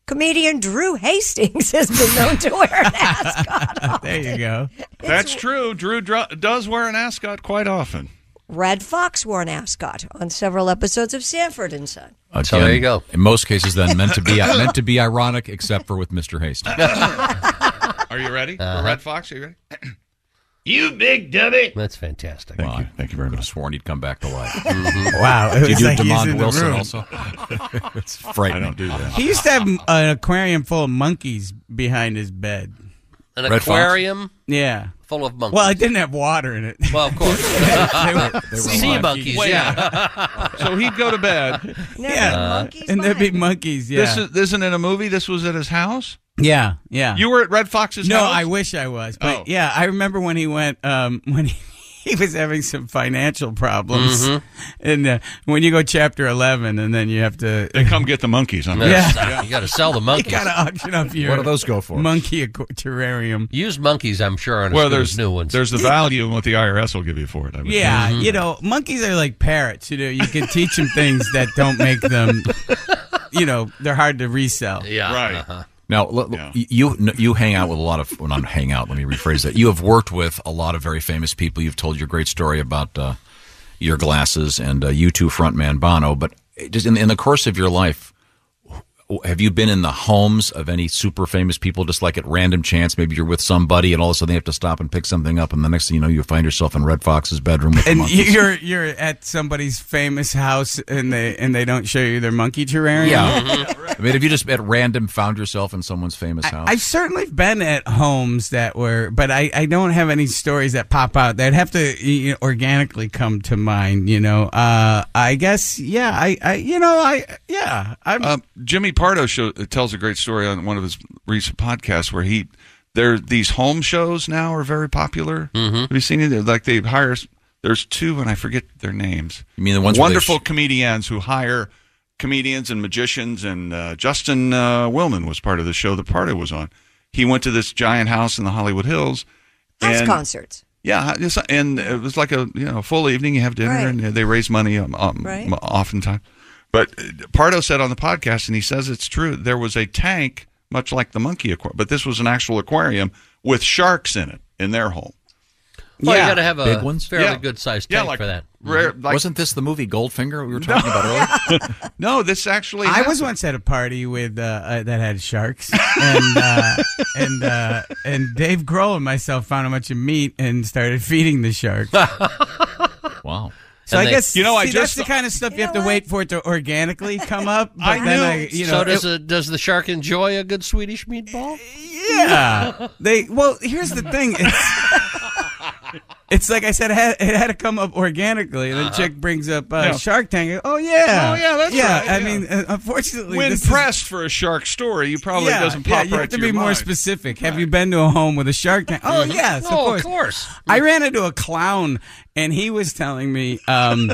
Comedian Drew Hastings has been known to wear an ascot.
There you go.
That's true. Drew dr- does wear an ascot quite often.
Red Fox wore an ascot on several episodes of Sanford and Son.
So there you go.
In most cases, then meant to be meant to be ironic, except for with Mr. Hastings.
Are you ready? for
Uh-huh.
Red Fox, are you ready?
You big dummy. That's fantastic.
Thank you. Thank you very much. have sworn he'd come back to life.
Wow, it
Did you
was
do
like he's
Demond
in the
Wilson
room.
also? it's frightening.
I don't do that.
He used to have an aquarium full of monkeys behind his bed.
An Red Fox? aquarium
Yeah.
full of monkeys.
Well, it didn't have water in it.
Well, of course.
They were-
They were Sea monkeys,
Wait.
yeah.
so he'd go to bed.
Yeah. and there'd be monkeys, yeah.
This, is, this isn't in a movie. This was at his house.
yeah, yeah.
You were at Red Fox's
no,
house?
I wish I was. But
Oh.
yeah, I remember when he went um, when he, he was having some financial problems,
Mhm.
and uh, when you go chapter eleven, and then you have to
They come get the monkeys. I'm
yeah,
Oh, You got to sell the monkeys.
You gotta auction off your- What do those go for? Monkey terrarium.
Used monkeys, I'm sure, are as
Well,
good
there's
as new ones.
There's the value in what the IRS will give you for it. I would
yeah.
think.
You know, monkeys are like parrots. You know, you can teach them things that don't make them. You know, they're hard to resell.
Yeah,
right.
Now, l- l- you you hang out with a lot of well, not hang out. Let me rephrase that. You have worked with a lot of very famous people. You've told your great story about uh, your glasses and uh, U two frontman Bono. But just in, in the course of your life, wh- have you been in the homes of any super famous people just like at random chance? Maybe you're with somebody and all of a sudden they have to stop and pick something up, and the next thing you know, you find yourself in Red Fox's bedroom with the
And
monkeys.
you're you're at somebody's famous house and they and they don't show you their monkey terrarium.
Yeah. I mean, have you just at random found yourself in someone's famous house?
oh,
I've certainly been at homes that were, but I, I don't have any stories that pop out. They'd have to you know, organically come to mind, you know. Uh, I guess, yeah, I, I, you know, I, yeah, I'm.
Um, Jimmy Pardo show, tells a great story on one of his recent podcasts where he there these home shows now are very popular.
Mm-hmm.
Have you seen it? Like they hire there's two and I forget their names.
You mean the ones where they
wonderful comedians who hire comedians and magicians and uh, Justin uh, Willman was part of the show that Pardo was on. He went to this giant house in the Hollywood Hills.
House
and-
concerts.
yeah, it's- and it was like a you know full evening. You have dinner,
Right.
and they raise money um, um,
Right.
m- oftentimes. But uh, Pardo said on the podcast, and he says it's true. There was a tank, much like the monkey aquarium, but this was an actual aquarium with sharks in it in their home.
Well, you got to have a
Big ones?
fairly Mhm.
Yeah.
good sized
Yeah,
tank
like
for that.
rare- like-
Wasn't this the movie Goldfinger we were talking about earlier?
no, this actually.
I was once at a party with uh, uh, that had sharks, and uh, and uh, and Dave Grohl and myself found a bunch of meat and started feeding the sharks.
wow.
So I guess
You know, I
see,
just-
that's the kind of stuff you, have to wait for it to organically come up. But
I
then
knew.
I, you know,
so does
it-
a, does the shark enjoy a good Swedish meatball?
yeah. they well, here's the thing. It's, it's like I said, it had, it had to come up organically. And the
Uh-huh.
chick brings up uh,
Yeah.
Shark Tank. Oh yeah,
Oh, yeah, that's
yeah.
right,
I
yeah.
mean, uh, unfortunately,
when
this is-
pressed for a shark story, you probably
yeah,
doesn't
yeah,
pop
you
right
have to
to
be
your
more
mind.
specific. Have you been to a home with a shark tank? Oh
Mhm.
yes,
Oh, of
of course. I ran into a clown, and he was telling me um,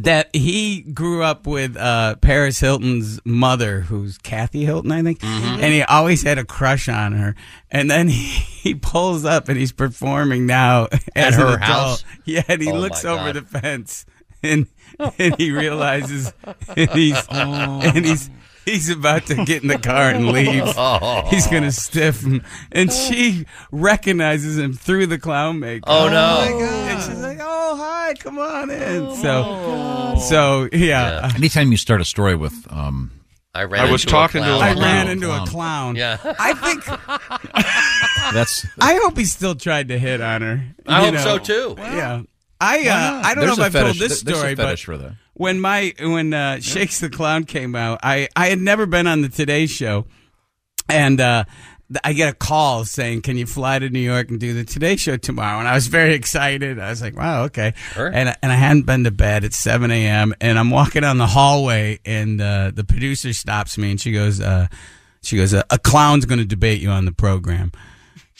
that he grew up with uh, Paris Hilton's mother, who's Kathy Hilton, I think,
Mm-hmm.
and he always had a crush on her. And then he, he pulls up, and he's performing now
At
as an
her
adult.
house?
Yeah, and he
Oh,
looks
my
over
God.
the fence, and and he realizes, and he's
Oh.
and he's. He's about to get in the car and leave.
Oh.
He's gonna stiff him, and she recognizes him through the clown makeup.
Oh, no.
my God. Oh, And she's like, "Oh hi, come on in."
Oh
so, so yeah.
Anytime you start a story with, um,
I
ran
I was into a talking to a
I ran into a clown.
Yeah.
I think.
That's.
I hope he still tried to hit on her.
I
you
hope
know.
so too.
Yeah. I uh, I don't
There's
know
a
if I've told
fetish-
this
there's a
story, but
fetish for that.
when my when uh, Shakes the Clown came out, I I had never been on the Today Show, and uh, th- I get a call saying, "Can you fly to New York and do the Today Show tomorrow?" And I was very excited. I was like, "Wow, okay."
Sure.
And I- and I hadn't been to bed. It's seven a.m. and I'm walking down the hallway, and uh, the producer stops me, and she goes, uh, "She goes, a, a clown's going to debate you on the program."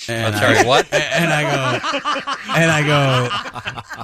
And
I'm sorry,
I-
what?
And I go, and I go,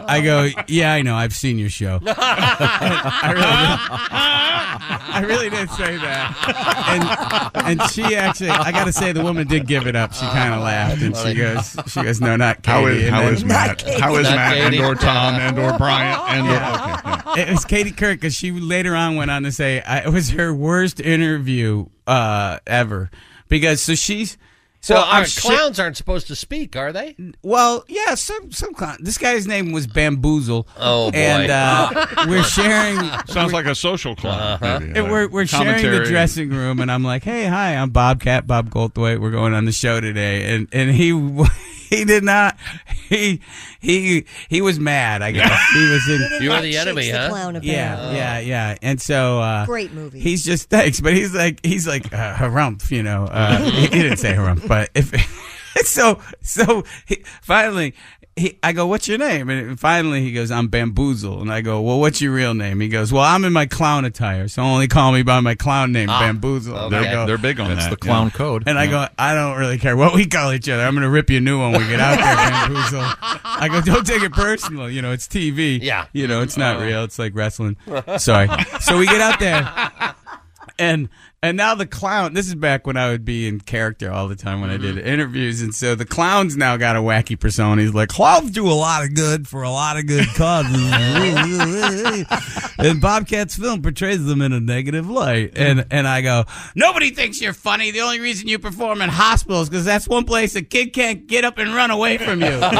I go, yeah, I know, I've seen your show. And I really, I really did say that. And, and she actually, I got to say, the woman did give it up. She kind
Oh,
of laughed and she goes, she goes, no, not Katie.
How is
And
how
then-
is Matt? How is Matt and or Tom and or Bryant and or okay.
it was Katie Kirk because she later on went on to say I, it was her worst interview uh, ever because so she's so
So well, our
I'm shi-
clowns aren't supposed to speak, are they?
well, yeah, some some clown. This guy's name was Bamboozle.
Oh, boy.
And uh, we're sharing.
Sounds like a social club.
Uh-huh.
maybe,
And
like
we're we're sharing the
commentary.
dressing room, and I'm like, "Hey, hi, I'm Bobcat Bob Goldthwait. We're going on the show today." And and he he did not he he he was mad. I guess he was in.
You are the enemy, huh? Oh.
yeah, yeah, yeah. And so uh,
Great movie.
He's just thanks, but he's like he's like uh, harumph, you know. Uh, he, he didn't say harumph, but if so, so he, finally. He, I go, what's your name? And finally, he goes, I'm Bamboozle. And I go, well, what's your real name? He goes, well, I'm in my clown attire, so only call me by my clown name,
Ah,
Bamboozle. And I
They're-
go-
they're big on That's that, the
clown yeah. code.
And I
Yeah.
go, I don't really care what we call each other. I'm going to rip you a new one when we get out there, Bamboozle. I go, don't take it personal. You know, it's TV. Yeah. You know, it's
Uh-huh.
not real. It's like wrestling. Sorry. So we get out there, and and now the clown. This is back when I would be in character all the time when I
Mm-hmm.
did interviews, and so the clown's now got a wacky persona. He's like, clowns do a lot of good for a lot of good causes. and Bobcat's film portrays them in a negative light.
Mm.
And and I go, nobody thinks you're funny. The only reason you perform in hospitals because that's one place a kid can't get up and run away from you. and and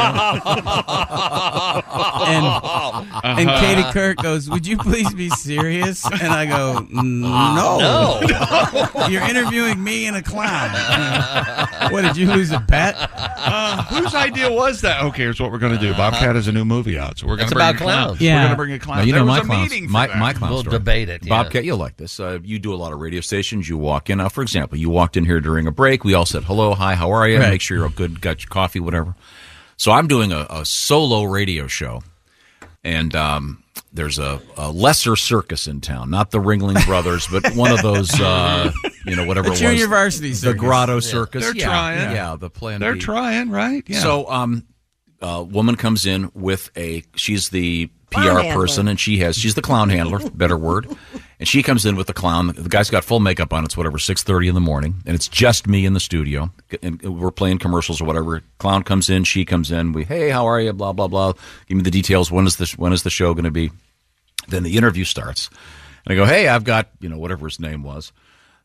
Uh-huh.
Katie Kirk goes, would you please be serious? And I go, no,
No.
you're interviewing me and a clown. what did you lose a bet?
Uh, Whose idea was that? Okay, here's what we're going to do.
Uh-huh.
Bobcat has a new movie out, so we're going
It's
to bring
about
a clown.
clowns.
We're
Yeah.
going to bring a clown.
Now, you
there
know
was
my
a
clown.
meeting for
My,
that.
my clown
We'll
story.
debate it, yeah.
Bobcat, you'll like this. Uh, you do a lot of radio stations. You walk in. Now, for example, you walked in here during a break. We all said hello, hi, how are you?
Right.
Make sure you're all good. Got your coffee, whatever. So I'm doing a, a solo radio show, and um, there's a, a lesser circus in town, not the Ringling Brothers, but one of those, uh, you know, whatever it
The
was,
junior varsity
the
circus.
Grotto
Yeah.
Circus.
They're
yeah,
trying.
Yeah, the plan.
They're
B.
trying, right? Yeah.
So, um, a woman comes in with a she's the PR
Clown handler.
person, and she has she's the clown handler, better word. And she comes in with the clown. The guy's got full makeup on. It's whatever six thirty in the morning, and it's just me in the studio, and we're playing commercials or whatever. Clown comes in, she comes in. We hey, how are you? Blah blah blah. Give me the details. When is this? When is the show going to be? Then the interview starts, and I go, hey, I've got you know whatever his name was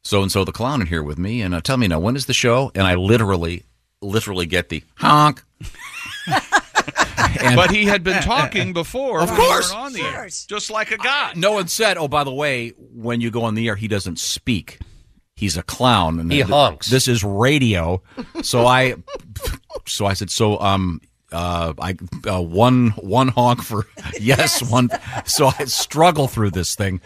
so and so the clown in here with me, and uh, tell me now when is the show? And I literally, literally get the honk. And-
but he had been talking before.
Of
when we
course.
weren't on the air, just like a guy.
no one said, "Oh, by the way, when you go on the air, he doesn't speak. He's a clown." And
He honks.
This is radio, so I, so I said, so um. Uh, I uh, one one honk for yes, one. So I struggle through this thing,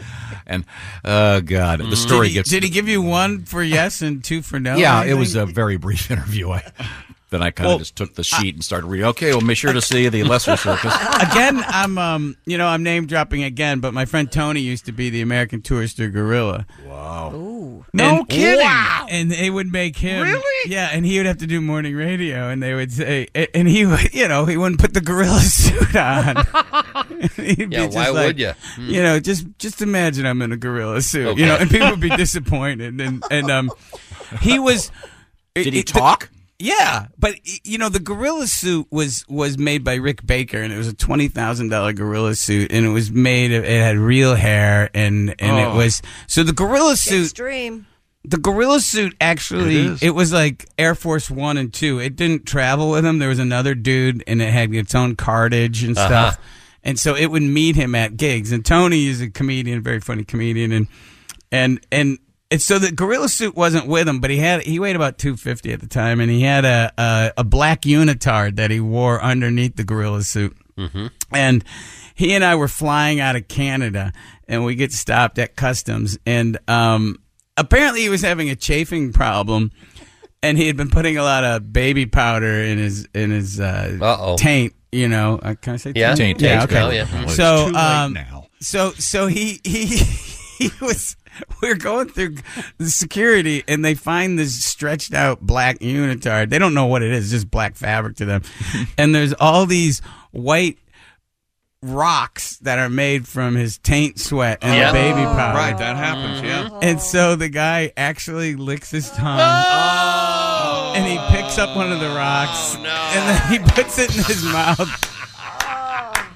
and oh god, the story
Mm-hmm. did he,
gets.
Did he give you one for yes and two for no?
yeah,
or
it was
anything?
a very brief interview. I then I kind of
Well,
just took the sheet and started reading. Okay, well, make sure to see the lesser circus.
again, I'm um, you know, I'm name dropping again, but my friend Tony used to be the American tourister gorilla. Wow.
Ooh.
No
kidding.
Wow. And they would make him really, yeah, and he would have to do morning radio, and they would say, and he would, you know, he wouldn't put the gorilla suit on. He'd be
Yeah,
just
why
like,
would ya? Hmm.
You know, just just imagine I'm in a gorilla suit, you know,
Okay.
and people would be disappointed, and and um, he was.
Did he
it- the-
talk?
yeah, but y- you know the gorilla suit was was made by Rick Baker, and it was a twenty thousand dollar gorilla suit, and it was made. It had real hair, and and
Oh.
it was so the gorilla suit.
Extreme.
The gorilla suit actually,
It
it, was like Air Force One and Two. It didn't travel with him. There was another dude, and it had its own cartage and
Uh-huh.
stuff. And so it would meet him at gigs. And Tony is a comedian, very funny comedian, and and and. And so the gorilla suit wasn't with him, but he had he weighed about two fifty at the time, and he had a, a a black unitard that he wore underneath the gorilla suit.
Mhm.
And he and I were flying out of Canada, and we get stopped at customs. And um, apparently, he was having a chafing problem, and he had been putting a lot of baby powder in his in his uh, taint. You know, uh, can I say
Yeah.
taint?
Taint,
Yeah,
taint,
okay.
oh, yeah.
So
It's too late
um,
now.
so so he he he was. We are going through the security, and they find this stretched out black unitard. They don't know what it is, just black fabric to them. and there's all these white rocks that are made from his taint sweat and
Yeah.
the baby powder. Mm-hmm.
Right, that happens, yeah.
And so the guy actually licks his tongue. And he picks up one of the rocks.
Oh,
And then he puts it in his mouth.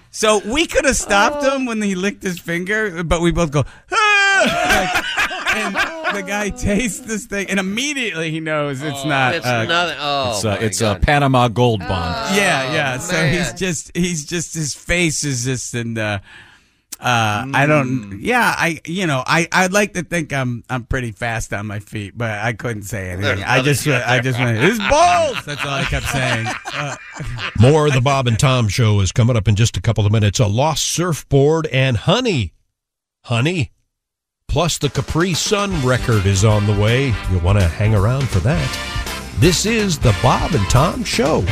So we could have stopped him when he licked his finger, but we both go, "Ah!" and the guy tastes this thing, and immediately he knows it's not.
it's
uh,
not- oh,
it's uh, it's a Panama Gold Bond.
yeah, yeah. So
man.
he's just he's just his face is just in uh uh I don't yeah, I you know, I I'd like to think I'm I'm pretty fast on my feet, but I couldn't say anything. I just I just went his balls. That's all I kept saying. Uh,
More of the Bob and Tom show is coming up in just a couple of minutes. A lost surfboard and honey. Honey. Plus, the Capri Sun record is on the way. You'll want to hang around for that. This is the Bob and Tom show.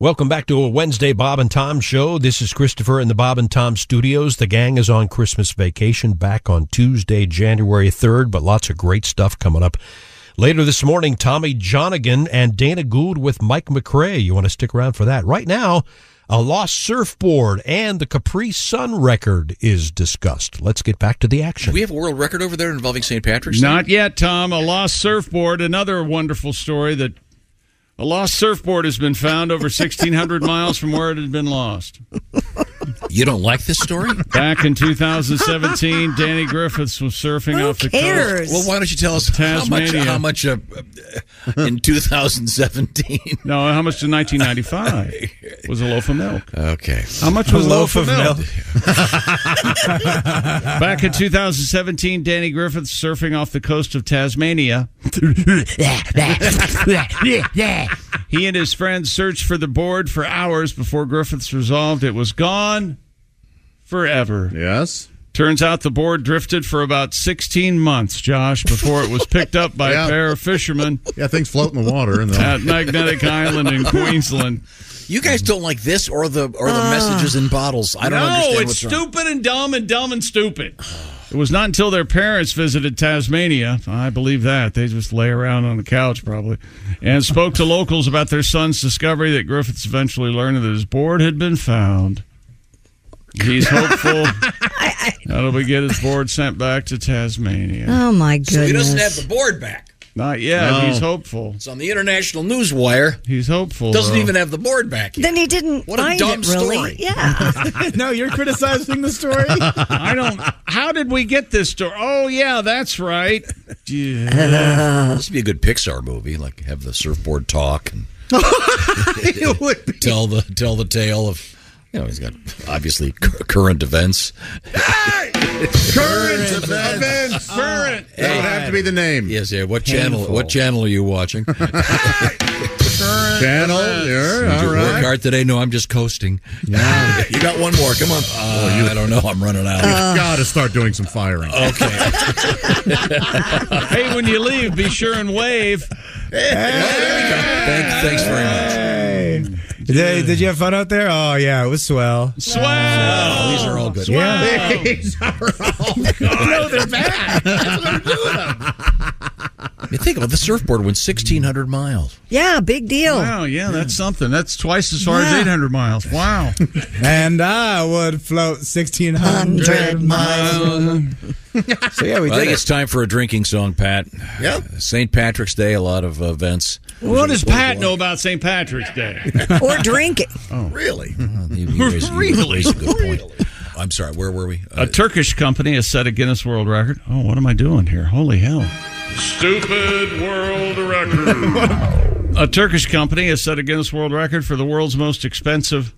Welcome back to a Wednesday Bob and Tom show. This is Christopher in the Bob and Tom studios. The gang is on Christmas vacation back on Tuesday, January 3rd, but lots of great stuff coming up. Later this morning, Tommy Jonigan and Dana Gould with Mike McRae. You want to stick around for that. Right now, a lost surfboard and the Capri Sun record is discussed. Let's get back to the action.
We have a world record over there involving St. Patrick's. Day?
Not yet, Tom. A lost surfboard, another wonderful story that
A lost surfboard has been found over 1,600 miles from where it had been lost.
You don't like this story?
Back in 2017, Danny Griffiths was surfing off the coast.
Well, why don't you tell us how much?
Tasmania.
How much? Uh, uh, in 2017.
No, how much in 1995 was a loaf of milk?
Okay.
How much was a loaf, of, milk? Back in 2017, Danny Griffiths surfing off the coast of Tasmania. he and his friends searched for the board for hours before Griffiths resolved it was gone forever.
Yes.
Turns out the board drifted for about 16 months, Josh, before it was picked up by
Yeah.
a pair of fishermen
Yeah, things float in the water. And
at Magnetic Island in Queensland.
You guys don't like this or the or the messages in bottles. I don't
no,
understand
it's
what's wrong.
stupid and dumb and dumb and stupid. It was not until their parents visited Tasmania, I believe that, they just lay around on the couch probably, and spoke to locals about their son's discovery that Griffiths eventually learned that his board had been found. He's hopeful that'll we get his board sent back to Tasmania.
Oh my
So
goodness!
he doesn't have the board back.
Not yet.
No.
He's hopeful.
It's on the international news wire.
He's hopeful.
Doesn't
though.
even have the board back.
Then he didn't
What a
find
dumb
it really.
story.
Yeah.
no, you're criticizing the story. I don't. How did we get this story? Oh yeah, that's right.
this would be a good Pixar movie. Like have the surfboard talk and tell the tell the tale of you know he's got obviously cur- current events.
Current events.
Current.
Oh.
That would have to be the name.
Yes, yeah. What channel? What channel are you watching?
Channel.
Did
Yeah,
you
all
work
right.
hard today? No, I'm just coasting. you got one more. Come on.
Uh,
Boy, you-
I don't know. I'm running out.
You've got to start doing some firing.
Okay.
hey, when you leave, be sure and wave.
thanks very
much. Did, did you have fun out there? Oh yeah, it was swell.
Swell.
These
Oh,
are all
good.
Yeah.
These are all
No,
they're bad. That's what I'm doing.
You think about the surfboard went 1,600 miles.
Yeah, big deal.
Wow, yeah, that's something. That's twice as far as 800 miles. Wow.
and I would float sixteen hundred miles. so yeah, we
I
did
think
it.
it's time for a drinking song, Pat. Yeah. St. Patrick's Day, a lot of events.
What does Pat know about St. Patrick's Day?
or drinking.
Oh, really?
Mm-hmm.
Really?
a good point. I'm sorry. Where were we?
A Turkish company has set a Guinness World Record. Oh, what am I doing here? Holy hell. Stupid world record. a Turkish company has set a Guinness World Record for the world's most expensive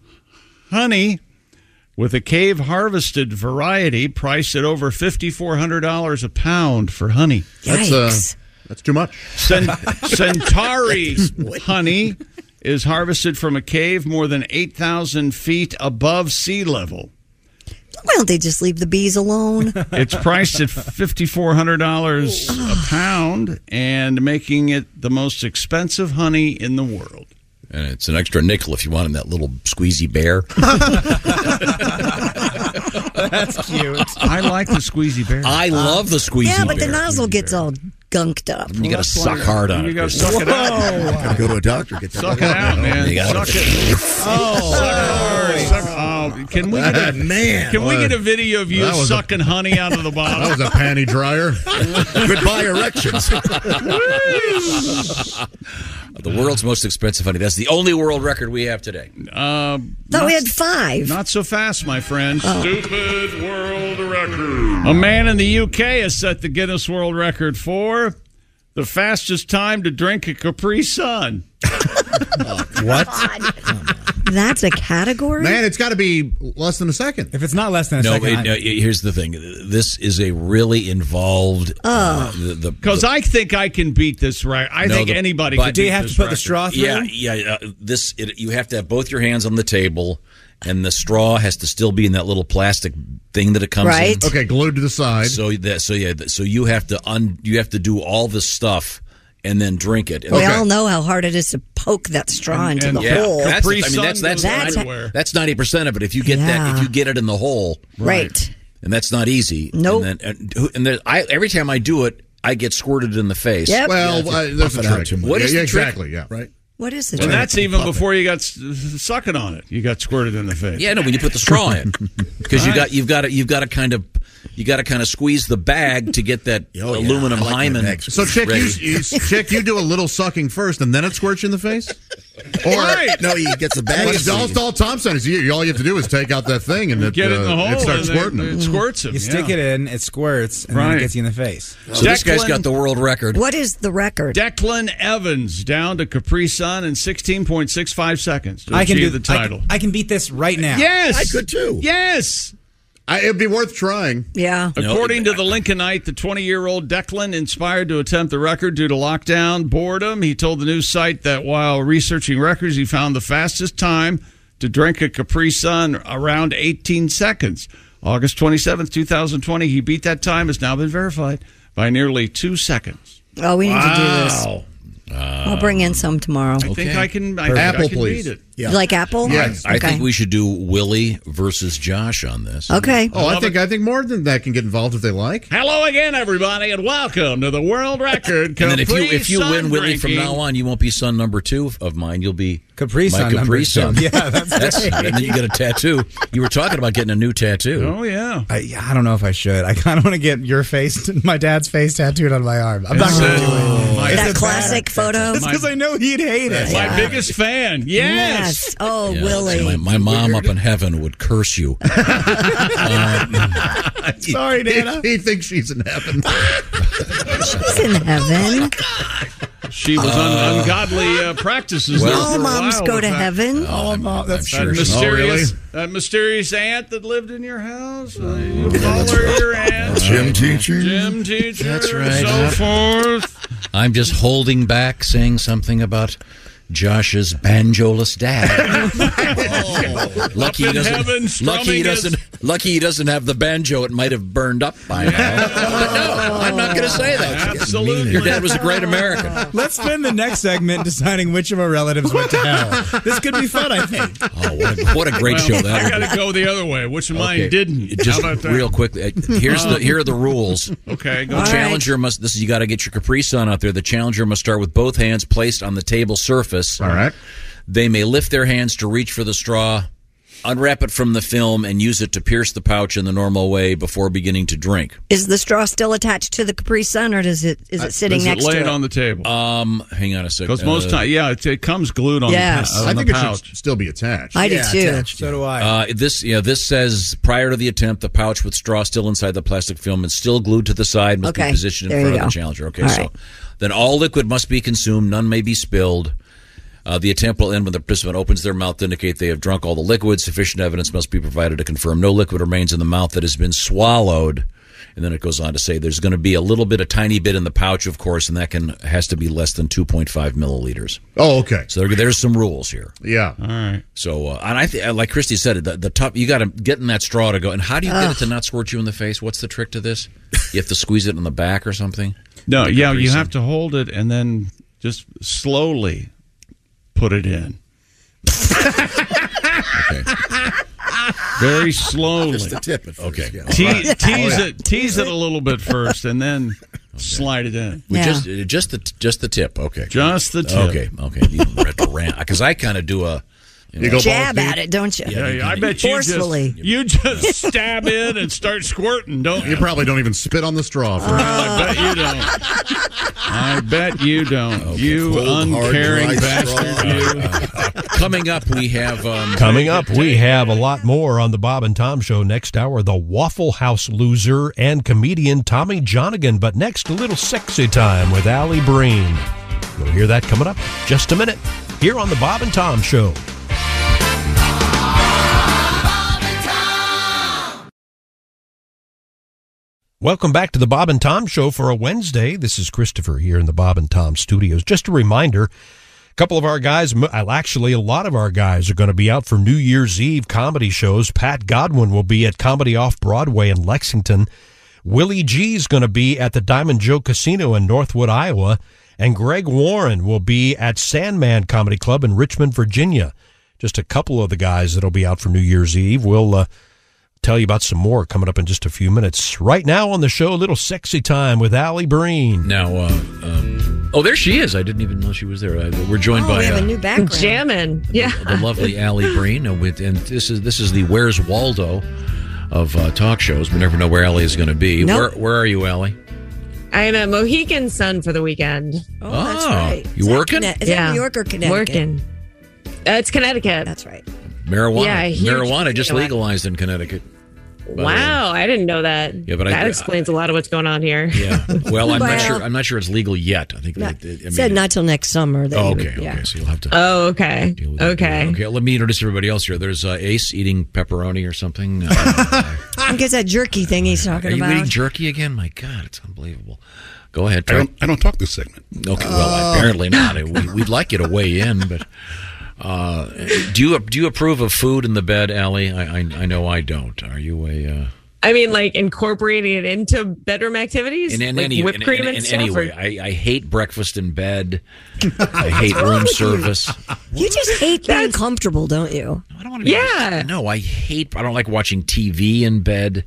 honey with a cave harvested variety priced at over $5,400 a pound for honey.
That's, uh, Yikes.
that's too much. Centauri honey is harvested from a cave more than 8,000 feet above sea level.
Why don't they just leave the bees alone?
It's priced at fifty-four hundred dollars a pound, and making it the most expensive honey in the world.
And it's an extra nickel if you want in that little squeezy bear.
That's cute.
I like the squeezy bear.
I love the squeezy
yeah, but the
bear.
nozzle gets all gunked up.
You got to suck hard on
You
it.
gotta
Chris.
suck it out.
Gotta go to a doctor. Get that
Suck it out, man.
You gotta-
Suck it. Oh, suck it hard. Suck- oh, can we get a
Man.
Can we get a video of you
That was a-
sucking honey out of the bottle?
That was a panty dryer. Goodbye, erections.
the world's most expensive honey. That's the only world record we have today.
Uh,
Thought we had five. Oh.
Not so fast, my friend.
Stupid world record.
A man in the UK has set the Guinness World Record for the fastest time to drink a Capri Sun.
what?
That's a category.
Man, it's got to be less than a second.
If it's not less than
No, it, no, it- here's the thing. This is a really involved. uh,
Ugh.
Oh.
the- the-
Because I think I can beat this right. I
No,
think
the-
anybody.
but-
can beat this record.
Yeah, yeah. Uh, this it, you have to have both your hands on the table, and the straw has to still be in that little plastic thing that it comes
Right.
in.
Okay, glued to the side.
So that so yeah th- so you have to un you have to do all this stuff and then drink it. And
We all know how hard it is to poke that straw into the
yeah,
hole.
That's, I mean, that's that's
That's-
that's ninety percent of it. If you get that,
Yeah.
if you get it in the hole,
Right.
and that's not easy. No, and, then- and, who- and there, I, every time I do it, I get squirted in the face.
Well, uh, there's a trick.
What
yeah,
is
yeah,
the trick?
exactly? Yeah, right.
What is it?
And that's even before you got s- sucking on it. You got squirted in the face.
Yeah, no, when you put the straw in, because you got you've got to you've got to kind of you got to kind of squeeze the bag to get that
Oh,
aluminum hymen.
So, chick, you,
ready.
you, chick, you do a little sucking first, and then it squirts you in the face. Or
Right. No, he gets a bag
Like
of seed.
Dolls Doll Thompson is you. All you have to do is take out that thing, and it,
Get it in
uh,
the hole,
it starts
and then
squirting.
it squirts
him,
You stick
yeah.
it in, it squirts, and then
Right.
it gets you in the face.
So this guy's got the
world record.
What is the record?
Declan Evans down to Capri Sun in 16.65 seconds to
I can do
achieve the title.
I can, I can beat this right now.
Yes, too. Yes,
I, it'd be worth trying.
Yeah.
According to the Lincolnite, the 20 year old Declan inspired to attempt the record due to lockdown boredom. He told the news site that while researching records, he found the fastest time to drink a Capri Sun around 18 seconds. August 27th, 2020, he beat that time, has now been verified by nearly two seconds.
Oh, we need to do this. I'll bring in some tomorrow.
I think I can. I
Apple,
think I can
please.
beat it.
You like apple?
I
Okay.
think we should do Willie versus Josh on this.
Okay.
Oh, I think I think more than that can get involved if they like.
Hello again, everybody, and welcome to the world record.
And then if you
Capri
if you
Sun
win Willie from
drinking.
now on, you won't be son number two of mine. You'll be
Capri
my
Sun number
Capri
two.
Sun.
Yeah, that's right.
and then you get a tattoo. You were talking about getting a new tattoo.
Oh yeah.
I, I don't know if I should. I kind of want to get your face, my dad's face tattooed on my arm. I'm not
It's
going
a-
to do it.
Oh, my- That
a bad
classic photo.
uh, It's because I know he'd hate it.
My biggest fan. Yes.
Yes. Oh,
Yeah,
Willie.
My, my mom up in heaven would curse you.
Sorry, Dana. He, he thinks she's in heaven.
She's in heaven.
She was on
Uh,
ungodly uh, practices.
Well-
there for
All
a
moms
while
go
with
to
that.
heaven. All
that-
mom-
that
I'm sure she-
mysterious,
Oh,
that mysterious aunt that lived in your house. Uh, you call her your aunt.
Gym
teacher. Gym teacher.
That's right.
So forth.
I'm just holding back saying something about Josh's banjoless dad. Lucky he
Up in
doesn't.
heaven,
lucky he
strumming his-
doesn't. Lucky he doesn't have the banjo. It might have burned up by now. But no, I'm not going to say that. Absolutely. Your dad was a great American.
Let's spend the next segment deciding which of our relatives went to hell. This could be fun, I think.
Oh, what a, what a great
Well,
show that
I
would
got to go the other way, which mine
Okay.
didn't.
Just
How about that?
real quickly, uh, here's the here are the rules.
Okay, go
The
ahead.
challenger must. This is you got to get your Capri Sun out there. The challenger must start with both hands placed on the table surface. All right. They may lift their hands to reach for the straw, unwrap it from the film, and use it to pierce the pouch in the normal way before beginning to drink.
Is the straw still attached to the Capri Sun, or does it
Uh,
is it sitting
Uh, Does
next
it lay
to
it on the table?
Um, hang on a second.
Because most
Uh,
time, yeah, it, it comes glued on
Yes.
the,
I
on the
think it should
pouch.
still be attached.
I do Yeah, too. attached,
So do I.
Uh, this yeah, this says prior to the attempt, the pouch with straw still inside the plastic film and still glued to the side must
Okay,
be positioned in
there
front
you
of the
go.
challenger. Okay,
All
so
right.
then all liquid must be consumed; none may be spilled. Uh, the attempt will end when the participant opens their mouth to indicate they have drunk all the liquid. Sufficient evidence must be provided to confirm no liquid remains in the mouth that has been swallowed. And then it goes on to say there's going to be a little bit, a tiny bit in the pouch, of course, and that can has to be less than 2.5 milliliters.
Oh, okay.
So there, there's some rules here.
Yeah.
All right.
So, uh, and I think, like Christy said, the, the top, you got to get in that straw to go. And how do you get
Ugh.
it to not squirt you in the face? What's the trick to this? You have to squeeze it in the back or something?
No,
Like a
yeah,
Capri
you
Sun.
have to hold it and then just slowly put it in. Very slowly.
Just a tip at first,
Okay.
yeah.
Te-
All right.
Tease
Oh, yeah.
it, tease it a little bit first, and then slide it in.
We Just, uh, just the just the tip. Okay.
Just the tip.
Okay. Okay. You because I kind of do a you, know,
Jab at it, don't you?
Yeah, yeah, I bet you
forcefully.
just you just stab in and start squirting, don't you?
You probably don't even spit on the straw. For
I bet you don't. I bet you don't. you
Cold, hard,
uncaring
dry
bastard. You.
Coming up, we have um,
Coming up, we have a lot more on the Bob and Tom Show next hour. The Waffle House loser and comedian Tommy Jonigan. But next, a little sexy time with Allie Breen. You'll hear that coming up just a minute here on the Bob and Tom Show. Welcome back to the Bob and Tom Show for a Wednesday. This is Christopher here in the Bob and Tom Studios. Just a reminder, a couple of our guys, m- well, actually, a lot of our guys are going to be out for New Year's Eve comedy shows. Pat Godwin will be at Comedy Off Broadway in Lexington. Willie G's going to be at the Diamond Joe Casino in Northwood, Iowa. And Greg Warren will be at Sandman Comedy Club in Richmond, Virginia. Just a couple of the guys that'll be out for New Year's Eve. We'll. Uh, Tell you about some more coming up in just a few minutes. Right now on the show, a little sexy time with Allie Breen.
Now, uh, um, oh, there she is. I didn't even know she was there. Uh, we're
Oh,
joined by uh,
background. Jamming. Yeah.
the lovely Allie Breen, uh, with, and this is this is the Where's Waldo of uh, talk shows. We never know where Allie is going to be.
Nope.
Where Where are you, Allie?
I'm a Mohegan Sun for the weekend.
Oh, that's Oh, right. you Is that working? Conne-
Is yeah. New York or Connecticut? Working. Uh, it's Connecticut. That's right.
Marijuana.
Yeah, a huge
Marijuana just
deal.
legalized in Connecticut. by the way.
Wow, I didn't know that.
Yeah, but I-
that explains a lot of what's going on here.
Yeah. Well, I'm
Well-
not sure. I'm not sure it's legal yet. I think.
No,
like, I mean,
Said not till next summer. that
Oh,
he
okay,
would- yeah.
okay. So you'll have to.
Oh, okay.
Okay. Okay. Let me introduce everybody else here. There's uh, Ace eating pepperoni or something. Uh,
I think it's that jerky thing he's
are
talking
you
about.
eating jerky again? My God, it's unbelievable. Go ahead.
I
Try.
don't, I don't talk this segment.
Okay. Well,
Oh.
apparently not. We, we'd like you to weigh in, but uh, do you do you approve of food in the bed, Allie? I I, I know I don't. Are you a uh,
I mean, like incorporating it into bedroom activities,
in, in
like
any
whipped
in,
cream
in,
and
in
stuff.
any
or-
way? I, I hate breakfast in bed. I hate room service.
You just hate being comfortable, don't you?
I don't want to yeah. no, I hate. I don't like watching TV in bed.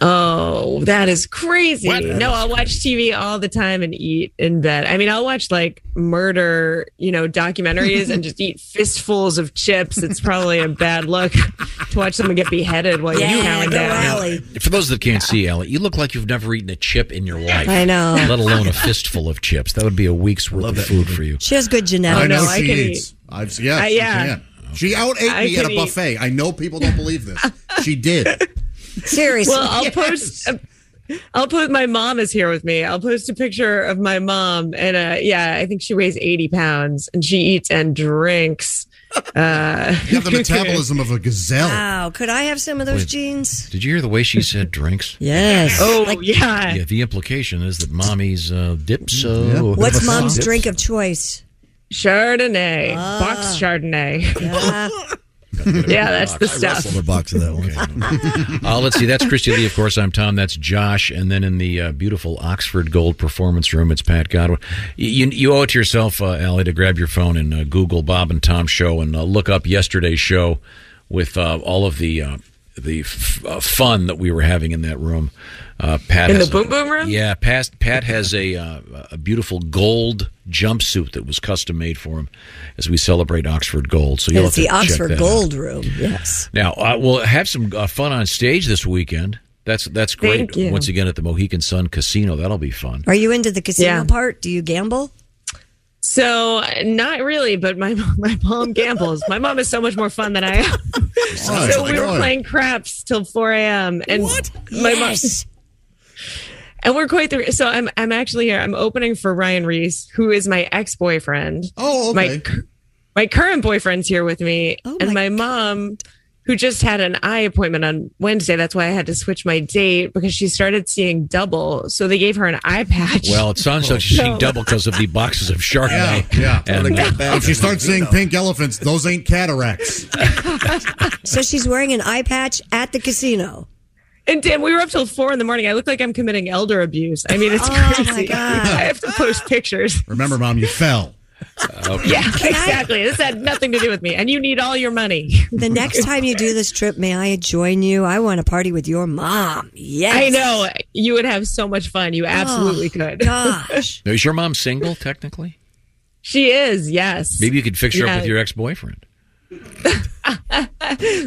Oh, that is crazy.
What?
No, I'll watch TV all the time and eat in bed. I mean, I'll watch like murder, you know, documentaries and just eat fistfuls of chips. It's probably a bad look to watch someone get beheaded while you're chowing down.
For those that can't see, Allie, you look like you've never eaten a chip in your life.
I know.
Let alone a fistful of chips. That would be a week's worth of food for you.
She has good genetics.
I know
No, I
she
can
eats.
eat.
I've yes,
I-
she
yeah.
can. She out ate
I
me at
can
a
eat.
buffet. I know people don't believe this. She did.
Seriously.
Well, I'll post. A, I'll post. My mom is here with me. I'll post a picture of my mom, and uh, yeah, I think she weighs eighty pounds, and she eats and drinks. Uh,
You have the metabolism of a gazelle.
Wow. Oh, Could I have some of those
Wait.
jeans?
Did you hear the way she said drinks?
Yes.
Oh, yeah.
Yeah, the implication is that mommy's uh, dips. Uh,
What's mom's drink of choice?
Chardonnay,
Ah.
box Chardonnay.
Yeah.
yeah, that's the stuff.
a box of that one.
Uh, let's see. That's Christy Lee, of course. I'm Tom. That's Josh. And then in the uh, beautiful Oxford Gold Performance Room, it's Pat Godwin. You, you owe it to yourself, uh, Allie, to grab your phone and uh, Google Bob and Tom show and uh, look up yesterday's show with uh, all of the uh, the f- uh, fun that we were having in that room. Uh, Pat
In
has
the
a-
boom boom room?
Yeah, Pat, Pat has a uh, a beautiful gold jumpsuit that was custom made for him as we celebrate Oxford Gold. So you'll
it's
have
the
to check
Oxford
that out.
Gold Room. Yes.
Now uh, we'll have some uh, fun on stage this weekend. That's that's great.
Thank you.
Once again at the Mohegan Sun Casino, that'll be fun.
Are you into the casino part? Do you gamble?
So uh, not really, but my my mom gambles. My mom is so much more fun than I am. so we were playing craps till 4 a.m. And my
Yes.
mom. And we're quite the so I'm I'm actually here. I'm opening for Ryan Reese, who is my ex boyfriend.
Oh,
My, cur- my current boyfriend's here with me,
Oh
and my mom, who just had an eye appointment on Wednesday. That's why I had to switch my date because she started seeing double. So they gave her an eye patch.
Well, it sounds like she's seeing
No.
double because of the boxes of Chardonnay.
Yeah,
And, uh,
if she starts seeing pink elephants, those ain't cataracts.
so she's wearing an eye patch at the casino.
And Dan, we were up till four in the morning. I look like I'm committing elder abuse. I mean, it's
Oh, my
crazy.
God.
I have to post pictures.
Remember, mom, you fell.
Uh,
Yeah, exactly. This had nothing to do with me. And you need all your money.
The next time you do this trip, may I join you? I want to party with your mom. Yes. Oh,
I know. You would have so much fun. You absolutely could.
Gosh.
Now, is your mom single technically?
she is, yes.
Maybe you could fix her
Yeah.
up with your ex-boyfriend.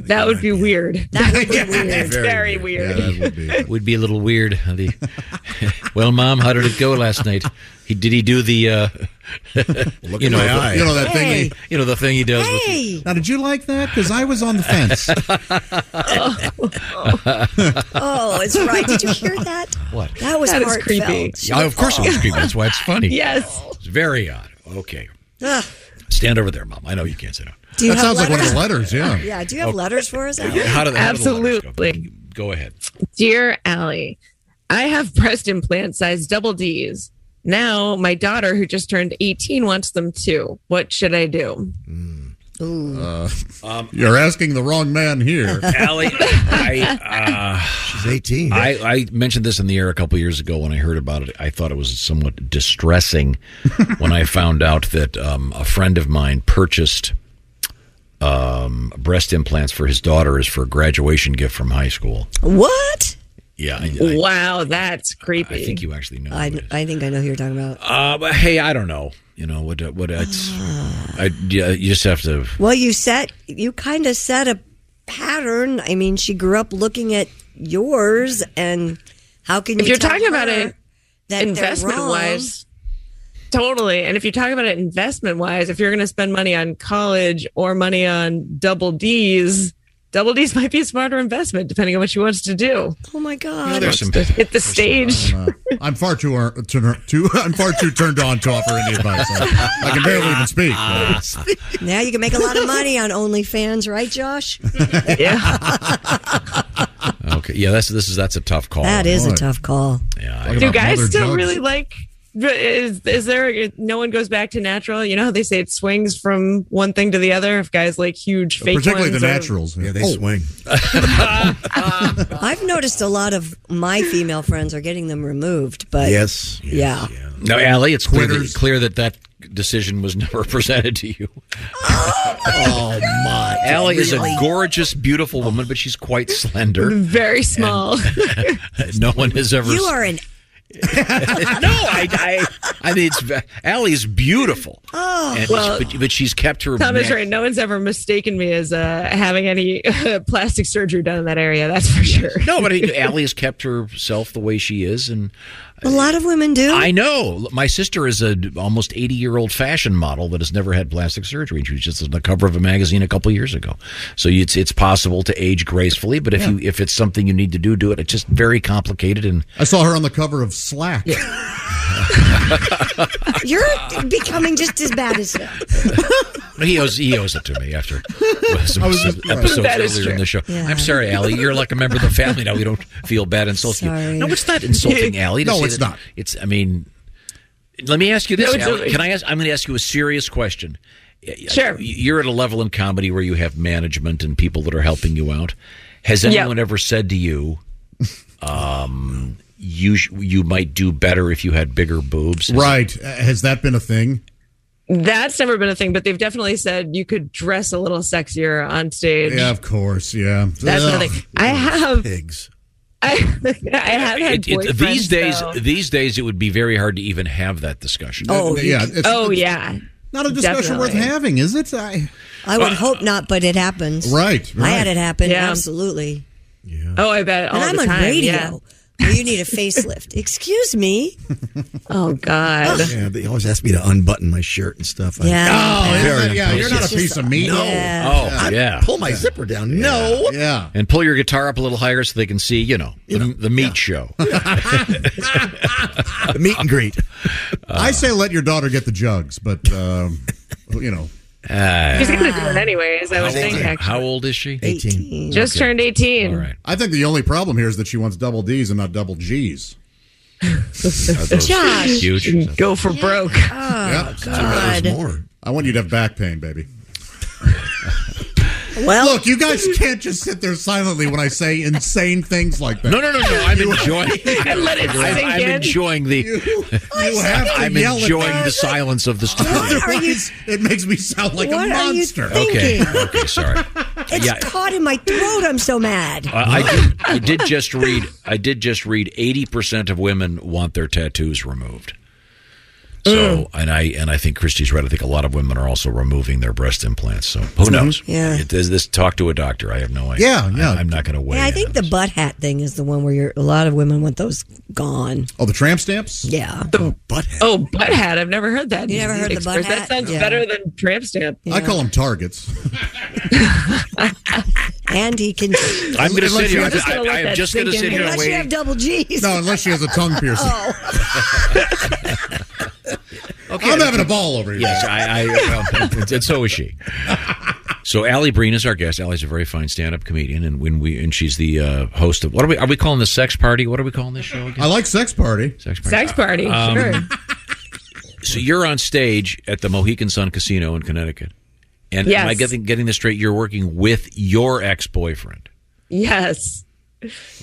That would be weird. That would be weird. Very weird.
would be. would be a little weird. The, well, mom, how did it go last night? He, did he do the? Uh, Look you
in
know,
my
the-
eye. You know that thing he- Hey.
You know the thing he does. With,
Hey.
Now, did you like that? Because I was on the fence.
Oh, it's right. Did you hear that?
What?
That was
That is
heartfelt.
creepy.
Yeah, of course it was creepy. That's why it's funny.
Yes.
It's very odd. Okay.
Ugh.
Stand over there, Mom. I know you can't sit down.
Do you
that sounds
have
like one of the
letters?
letters. Yeah.
Yeah. Do you have
Oh.
letters for us? Al?
Yeah, How do they, how do the letters go?
Absolutely.
Go ahead.
Dear Allie, I have breast implant size double D's. Now my daughter, who just turned 18, wants them too. What should I do? Hmm.
Uh, you're asking the wrong man here.
um, Allie, I, uh,
She's 18.
I, I mentioned this in the air a couple years ago when I heard about it. I thought it was somewhat distressing when I found out that um, a friend of mine purchased um, breast implants for his daughter as for a graduation gift from high school.
What?
Yeah, I, I-
Wow, that's creepy.
I think you actually know.
I, I think I know who you're talking about.
Uh, but hey, I don't know. You know what? What? It's, I yeah, you just have to.
Well, you set you kind of set a pattern. I mean, she grew up looking at yours, and how can you?
if you're
tell
talking about
her
it
that they're
investment
wrong?
wise totally and if you're talking about it investment wise if you're going to spend money on college or money on double d's double d's might be a smarter investment depending on what she wants to do
oh my god
uh,
there's some-
hit the stage
I'm far too, uh, turn- too I'm far too turned on to offer any advice. I, I can barely even speak.
Uh,
now you can make a lot of money on OnlyFans, right, Josh?
yeah.
Okay, yeah, that's this is that's a tough call.
That is a tough call.
Yeah, I-
do guys still really like is is there no one goes back to natural you know how they say it swings from one thing to the other if guys like huge fake
Particularly the
ones or-
naturals. Oh. Yeah,
they
swing.
I've noticed a lot of my female friends are getting them removed, but
Yes.
yeah.
No, Allie, it's clear that, clear that that decision was never presented to you.
Oh my!
Allie is a
Really?
gorgeous, beautiful woman, but she's quite slender.
very small
no one has ever.
You are an
no, I, I, I mean, it's Allie's beautiful,
Oh.
And-
Well,
but, but she's kept her.
Tom is
neck-
right. No one's ever mistaken me as uh, having any plastic surgery done in that area. That's for sure.
No, but he- Allie has kept herself the way she is, and
a lot of women do.
I know. My sister is a almost eighty year old fashion model that has never had plastic surgery. She was just on the cover of a magazine a couple years ago. So it's it's possible to age gracefully, but if you if it's something you need to do, do it. It's just very complicated and.
I saw her on the cover of Slack.
You're becoming just as bad as him.
He owes he owes it to me after some
I was just-
episodes
That is
earlier in
true.
the show.
Yeah.
I'm sorry, Allie. You're like a member of the family now. We don't feel bad insulting
Sorry.
you. No, it's not insulting, Allie. to
No,
say
it's
that-
not.
It's. I mean, let me ask you
No,
this,
it's
Allie.
okay.
Can I ask? I'm going to ask you a serious question.
Sure.
You're at a level in comedy where you have management and people that are helping you out. Has
Yeah.
anyone ever said to you, um, "You sh- you might do better if you had bigger boobs"? Has-
Right. Uh, Has that been a thing?
That's never been a thing, but they've definitely said you could dress a little sexier on stage.
Yeah, of course. Yeah.
That's
Ugh.
another thing. I have
pigs.
I, I have
It-
had
it- these
boyfriends,
days,
though.
these days, it would be very hard to even have that discussion.
Oh, you-
oh yeah.
Not a discussion worth
Definitely.
having, is it? I,
I would hope not, but it happens.
Right,
I had
right.
it happen.
Yeah.
Absolutely.
Oh, I bet. All
and I'm
the
on
time,
radio.
yeah.
Well, you need a facelift. Excuse me.
Oh God.
Yeah, they always ask me to unbutton my shirt and stuff. I-
Yeah.
I'm
Oh,
very
yeah, yeah, you're not
unprofessional.
a It's just- piece of meat.
No.
Yeah.
Oh, yeah.
Pull my zipper down. No.
Yeah.
And pull your guitar up a little higher so they can see, you know, the, the meat show.
the meet and greet.
I say let your daughter get the jugs, but, um, you know.
She's gonna do it anyways. I
Ah. How
would
old-
think. Actually.
How old is she?
18.
Just turned eighteen.
I think the only problem here is that she wants double D's and not double G's.
those Josh. huge? Go for broke.
Oh,
Oh,
Yeah. I want you to have back pain, baby.
Well,
look, you guys can't just sit there silently when I say insane things like that.
No, no, no, no. I'm enjoying.
And let it
I'm-
sink
I'm
in.
enjoying the.
You have to
I'm
yell at
enjoying
that.
the silence of the studio.
Otherwise, it makes me sound like
What
a
are you
monster.
Okay. Okay. Sorry.
It's
Yeah. Uh,
caught in my throat. I'm so mad.
I, I did, I did just read. I did just read. Eighty percent of women want their tattoos removed.
Mm.
So, and I and I think Christie's right. I think a lot of women are also removing their breast implants. So who
Mhm.
knows?
Yeah.
It, this, this talk to a doctor. I have no idea.
Yeah, yeah.
I, am not going to wait.
yeah, I think the butt hat thing is the one where you're, a lot of women want those gone.
Oh, the tramp stamps?
Yeah.
butt
hat. Oh, butt hat. I've never heard that.
You never heard the butt
expressed.
hat?
That sounds
Yeah.
better than tramp stamp.
I call them targets.
And he can.
I'm going to sit here.
I'm just
I,
gonna let
I am
that
just going to
sink in.
sit here and
Unless you
wait.
have double G's. Oh.
No, unless she has a tongue piercing.
Okay.
I'm having a ball over here.
Yes, I, I well, and- and so is she. So Allie Breen is our guest. Allie's a very fine stand-up comedian, and when we and she's the uh, host of what are we are we calling the sex party? What are we calling this show again?
I like sex party.
Sex party.
Sex party.
Um,
sure.
So you're on stage at the Mohegan Sun Casino in Connecticut, and am I
Yes.
getting getting this straight? You're working with your ex-boyfriend.
Yes.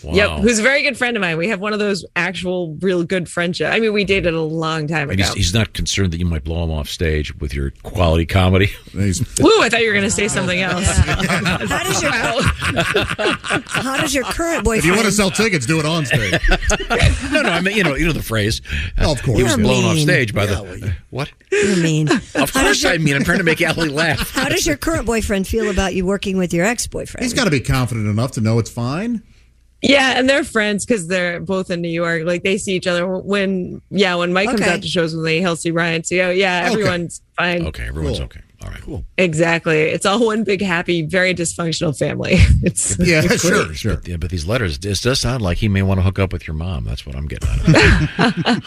Yep,
Wow.
who's a very good friend of mine. We have one of those actual, real good friendship. I mean, we dated a long time
And
ago.
he's, he's not concerned that you might blow him off stage with your quality comedy.
Woo! I thought you were going to say something else. How
does your How does your current boyfriend?
If you wanna sell
tickets, do it on stage.
no, no, I mean you know you know the phrase.
Oh, of course.
he was
You're
blown off
mean.
stage by the what? You
mean?
Of course, I mean. I'm trying to make Allie laugh.
How does your current boyfriend feel about you working with your ex-boyfriend?
He's got to be confident enough to know it's fine.
Yeah, and they're friends because they're both in New York. Like they see each other when, yeah, when Mike comes
Okay.
out to shows with me, he'll see Ryan too. Yeah,
Okay.
everyone's fine.
Okay, everyone's okay. All right, cool.
Exactly. It's all one big, happy, very dysfunctional family. It's it's great.
sure. But, yeah, but these letters, it does sound like he may want to hook up with your mom. That's what I'm getting out of it.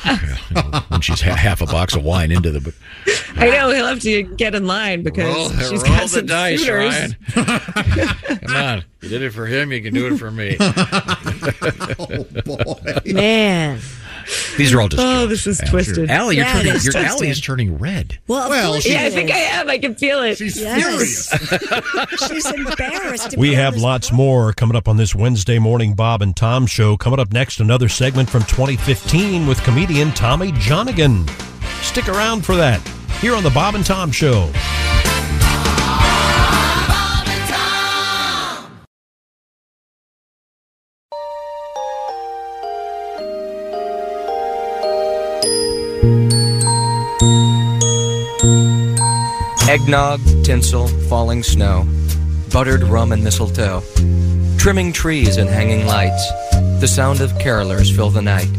You know, when she's ha- half a box of wine into the.
I know he'll have to get in line
Roll-
because she's
roll
got
the
some
dice,
suitors.
Ryan. Come on, you did it for him. You can do it for me.
oh boy,
man.
These are all just.
Oh,
jokes,
this is
Allie.
twisted.
Allie, you're
Yeah, it
turning.
is
Your
twisted.
Allie is turning red.
Well,
yeah, I think I am. I can feel it.
She's
furious. she's embarrassed.
We have lots more coming up on this Wednesday morning Bob and Tom show. Coming up next, another segment from 2015 with comedian Tommy Jonigan. Stick around for that here on the Bob and Tom show.
Eggnog, tinsel, falling snow, buttered rum and mistletoe, trimming trees and hanging lights, the sound of carolers fill the night.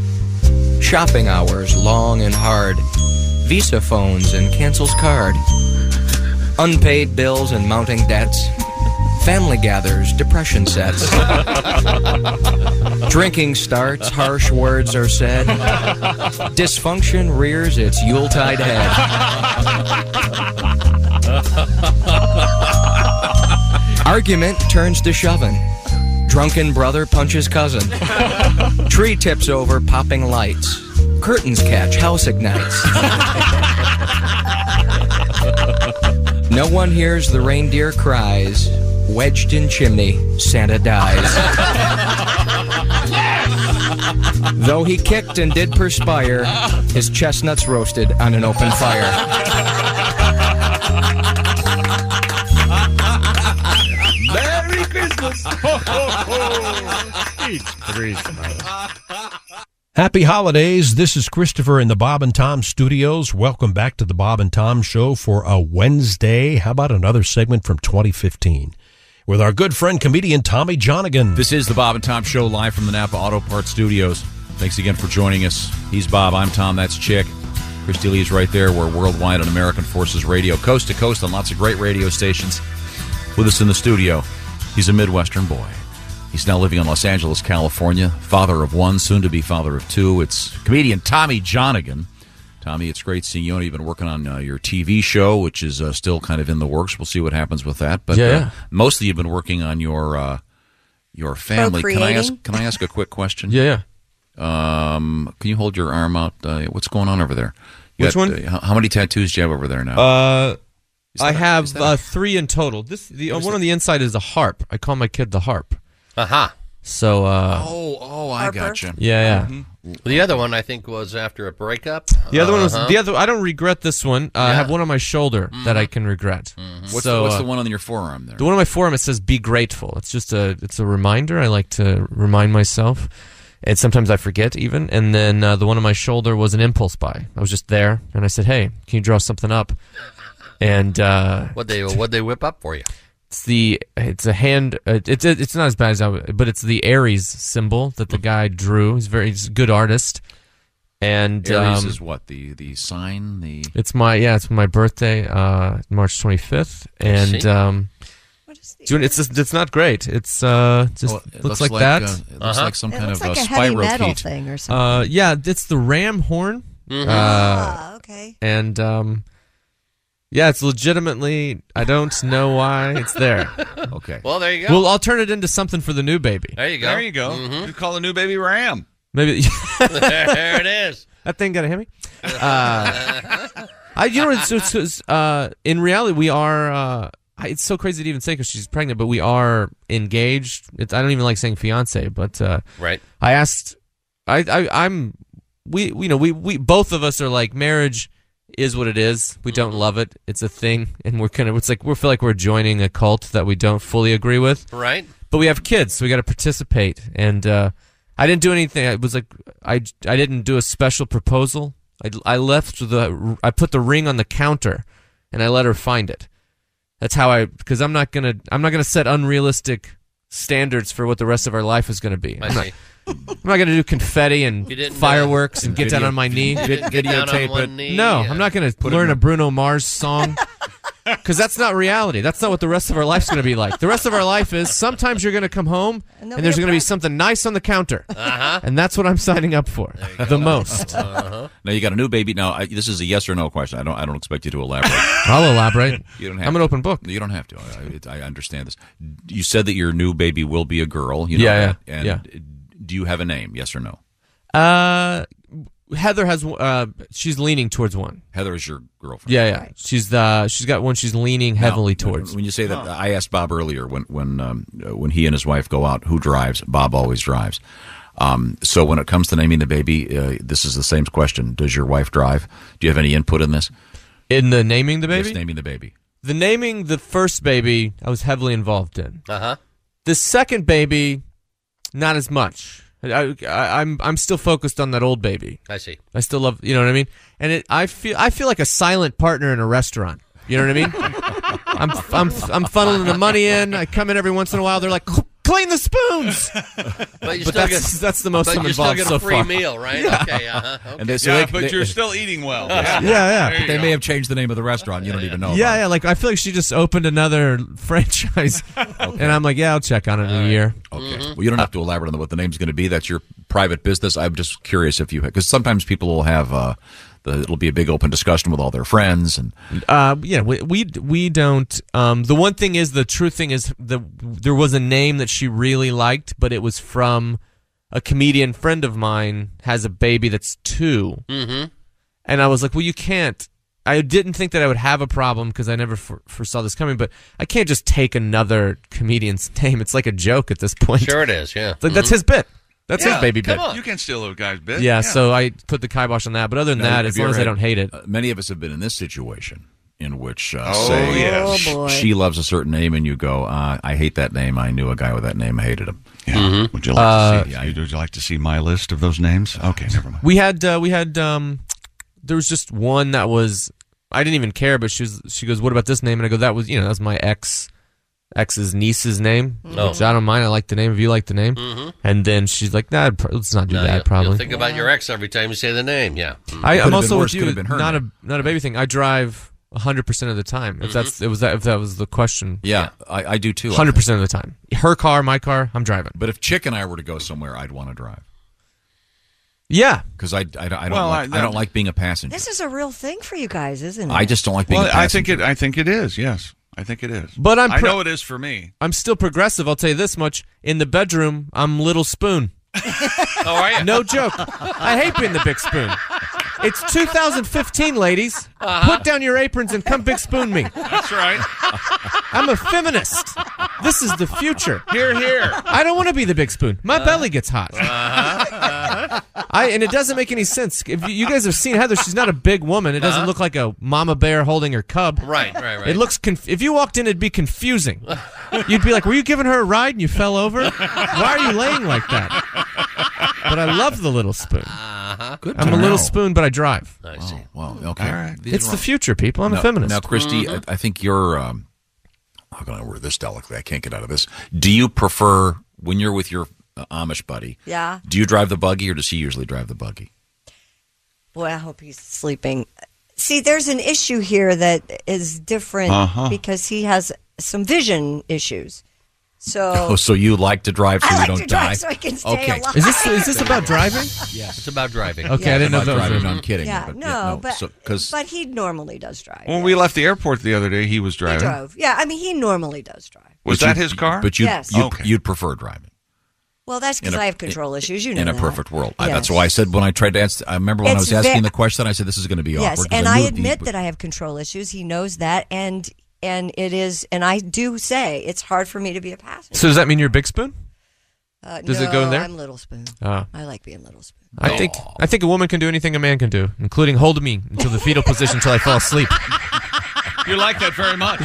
Shopping hours long and hard, Visa phones and cancels card, unpaid bills and mounting debts, family gathers, depression sets.
Uh,
Drinking starts, harsh words are said, dysfunction rears its Yuletide head. Argument turns to shoving. Drunken brother punches cousin. Tree tips over, popping lights. Curtains catch, house ignites. No one hears the reindeer cries. Wedged in chimney, Santa dies. Though he kicked and did perspire, his chestnuts roasted on an open fire.
Merry Christmas!
Happy holidays. This is Christopher in the Bob and Tom studios. Welcome back to the Bob and Tom show for a Wednesday. How about another segment from 2015 with our good friend comedian Tommy Jonigan?
This is the Bob and Tom Show live from the Napa Auto Parts Studios. Thanks again for joining us. He's Bob. I'm Tom. That's Chick. Christy Lee's right there. We're worldwide on American Forces Radio, coast to coast on lots of great radio stations. With us in the studio, he's a Midwestern boy. He's now living in Los Angeles, California. Father of one, soon to be father of two. It's comedian Tommy Jonigan. Tommy, it's great seeing you. And you've been working on uh, your TV show, which is uh, still kind of in the works. We'll see what happens with that. But
Yeah,
uh,
yeah.
mostly you've been working on your uh, your family. Can I ask?
Procreating?
Can I ask a quick question? yeah, yeah. Um, can you hold your arm out? Uh, what's going on over there? You
Which
got,
one?
uh, how- how many tattoos do you have over there now?
Uh,
Is that a-
I
is
have
that a-
uh, three in total. This the uh,
Where's
one on the inside is a harp. I call my kid the harp.
Aha.
So uh,
Oh, oh, Mm-hmm.
I Harper. gotcha.
Yeah, yeah.
The other one I think was after a breakup.
the other one was
Uh-huh.
the other. I don't regret this one. Uh, I have
Yeah. Mm-hmm.
one on my shoulder that I can regret.
What's,
So,
what's
uh,
the one on your forearm there?
The one on my forearm it says "Be grateful." It's just a it's a reminder. I like to remind myself, and sometimes I forget even. And then uh, the one on my shoulder was an impulse buy. I was just there, and I said, "Hey, can you draw something up?" And uh,
What they what they whip up for you?
It's the it's a hand. Uh, it's it's not as bad as I. would- But it's the Aries symbol that
Hmm.
the guy drew. He's very he's a good artist. And
Aries
um,
is what the the sign the
it's my yeah, it's my birthday, uh, March twenty fifth, and
see.
um, June. It's just, it's not great. It's uh, just
Oh, it looks
looks, like,
like,
that.
uh, it looks Uh-huh. like some It kind looks of, like uh, a
heavy metal spirochete. thing or something.
Uh, yeah, it's the ram horn.
Mhm.
Mm-hmm.
Uh,
Ah, okay.
And um, yeah, it's legitimately. I don't know why it's there.
okay.
Well, there you go.
Well, I'll turn it into something for the new baby.
There you go.
There
you go.
You call the new baby Ram.
Maybe
there it is.
That thing got a hammy. Uh, I, you know, it's, it's, it's, uh, in reality, we are uh, I, it's so crazy to even say because she's pregnant, but we are engaged. It's, I don't even like saying fiance, but uh,
Right.
I asked, I, I I'm we you know we we both of us are like marriage is what it is. We
Mm-hmm.
don't love it. It's a thing, and we're kind of it's like we feel like we're joining a cult that we don't fully agree with.
Right.
But we have kids, so we got to participate. And uh, I didn't do anything. I was like I I didn't do a special proposal. I I left the I put the ring on the counter, and I let her find it. That's how I because I'm not gonna I'm not gonna set unrealistic standards for what the rest of our life is gonna be. I'm not, I'm not gonna do confetti and
You didn't, uh,
fireworks and get
video-
down on my knee,
you didn't get down on
videotape
one
it.
knee
no,
and
I'm not gonna
put it
learn
in
a Bruno Mars song. Because that's not reality. That's not what the rest of our life's going to be like. The rest of our life is sometimes you're going to come home and,
there'll
there's
be a
going to be something nice on the counter.
Uh-huh.
And that's what I'm signing up for the most.
Uh-huh.
Now you got a new baby. Now I, this is a yes or no question. I don't. I don't expect you to elaborate.
I'll elaborate.
You don't have.
I'm
to.
an open book.
You don't have to. I, it- I understand this. You said that your new baby will be a girl. You know
Yeah,
that.
yeah,
And
yeah.
do you have a name? Yes or no?
Uh, Heather has. Uh, she's leaning towards one.
Heather is your girlfriend.
Yeah, yeah. She's the. She's got one. She's leaning heavily
Now,
towards.
When you say that, I asked Bob earlier when when um, uh, when he and his wife go out, who drives? Bob always drives. Um, so when it comes to naming the baby, uh, this is the same question: Does your wife drive? Do you have any input in this?
In the naming the baby?
Yes, naming the baby.
The naming the first baby, I was heavily involved in.
Uh huh.
The second baby, not as much. I, I, I'm I'm still focused on that old baby.
I see.
I still love. You know what I mean? And it, I feel I feel like a silent partner in a restaurant. You know what I mean? I'm I'm I'm funneling the money in. I come in every once in a while. They're like, clean the spoons.
But, you
But
still
that's-
get,
that's the most
but
I'm
you're
involved
still
so
get a free
far.
meal, right?
Yeah.
Okay. Uh huh.
And they, so
Yeah,
they,
but
they-
you're
still eating well.
Yeah, yeah.
But they may have changed the name of the restaurant. You don't even
Oh,
know.
yeah, yeah. Like I feel like she just opened another franchise, and I'm like, yeah, I'll check on it in a year.
Okay.
Mm-hmm.
Well, you don't have to elaborate on what the name's going to be. That's your private business. I'm just curious if you because sometimes people will have uh, the, it'll be a big open discussion with all their friends and
Uh, yeah, we, we we don't. Um, the one thing is the true thing is the there was a name that she really liked, but it was from a comedian friend of mine has a baby that's 2
Mhm.
and I was like, well, you can't. I didn't think that I would have a problem because I never for- foresaw this coming, but I can't just take another comedian's name. It's like a joke at this point.
Sure it is, yeah.
It's like, That's
Mhm.
his bit. That's
Yeah,
his baby
come
bit.
on.
Yeah,
You
can steal a guy's bit.
so I put the kibosh on that. But other than that, as long as I don't hate it.
Uh, many of us have been in this situation in which uh,
Oh,
say
yes.
sh-
Oh, boy.
she loves a certain name and you go uh, I hate that name. I knew a guy with that name. I hated him.
Mm-hmm.
Would you like to see?
Uh,
yeah, would you like to see my list of those names? Okay, never mind.
We had uh, we had um, there was just one that was I didn't even care, but she was she goes, "What about this name?" And I go, "That was you know that was my ex ex's niece's name,
Mhm.
which I don't mind. I like the name if you like the name."
Mhm.
And then she's like, "Nah, pr- let's not do
No,
that.
you'll-
Probably
You'll think about your ex every time you say the name. Yeah.
I,
Could've
I'm
been
also
worse,
with you.
could've been her
Not a not a baby thing. I drive 100 percent of the time.
Mm-hmm.
If that's it was that if that was the question.
Yeah, I, I do too.
100 percent of the time. Her car, my car, I'm driving.
But if Chick and I were to go somewhere, I'd want to drive.
Yeah,
because I, I, don't- I don't
Well,
like,
I-
I, don't like being a passenger.
This is a real thing for you guys, isn't it?
well, I think it. I think it is. Yes, I think it is.
But I'm
I
pro-
know it is for me.
I'm still progressive. I'll tell you this much: in the bedroom, I'm little spoon.
Oh, are you?
No joke. I hate being the big spoon. It's 2015, ladies.
Uh-huh.
Put down your aprons and come big spoon me.
That's right.
I'm a feminist. This is the future.
Here, here.
I don't want to be the big spoon. My belly gets hot.
Uh-huh.
I and it doesn't make any sense. If you- you guys have seen Heather, she's not a big woman. It doesn't
Uh-huh.
look like a mama bear holding her cub.
Right, right, right.
It looks. Conf- if you walked in, it'd be confusing. You'd be like, "Were you giving her a ride and you fell over? Why are you laying like that?" But I love the little spoon.
Uh-huh.
Good
I'm
to
a little
know.
spoon, but I drive.
I see.
Wow.
Hmm.
Okay.
All right.
These
It's
are
the
all-
future, people. I'm a
Now-
feminist.
Now, Christy,
Mhm.
Mm-hmm.
I, I think you're. Um, how can I word this delicately? I can't get out of this. Do you prefer when you're with your uh, Amish buddy?
Yeah.
Do you drive the buggy, or does he usually drive the buggy?
Boy, I hope he's sleeping. See, there's an issue here that is different
Uh-huh.
because he has some vision issues. So,
Oh, so you like to drive so
I
you
like
don't
to drive
die?
so I can stay
okay.
alive. Is this- is this about driving?
Yes, it's about driving.
Okay, I didn't know
about
that was
driving.
a-
I'm kidding.
yeah,
but,
no,
no,
but
so- 'cause-
but he normally does drive.
When we left the airport the other day, he was
He
driving.
drove. Yeah, I mean, he normally does drive.
Was
But
that
you-
his car?
But you,
Yes.
you
Okay.
you'd prefer driving
Well, that's because
In a-
I have control issues. You know
in a
that.
perfect world. I- that's
Yes.
why I said when I tried to answer. I remember when
It's
I was asking
ve-
the question, I said this is going to be awkward.
Yes,
'cause
and I
knew the-
admit that I have control issues. He knows that, and and it is, and I do say it's hard for me to be a passenger.
So does that mean you're a big spoon?
Uh,
does it go in
no,
there?
I'm Little Spoon.
Oh.
I like being Little Spoon.
I think I think a woman can do anything a man can do, including hold me until the fetal position until I fall asleep.
You like that very much.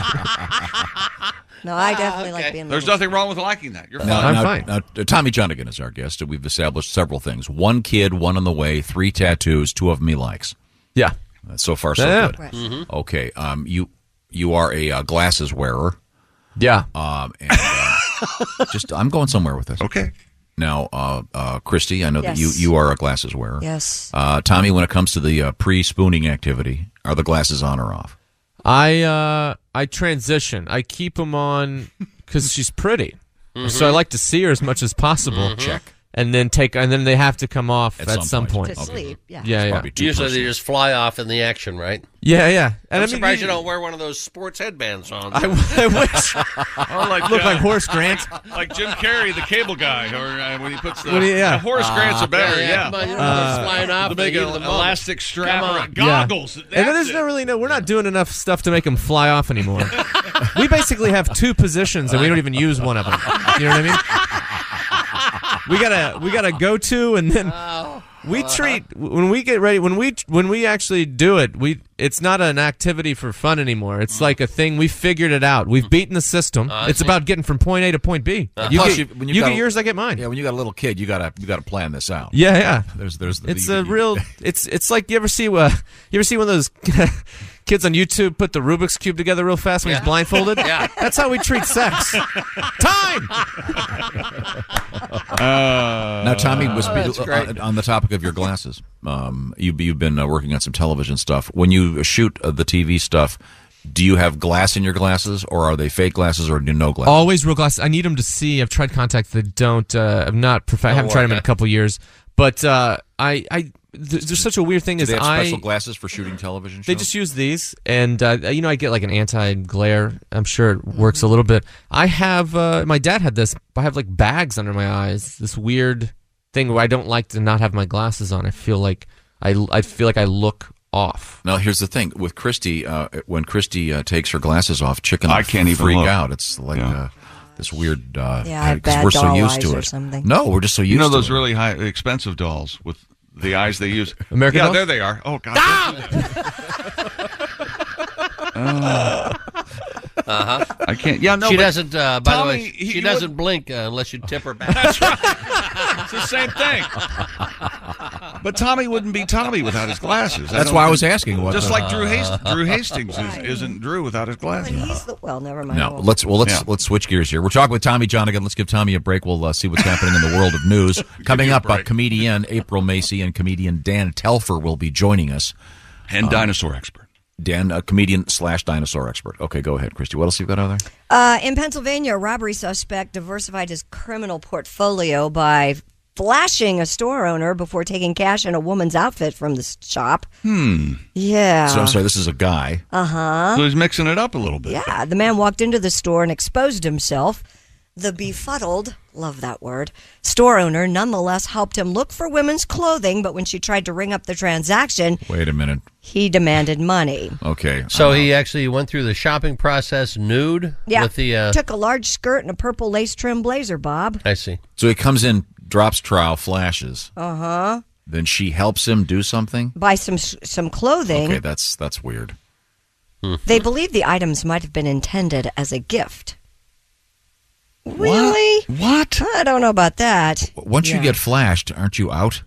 No,
Ah,
I definitely like being.
There's
Little
nothing wrong with liking that. You're fine.
Now- now- now, uh, Tommy Jonigan is our guest, and we've established several things: one kid, one on the way, three tattoos, two of them he likes.
Yeah,
so far so
Yeah.
good.
Right. Mhm.
Okay, um, you you are a uh, glasses wearer.
Yeah.
Um, and, uh, just I'm going somewhere with this.
Okay.
Now, uh, uh, Christy, I know that you
Yes.
you are a glasses wearer.
Yes.
Uh, Tommy, when it comes to the uh, pre spooning activity, are the glasses on or off?
I uh I transition. I keep them on because she's pretty, so I like to see her as much as possible.
Mhm. Check.
and then take, and then they have to come off Mm-hmm. at, some,
To
point.
sleep, yeah.
yeah, yeah.
Usually they just fly off in the action, right?
Yeah, yeah.
I'm
And I mean,
surprised
you-
you don't wear one of those sports headbands on.
I, I wish.
Oh, like
look
uh,
like Horace Grant.
like Jim Carrey, the cable guy, or uh, when he puts the
When he- yeah.
Horace
Ah,
Grant's a better, yeah.
yeah, yeah. Come on, you don't know what's
Uh,
flying off
the big
in the heat of the
elastic strap
Come
or
on.
goggles.
Yeah. And then there's no really no. We're not doing enough stuff to make them fly off anymore. we basically have two positions and we don't even use one of them. You know what I mean? We gotta we gotta go to and then
Oh.
we treat when we get ready when we when we actually do it. We it's not an activity for fun anymore. It's like a thing we figured it out. We've beaten the system.
Mm. Uh, I
it's
see. Uh,
about getting from point A to point B. You
Plus,
get,
you- when
you
you've got
get
a-
yours, I get mine.
Yeah, when you got a little kid, you gotta you gotta plan this out.
Yeah, yeah.
There's there's the,
it's a real. It's it's like you ever see uh, you ever see one of those kids on YouTube put the Rubik's cube together real fast when he's
Yeah.
blindfolded.
Yeah.
that's how we treat sex. Time.
Uh, now, Tommy was
Oh, that's great.
on, on the topic of your glasses. Um, you, you've been uh, working on some television stuff. When you shoot uh, the TV stuff, do you have glass in your glasses, or are they fake glasses, or do you no glasses?
Always real glasses. I need them to see. I've tried contacts that don't. Uh, I'm not. Prof- I
Don't
haven't tried
work,
them in
huh?
a couple years. But uh, I I there's, there's such a weird thing
do
is
they have
I
special glasses for shooting television?
They
shows?
just use these, and uh, you know, I get like an anti-glare. I'm sure
Mm-hmm.
it works a little bit. I have uh, my dad had this. I have like bags under my eyes. This weird thing where I don't like to not have my glasses on. I feel like I I feel like I look off.
Now, here's the thing with Christy. Uh, when Christy uh, takes her glasses off, chicken
I can't even
freak
look.
out. It's like uh, this weird. Uh,
Yeah, I have bad
we're so
doll
used
eyes
to
or
it.
something.
No, we're just so used
You know
to
those
it.
really high, expensive dolls with the eyes they use.
American
yeah,
dolls?
there they are. Oh God.
Ah!
Uh huh.
Ah. I can't. Yeah, no.
She
but
doesn't. Uh, by
Tommy,
the way,
he-
she
you
doesn't blink uh, unless you tip her back.
It's the same thing. But Tommy wouldn't be Tommy without his glasses.
That's
don't
why I
think-
was asking what
Just
the-
like Drew, Hast- Drew Hastings is, isn't Drew without his glasses.
well, never mind.
No, let's well let's let's switch gears here. We're talking with Tommy Jonigan. Let's give Tommy a break. We'll uh, see what's happening in the world of news. Coming up, uh, comedian April Macy and comedian Dan Telfer will be joining us, Uh,
and dinosaur expert
Dan, a comedian slash dinosaur expert. Okay, go ahead, Christy. What else you got over there?
Uh, in Pennsylvania, a robbery suspect diversified his criminal portfolio by flashing a store owner before taking cash and a woman's outfit from the shop.
Hmm.
Yeah.
So I'm sorry. This is a guy.
Uh huh.
So he's mixing it up a little bit.
Yeah, the man walked into the store and exposed himself. The befuddled, love that word, store owner nonetheless helped him look for women's clothing, but when she tried to ring up the transaction,
Wait a minute.
he demanded money.
Okay. uh,
So he actually went through the shopping process nude
Yeah,
with the. Uh,
took a large skirt and a purple lace trim blazer, Bob.
I see.
So he comes in, drops trowel, flashes.
Uh huh.
Then she helps him do something.
Buy some some clothing.
Okay, that's that's weird.
Hmm.
They believe the items might have been intended as a gift. Really?
What?
I don't know about that.
Once
Yeah.
you get flashed, aren't you out?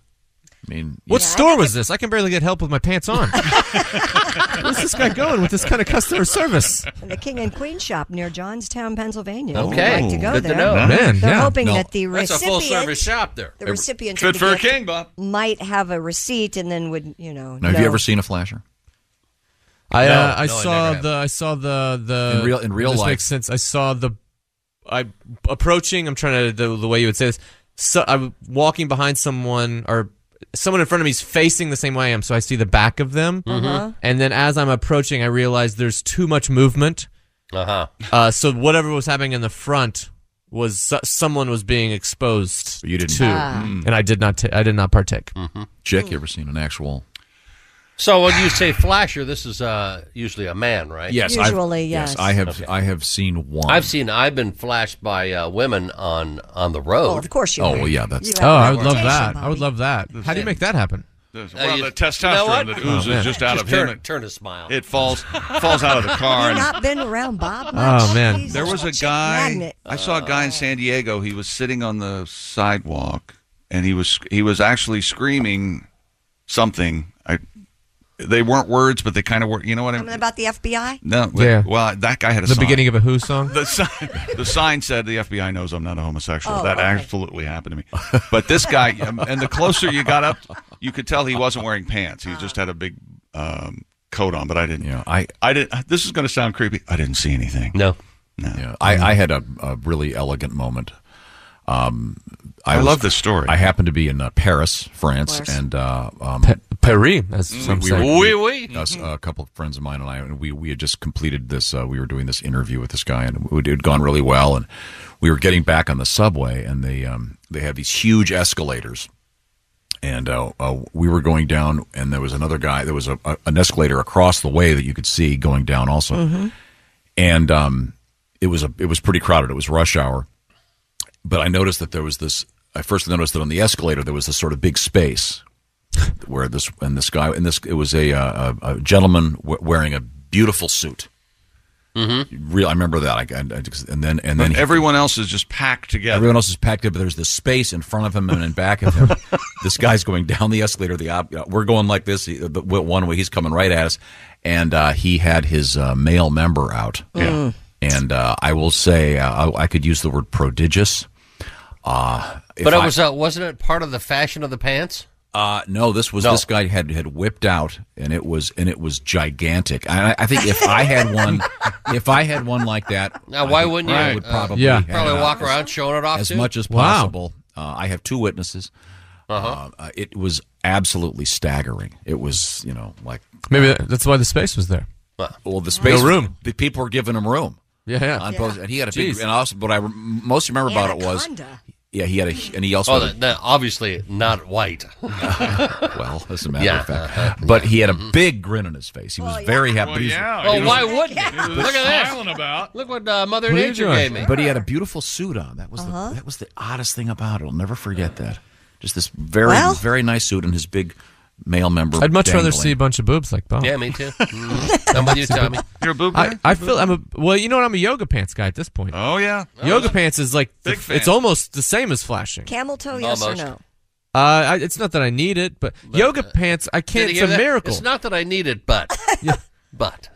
I mean,
What store was this? I can barely get help with my pants on. Where's this guy going with this kind of customer service?
the King and Queen shop near Johnstown, Pennsylvania.
Okay.
I'd like to go
Good to
there.
know. Man,
They're
yeah.
hoping
No.
that the
That's a
recipient,
full-service shop there.
the
Every-
recipient,
Fit
of
for
the
a
gift
king, Bob.
might have a receipt and then would you know?
now, have you
know.
ever seen a flasher?
I
No,
uh, I
no, I
saw
never have.
the I saw the the
In real- in real
this
life.
makes sense. I saw the I approaching. I'm trying to the, the way you would say this. So I'm walking behind someone or someone in front of me is facing the same way I am, so I see the back of them,
Uh-huh.
Mhm.
and then as I'm approaching, I realize there's too much movement.
Uh-huh.
Uh, so whatever was happening in the front was so- someone was being exposed.
You didn't-
Mm.
to,
Ah.
and I did not. T- I did not partake.
Jack, you ever seen an actual
So when you say flasher, this is uh, usually a man, right?
Yes, I've- yes. I have
Okay.
I have seen one.
I've seen. I've been flashed by uh, women on on the road.
Well, of course you Oh, have. well, yeah, that's- You
Oh, I would love that. I would love that. How do you make that happen?
Well,
the testosterone that oozes just out of him.
Oh, Turn, turn a smile.
It falls falls out of the car.
You've
and-
not been around Bob much.
Oh man,
Jesus,
there was a
what's
guy.
magnet?
I saw a guy in San Diego. He was sitting on the sidewalk, and he was he was actually screaming something. I they weren't words, but they kind of were. You know what I
Something about the FBI?
No,
Yeah.
Well, that guy had a
The
sign.
beginning of a Who song.
The sign, the sign said the FBI knows I'm not a homosexual.
Oh,
that
okay.
absolutely happened to me. But this guy, um, and the closer you got up, you could tell he wasn't wearing pants. He just had a big um, coat on. But I didn't.
Yeah, I
I didn't. uh, This is going to sound creepy. I didn't see anything.
No.
No.
Yeah, I, I had a, a really elegant moment. Um,
I love this story.
I happened to be in uh, Paris, France,
Of course.
and uh, um,
Paris, as some
we,
say.
were-
Oui, oui.
us- a couple of friends of mine and I, and we we had just completed this. Uh, we were doing this interview with this guy, and it had gone really well. And we were getting back on the subway, and they um, they have these huge escalators and uh, uh, we were going down, and there was another guy. There was a, a, an escalator across the way that you could see going down also,
Mm-hmm.
Mhm.
and um, it was a it was pretty crowded. It was rush hour, but I noticed that there was this. I first noticed that on the escalator there was this sort of big space where this and this guy and this it was a uh, a, a gentleman w- wearing a beautiful suit. Mm-hmm. Real, I remember that. I, I- I just- and then and then
But
he-
everyone else is just packed together.
Everyone else is packed up, but there's this space in front of him and in back of him. this guy's going down the escalator. The op- we're going like this, the- the- one way. He's coming right at us, and uh, he had his uh, male member out.
Mm.
Yeah.
And uh, I will say, uh, I, I could use the word prodigious. Uh, if
But it
I-
was uh, wasn't it part of the fashion of the pants?
uh, no, this was
No.
this guy had had whipped out, and it was and it was gigantic. I, I think if I had one, if I had one like that,
Now, why
I think
wouldn't you?
I would
Uh,
probably
Yeah.
have
probably
it out
walk
as-
around showing it off,
as
too?
much as
Wow.
possible. Uh, I have two witnesses.
Uh-huh.
uh Uh, it was absolutely staggering. It was you know like
Maybe that- that's why the space was there.
well the space
No room.
The people were giving him room.
Yeah, yeah.
On both- and he had a
Jeez.
big and also what I rem- most remember about it was yeah he had a and he also
Oh,
had a
that, that- obviously not white.
well, as a matter
Yeah. Uh-huh.
of fact. But he had a big grin on his face. He was very happy.
Well,
He was-
Oh, yeah,
he
well,
was-
Oh, why wouldn't you?
Yeah.
Look at
Smiling
this. About. Look what uh, Mother
What are you
Nature
doing?
gave me.
But he had a beautiful suit on. That was
Uh-huh.
the, that was the oddest thing about it. I'll never forget that. Just this very
Well-
very nice suit and his big male member.
I'd much rather
dangling.
see a bunch of boobs like Bob.
Yeah, me too. Mm. I'm with you, Tommy.
You're a boob
I, I feel I'm a well. You know what? I'm a yoga pants guy at this point.
Oh yeah,
yoga pants is like
Big
the-
fan.
it's almost the same as flashing.
Camel toe, yes
Almost. uh,
or no?
Uh, I, it's not that I need it, but, yoga pants I
Did
can't.
you
It's
hear
a
that?
miracle.
It's not that I need it, but but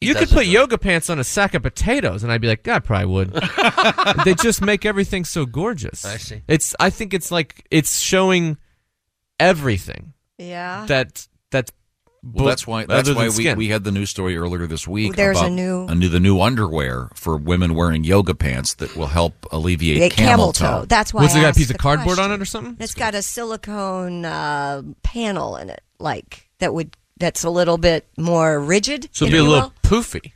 he
you could
doesn't
put yoga pants on a sack of potatoes, and I'd be like, "God, I probably would." they just make everything so gorgeous.
I see.
It's. I think it's like it's showing everything.
Yeah.
That that.
Well, that's why that's
other than
why we,
skin.
we had the news story earlier this week.
There's a
about
new-
a new the new underwear for women wearing yoga pants that will help alleviate
Yeah,
camel,
camel toe. That's why
What's
I
it got, a
asked
piece of
the
cardboard
question.
on it or something?
It's got a silicone uh, panel in it, like that would that's a little bit more rigid.
So
if
it'd be a
you
little
will.
poofy.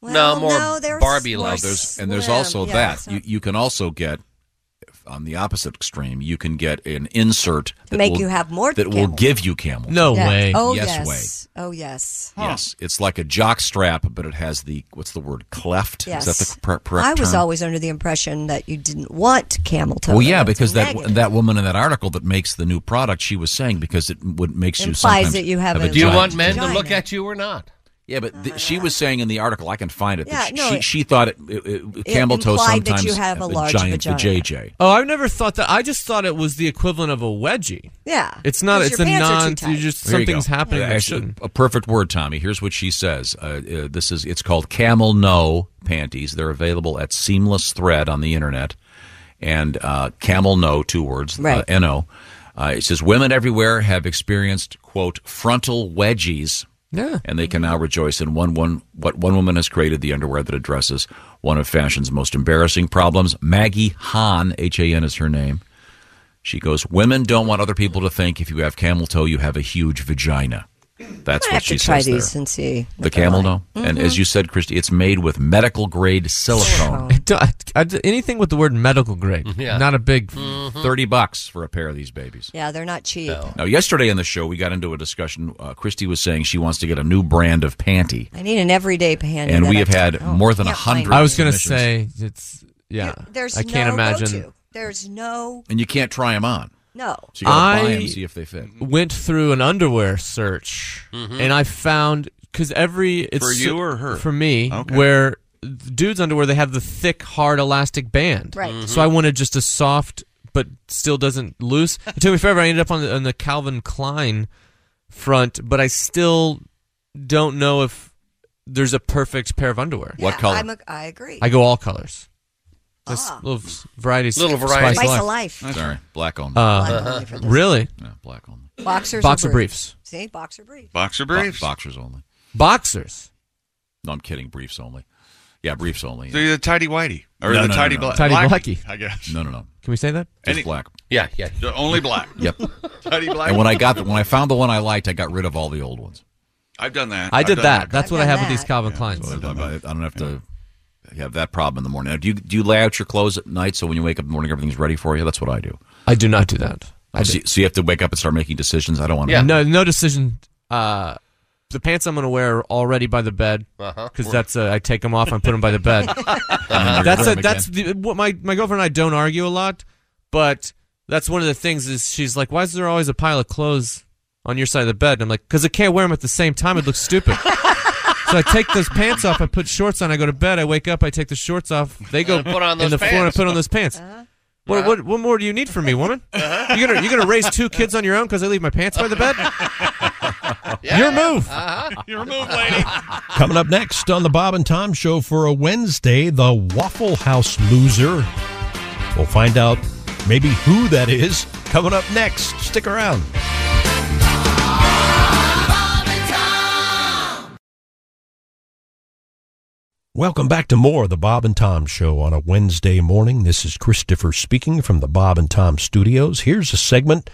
Well, more no, they're Barbie s-
Well,
more like.
there's, and there's
slim.
also
Yeah,
that you, you can also get on the opposite extreme. You can get an insert that
make
will-
you have more
that will
camel.
give you camel.
No
Yeah. Oh
yes,
yes.
way.
Oh yes.
Yes, it's like a jock strap, but it has the what's the word cleft?
Yes.
Is that the cor- correct
I was
term?
always under the impression that you didn't want camel toe.
Well, yeah,
That's
because that
negative.
that woman in that article that makes the new product, she was saying because it would makes you
Implies
sometimes
that you have a Uh.
a
Do you
giant-
want men to look at you or not?
Yeah, but th- she was saying in the article, I can find it.
Yeah,
that she,
no,
she
it-
she thought it, it, it camel toe
implied that
sometimes
you have a large
giant
vagina.
vajayjay.
Oh, I've never thought that. I just thought it was the equivalent of a wedgie.
Yeah.
It's not.
'Cause
It's a
your pants are too
non.
tight.
You just
There you
something's
go.
happening.
Uh,
that
actually,
shouldn't.
a perfect word, Tommy. Here's what she says. Uh, uh, this is it's called camel no panties. They're available at Seamless Thread on the internet, and uh, camel no two words
Right.
uh, no. Uh, it says women everywhere have experienced quote frontal wedgies.
Yeah.
And they can now rejoice in one one what one woman has created the underwear that addresses one of fashion's most embarrassing problems. Maggie Hahn, H A N is her name. She goes, Women don't want other people to think if you have camel toe, you have a huge vagina. That's
I
what
have
she
to try
says there.
these and see.
The camel toe, and
Mm-hmm.
as you said, Christy, it's made with medical grade silicone.
I don't- I d- anything with the word medical grade.
Yeah.
Not a big.
Thirty bucks for a pair of these babies.
Yeah, they're not cheap.
Now, yesterday on the show, we got into a discussion. Uh, Christy was saying she wants to get a new brand of panty,
I need an everyday panty.
and
that
we
I
have
don't
had
know.
more than a
Can't find
hundred.
it.
I was going to say, it's. Yeah.
There's
I can't
no
imagine.
go-to. There's no
and you can't try them on.
No.
So you gotta buy 'em, see if they fit.
Mm-hmm. Went through an underwear search,
Mhm.
and I found because every it's
For you
so-
or her?
for me
Okay.
where dudes underwear they have the thick hard elastic band.
Right.
Mm-hmm.
Mhm.
So I wanted just a soft but still doesn't loose. It took me forever. I ended up on the, on the Calvin Klein front, but I still don't know if there's a perfect pair of underwear.
What Yeah, color? I'm a- I agree.
I go all colors. That's little s- variety,
Little variety. Ah. Spice of life. That's
Sorry, black only.
Uh,
Black only for this.
really?
Yeah, black only.
boxers.
Boxer
or
briefs.
See, boxer briefs.
Boxer
briefs, boxers only.
Boxers.
No, I'm kidding. Briefs only. Yeah, briefs only.
So you're the tidy whitey or
No,
the
no, no,
tidy
no.
black,
Tidy
blacky,
blacky.
I guess.
No, no, no.
Can we say that?
Just
Any-
black.
Yeah, yeah.
So Only black.
Yep.
tidy black.
And when I got the, when I found the one I liked, I got rid of all the old ones.
I've done that.
I
I've
did
done
that. That's what I have with these Calvin Kleins.
So I don't, I don't have to have that problem in the morning. Now, do you do you lay out your clothes at night so when you wake up in the morning everything's ready for you? That's what I do.
I do not do that. I
so,
do.
so you have to wake up and start making decisions. I don't want to.
Yeah. No, no decision. Uh, the pants I'm going to wear are already by the bed because
Uh-huh.
that's uh, I take them off and put them by the bed.
then
that's
you're
a,
done
that's the, what my my girlfriend and I don't argue a lot, but that's one of the things is she's like, why is there always a pile of clothes on your side of the bed? And I'm like, because I can't wear them at the same time. It looks stupid. So I take those pants off. I put shorts on. I go to bed. I wake up. I take the shorts off. They go
And put on
in
those
the floor and I
pants. Uh-huh.
put on those pants. What, what, what more do you need from me, woman? You're gonna you're gonna raise two kids on your own because I leave my pants by the bed. Your move.
Uh-huh.
Your move, lady.
Coming up next on the Bob and Tom Show for a Wednesday, the Waffle House loser. We'll find out maybe who that is coming up next. Stick around. Welcome back to more of the Bob and Tom Show on a Wednesday morning. This is Christopher speaking from the Bob and Tom Studios. Here's a segment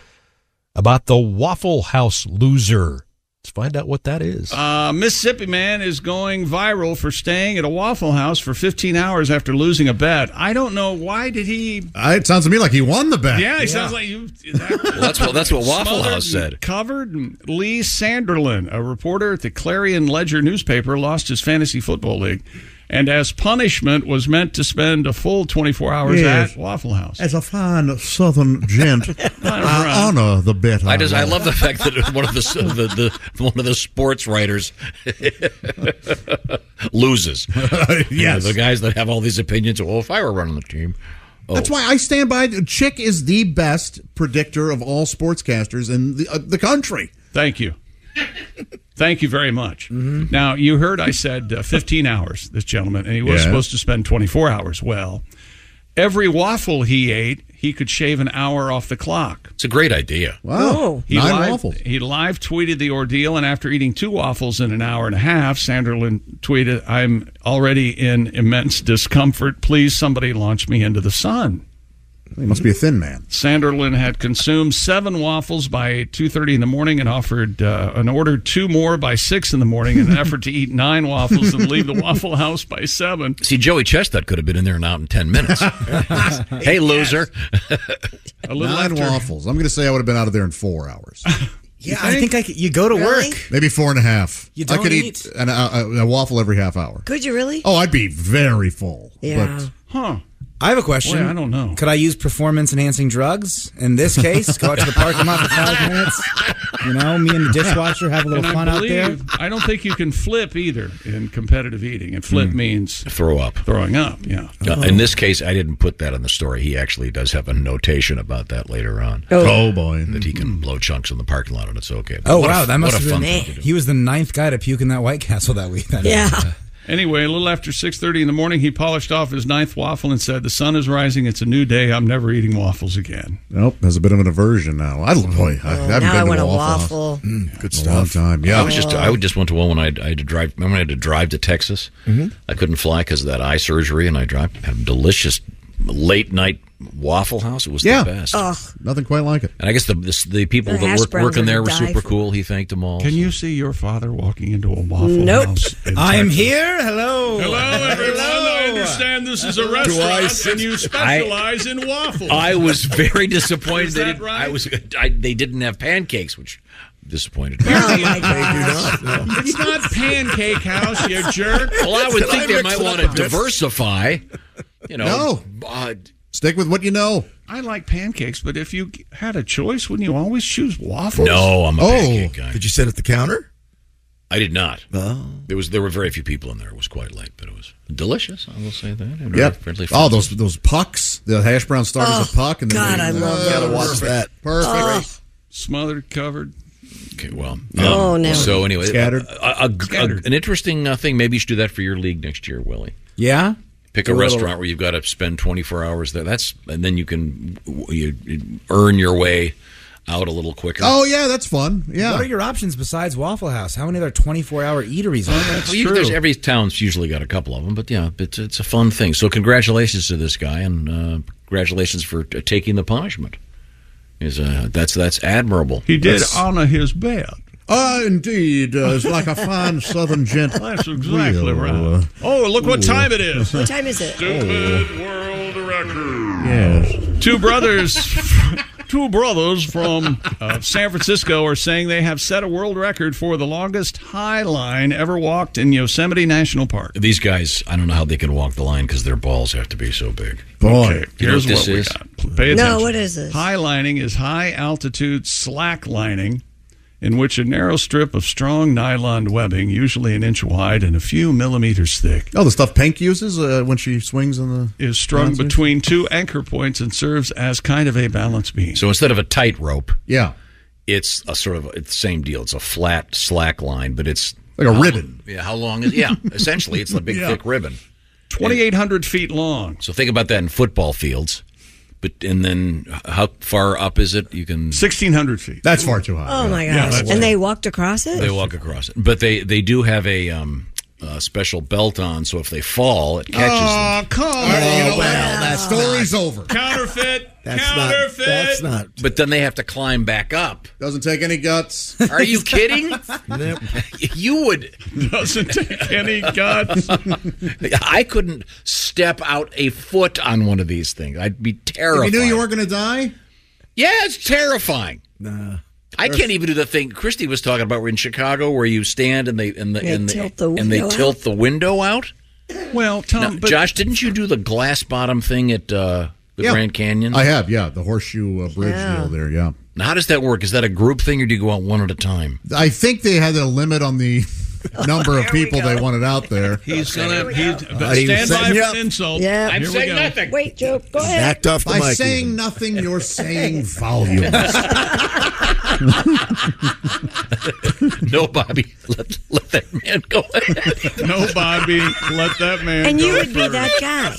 about the Waffle House loser. Let's find out what that is.
Uh, Mississippi man is going viral for staying at a Waffle House for 15 hours after losing a bet. I don't know why did he.
I, it sounds to me like he won the bet.
Yeah, he sounds like you.
Well, that's what that's what Waffle
Smothered
House
and
said.
Covered And Lee Sanderlin, a reporter at the Clarion Ledger newspaper, lost his fantasy football league, and as punishment was meant to spend a full 24 hours
Yes.
at Waffle House.
As a fine Southern gent, I honor the bet.
I just I love the
lost.
fact that one of the the, the one of the sports writers loses.
Yes.
You know, the guys that have all these opinions. Well, if I were running the team, oh.
That's why I stand by. Chick is the best predictor of all sportscasters in the, uh, the country.
Thank you. Thank you very much. Now, you heard I said uh, 15 hours, this gentleman, and Mm-hmm. he was
Yeah.
supposed to spend 24 hours. Well, every waffle he ate, he could shave an hour off the clock.
It's a great idea.
Oh.
Wow.
He
Nine
live,
waffles.
He live tweeted the ordeal, and after eating two waffles in an hour and a half, Sanderlin tweeted, I'm already in immense discomfort. Please, somebody launch me into the sun.
He must be a thin man.
Sanderlin had consumed seven waffles by 2.30 in the morning and offered uh, an order two more by 6 in the morning in an effort to eat nine waffles and leave the Waffle House by 7.
See, Joey Chestnut could have been in there and out in ten minutes. hey, loser!
A
Nine waffles. I'm going to say I would have been out of there in four hours.
Yeah, I think I could, you go to work.
Maybe four and a half.
You
I
don't
could
eat.
eat an, a, a waffle every half hour.
Could you really?
Oh, I'd be very full.
Yeah.
Huh.
I have a question.
Boy, I
Oh,
don't know.
Could I use performance enhancing drugs in this case? go out to the parking lot for five minutes. You know, me and the dishwasher have a little
And
fun
I
out there.
believe- I don't think you can flip either in competitive eating. And
Mm.
flip means
hmm, throw up.
Throwing up, yeah.
Uh, in this case, I didn't put that on the story. He actually does have a notation about that later on.
Oh. Oh,
boy,
that he can blow chunks in the parking lot and it's okay. But
Oh
what a-
wow, that must
what a
have
fun
been.
thing to
He was the ninth guy to puke in that White Castle that week. That night.
Anyway, a little after 6:30 in the morning, he polished off his ninth waffle and said, "The sun is rising. It's a new day. I'm never eating waffles again."
Nope, there's a bit of an aversion now. I, boy, I haven't been
Oh, now
to
I want a
Waffle House.
waffle.
Mm, good
stuff. long time, yeah.
I was just I would just went to one when I, I had to drive. Remember, I had to drive to Texas.
Mhm.
I couldn't fly because of that eye surgery, and I drive had a delicious late night Waffle House. It was
yeah.
the best.
Nothing quite like it.
And I guess the the, the people
Their
that
hash
work,
browns
working
Oh. are
there were
gonna die
super
for-
cool. He thanked them all.
Can you see your father walking into a waffle
Nope.
house? in
I'm
Texas?
here. Hello.
Hello, everyone. I understand this is a restaurant
sit-
and you specialize in waffles.
I was very disappointed.
Is
they
that
didn't, I was I, they didn't have pancakes, which disappointed me.
It's not Pancake House, you jerk.
Well, I would think they might want to diversify. You know,
No.
Uh,
Stick with what you know.
I like pancakes, but if you had a choice, wouldn't you always choose waffles?
No, I'm a
oh.
pancake guy.
Did you sit at the counter?
I did not. There was there were very few people in there. It was quite late, but it was delicious. I will say that. And
Yep.
friendly
Oh,
friends.
those those pucks. The hash brown starters
Oh,
a puck, and then
God,
they-
I love
Oh,
those.
perfect. Perfect.
Oh.
Smothered, covered.
Okay, well.
Oh,
um,
no.
So anyway,
Scattered.
a- a- a- an interesting uh, thing. Maybe you should do that for your league next year, Willie.
Yeah.
Pick
It's a
a
little-
restaurant where you've got to spend 24 hours there. That's and then you can you, you earn your way out a little quicker.
Oh,
that's fun. Yeah.
What are your options besides Waffle House? How many other 24 hour eateries are there?
Well, you- there's- every town's usually got a couple of them, but yeah, it's, it's a fun thing. So congratulations to this guy, and uh, congratulations for t- taking the punishment. Is uh, that's that's admirable.
He did
That's-
honor his bed.
Ah, indeed, uh, it's like a fine Southern gent.
That's exactly right.
Oh, look what time it is.
What time is it?
Stupid world record. Oh. Two brothers, two brothers from uh, San Francisco are saying they have set a world record for the longest high line ever walked in Yosemite National Park.
These guys, I don't know how they can walk the line because their balls have to be so big.
Boy,
you know
here's
what this
what we
is.
got. Pay
No,
attention.
what is this?
High lining is high altitude slack lining, in which a narrow strip of strong nylon webbing, usually an inch wide and a few millimeters thick,
Oh, the stuff Pink uses uh, when she swings in the
is strung
Bouncers?
between two anchor points and serves as kind of a balance beam.
So instead of a tightrope,
yeah,
it's a sort of it's the same deal. It's a flat slack line, but it's
Like a ribbon.
Yeah, how long is? Yeah, essentially, it's the big
Yeah.
thick ribbon.
2,800 feet long.
So think about that in football fields. But and then h- how far up is it? You can
sixteen hundred feet.
That's far too high.
Oh my
Yeah,
gosh!
that's
and
it.
they walked across it.
They walk across it, but they they do have a um, uh, special belt on, so if they fall, it catches
Oh,
them.
come on.
Oh,
well,
Uh,
that story's over.
Counterfeit.
That's counterfeit. Not, that's not.
But then they have to climb back up.
Doesn't take any guts.
Are you kidding? you would
doesn't take any guts.
I couldn't step out a foot on one of these things. I'd be terrified.
If you knew you weren't going to die,
yeah, it's terrifying.
Nah.
I can't even do the thing Christy was talking about. We're in Chicago, where you stand and they and the
They
and,
tilt the
and they
window
tilt the window out.
Well, Tom,
Now,
but-
Josh, didn't you do the glass bottom thing at uh, the
Yeah.
Grand Canyon?
I have, yeah, the horseshoe uh, bridge
Yeah.
deal there, yeah.
Now, how does that work? Is that a group thing, or do you go out one at a time?
I think they had a limit on the number of people they wanted out there.
He's gonna he's,
Uh, he was
stand by
setting
for
you
an
up.
insult.
Yeah.
Here
I'm
we
saying
go.
nothing.
Wait, Joe, go ahead.
Backed off the By mic, saying even.
nothing,
you're saying volume.
no, Bobby, let, let that man go ahead.
No, Bobby, let that man.
And
go
you would be
first.
that guy.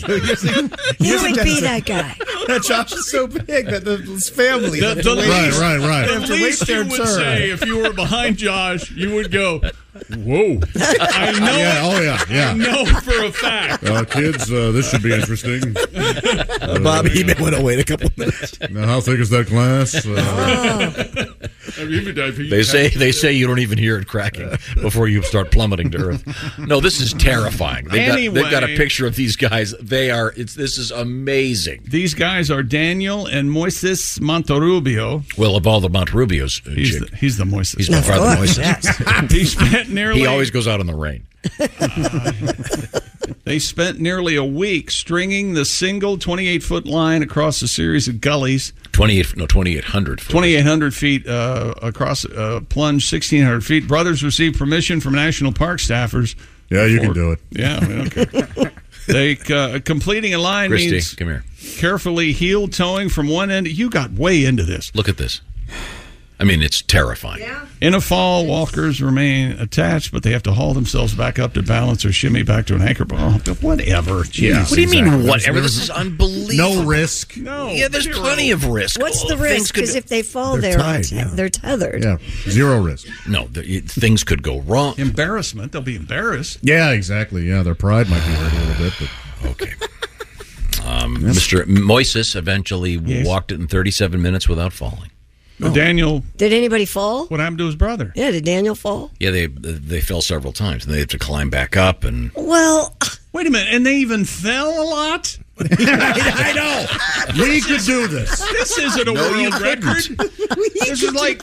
you would be that guy.
That Josh is so big that the, his family.
The, the least,
They have
The
to wait
least you
their
would
turn.
say if you were behind Josh, you would go, "Whoa!" I know.
Yeah,
it.
oh, yeah, yeah.
I know for a fact.
Uh, kids, uh, this should be interesting. Uh,
Bobby, you may want to wait a couple minutes.
Now, how thick is that glass? Uh,
Oh.
They say they say you don't even hear it cracking before you start plummeting to earth. No, this is terrifying. They've, got, they've got a
Anyway.
picture of these guys. They are. It's this is amazing.
These guys are Daniel and Moises Monterubio.
Well, of all the Monterubios, uh,
He's
jig,
the, he's the Moises.
he's by far the moistest.
he spent nearly.
He always goes out in the rain.
They spent nearly a week stringing the single 28 foot line across a series of gullies,
Twenty eight, no, twenty eight hundred.
2,800 feet uh, across, uh, plunge 1,600 feet. Brothers received permission from national park staffers.
Yeah, you
before-
can do it.
Yeah, we don't care. they uh, completing a line
Christy,
means
come here.
carefully heel towing from one end. You got way into this.
Look at this. I mean, it's terrifying.
In a fall, walkers remain attached, but they have to haul themselves back up to balance or shimmy back to an anchor bar. Whatever.
Yeah.
Jeez,
What do you mean,
exactly.
whatever? This is unbelievable.
No risk.
No.
Yeah, there's plenty of risk.
What's
Oh,
the
things
risk?
could-
Because if they fall,
They're
they're
tied,
te-
yeah.
they're tethered.
Yeah, zero risk.
No, the, it- things could go wrong.
Embarrassment. They'll be embarrassed.
Yeah, exactly. Yeah, their pride might be hurt a little bit, but
okay. Um, Mr. Moises eventually
Yes.
walked it in 37 minutes without falling. Oh.
Daniel.
Did anybody fall? What
happened to his brother?
Yeah, did Daniel fall?
Yeah, they they fell several times, and they had to climb back up. And
Well,
wait a minute, and they even fell a lot.
I know. We could do this.
This isn't a
No, you
world record. this is like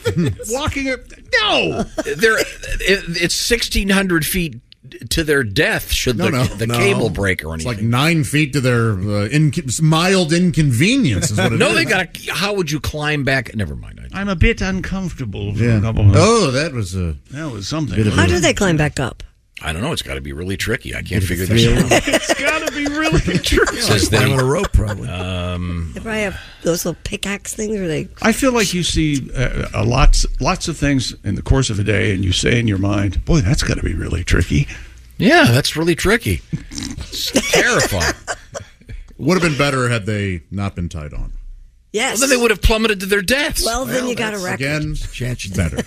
walking up. No,
they're it, it's 1,600 feet to their death should the, the cable break or
It's
anything.
like nine feet to their uh, in- mild inconvenience is what it
no,
is.
they got. to How would you climb back? Never mind.
I'm a bit uncomfortable.
Yeah. Oh, that was a
that was something.
Bit of
How do they climb back up?
I don't know. It's got to be really tricky. I can't
Bit
figure
of
this
thrill.
out.
it's got to be really tricky.
Says they-
Climbing a
rope, probably.
Um,
They probably have those little pickaxe things where they.
I feel like you see uh, uh, lots lots of things in the course of a day, and you say in your mind, "Boy, that's got to be really tricky."
Yeah, that's really tricky. It's terrifying.
Would have been better had they not been tied on.
Yes.
Well, then they would have plummeted to their deaths.
Well, then you got a record.
Again,
chance
better.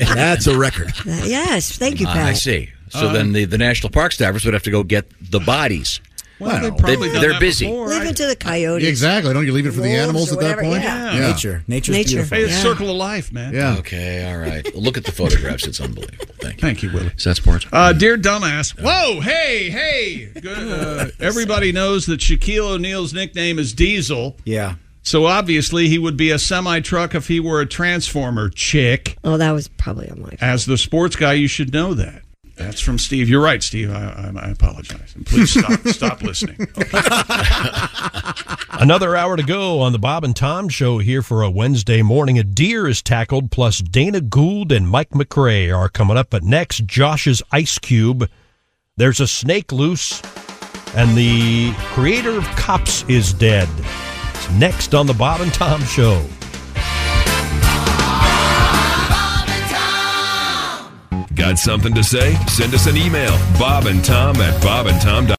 That's a record.
Yes, thank you,
Ah,
Pat.
I see. So
Uh,
then the, the national park staffers would have to go get the bodies.
Well, they've
they,
probably done
they're
that
busy.
Leave it to the coyotes.
Exactly. Don't you leave it for the
Wolves
animals
or
at that
whatever,
point?
yeah.
Yeah.
Nature. Nature's
Nature.
beautiful.
Hey, it's
Yeah.
circle of life, man.
Okay. All right. Look at the photographs. It's unbelievable. Thank you.
Thank you, Willie.
Is that sports?
Uh, dear dumbass. Whoa, hey, hey. Good, uh, everybody knows that Shaquille O'Neal's nickname is Diesel.
Yeah.
So obviously he would be a semi truck if he were a transformer chick.
Oh, that was probably on my.
As the sports guy, you should know that. That's from Steve. You're right, Steve. I, I, I apologize. And please stop stop listening.
Another hour to go on the Bob and Tom show here for a Wednesday morning. A deer is tackled, plus Dana Gould and Mike McRae are coming up. But next, Josh's Ice Cube. There's a snake loose, and the creator of Cops is dead. It's next on the Bob and Tom show.
Got something to say? Send us an email. Bob and Tom at bobandtom.com.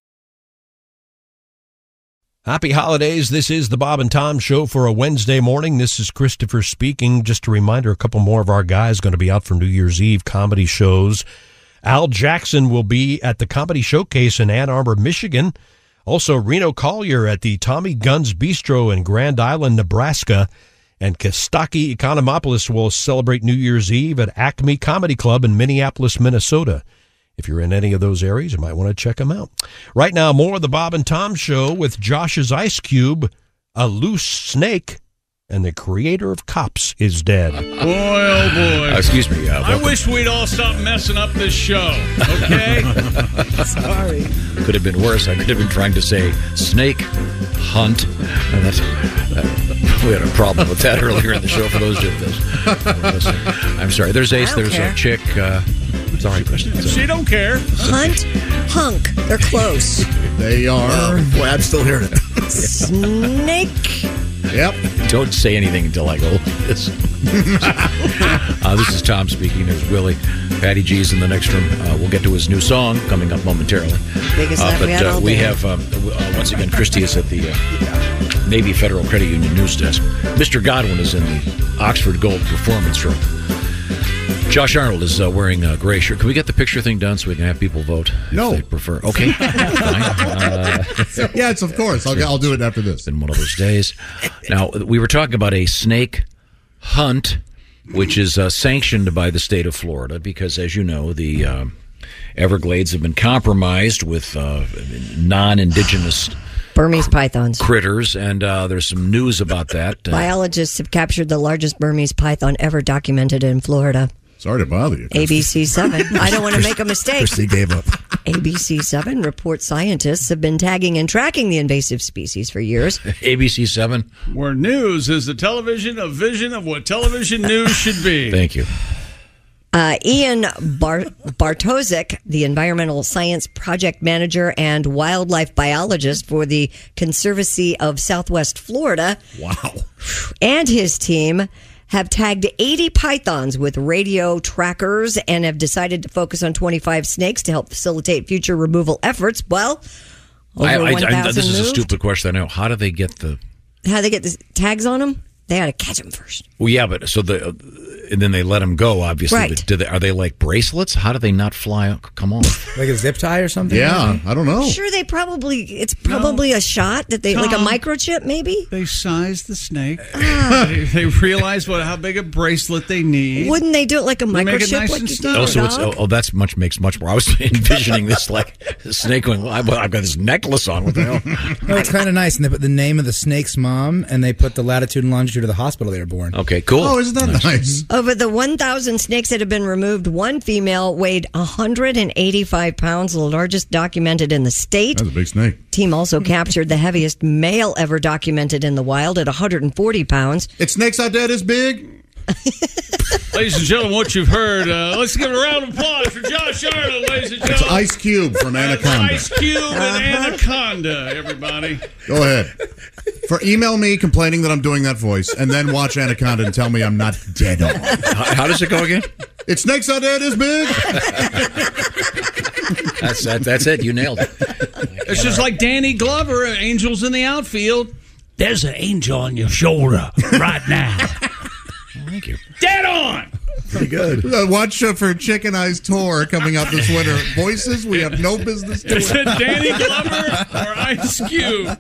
Happy holidays. This is the Bob and Tom show for a Wednesday morning. This is Christopher speaking. Just a reminder, a couple more of our guys going to be out for New Year's Eve comedy shows. Al Jackson will be at the Comedy Showcase in Ann Arbor, Michigan. Also, Reno Collier at the Tommy Guns Bistro in Grand Island, Nebraska. And Kostaki Economopoulos will celebrate New Year's Eve at Acme Comedy Club in Minneapolis, Minnesota. If you're in any of those areas, you might want to check them out. Right now, more of the Bob and Tom Show with Josh's Ice Cube, a loose snake, and the creator of Cops is dead.
Boy, oh boy.
Uh, excuse me, uh,
I
welcome.
wish we'd all stop messing up this show. Okay?
Sorry.
Could have been worse. I could have been trying to say snake hunt. And that's, that- we had a problem with that earlier in the show for those who did this. I'm sorry. There's Ace.
I don't
There's
care.
a chick. Uh, sorry, Kristen.
She don't care.
Hunt, hunk. They're close.
They are.
boy, I'm still hearing it.
Snake.
Yep.
Don't say anything until I go. This. uh, this is Tom speaking. There's Willie. Patty G's in the next room. Uh, we'll get to his new song coming up momentarily.
Biggest laugh we
Uh, but
had
uh,
all
we
day.
have, um, w- uh, once again, Christie is at the uh, Navy Federal Credit Union news desk. Mr. Godwin is in the Oxford Gold Performance Room. Josh Arnold is uh, wearing a gray shirt. Can we get the picture thing done so we can have people vote? No. If they prefer. Okay.
yes, of course. I'll, I'll do it after this.
In one of those days. Now, we were talking about a snake hunt, which is uh, sanctioned by the state of Florida because, as you know, the um Everglades have been compromised with uh, non indigenous
Burmese pythons.
critters, and uh, there's some news about that. Uh,
Biologists have captured the largest Burmese python ever documented in Florida.
Sorry to bother you.
ABC 7. I don't want to make a mistake.
Christy gave up.
ABC 7 reports scientists have been tagging and tracking the invasive species for years.
ABC 7.
Where news is the television, a vision of what television news should be.
Thank you.
Uh, Ian Bar- Bartozik, the environmental science project manager and wildlife biologist for the Conservancy of Southwest Florida,
Wow.
and his team have tagged 80 pythons with radio trackers and have decided to focus on 25 snakes to help facilitate future removal efforts. Well, over
I, I, I,
1,000
this is a
moved.
stupid question. I know. How do they get the.
How they get these tags on them? They had to catch him first.
Well, yeah, but so the and then they let him go. Obviously,
Right.
But do they, are they like bracelets? How do they not fly? o- Come on,
like a zip tie or something?
Yeah, I don't
Sure, they probably, it's probably a shot that they, like a
Tom.
microchip maybe?
They sized the snake. they, they realized what how big a bracelet they need.
Wouldn't they do it like a
They make it
microchip?
nice
like
and
you do
Oh,
a
so it's
dog?
oh, oh, that's much makes much more. I was envisioning this like snake going. Well, I've, I've got this necklace on. What the hell?
No, it's kind of nice, and they put the name of the snake's mom, and they put the latitude and longitude of the hospital they were born.
Okay, cool.
Over the 1,000 snakes that have been removed, one female weighed 185 pounds, the largest documented in the state.
That's a big snake.
Team also captured the heaviest male ever documented in the wild at 140 pounds.
It's snakes out there this big?
Ladies and gentlemen, what you've heard, uh, let's give a round of applause for Josh Arnold, ladies and
It's
gentlemen.
Ice Cube from Anaconda.
Ice Cube and
Uh-huh.
Anaconda, everybody.
Go ahead. For email me complaining that I'm doing that voice, and then watch Anaconda and tell me I'm not dead on. How,
does it go again?
It's snakes out there this big.
That's that, that's it. You nailed it.
It's just like Danny Glover, uh, Angels in the Outfield. There's an angel on your shoulder right now. Thank
you.
Dead on!
Pretty good. watch uh, for Chicken Eyes tour coming up this winter. Voices we have no business doing.
Is it Danny Glover or Ice Cube?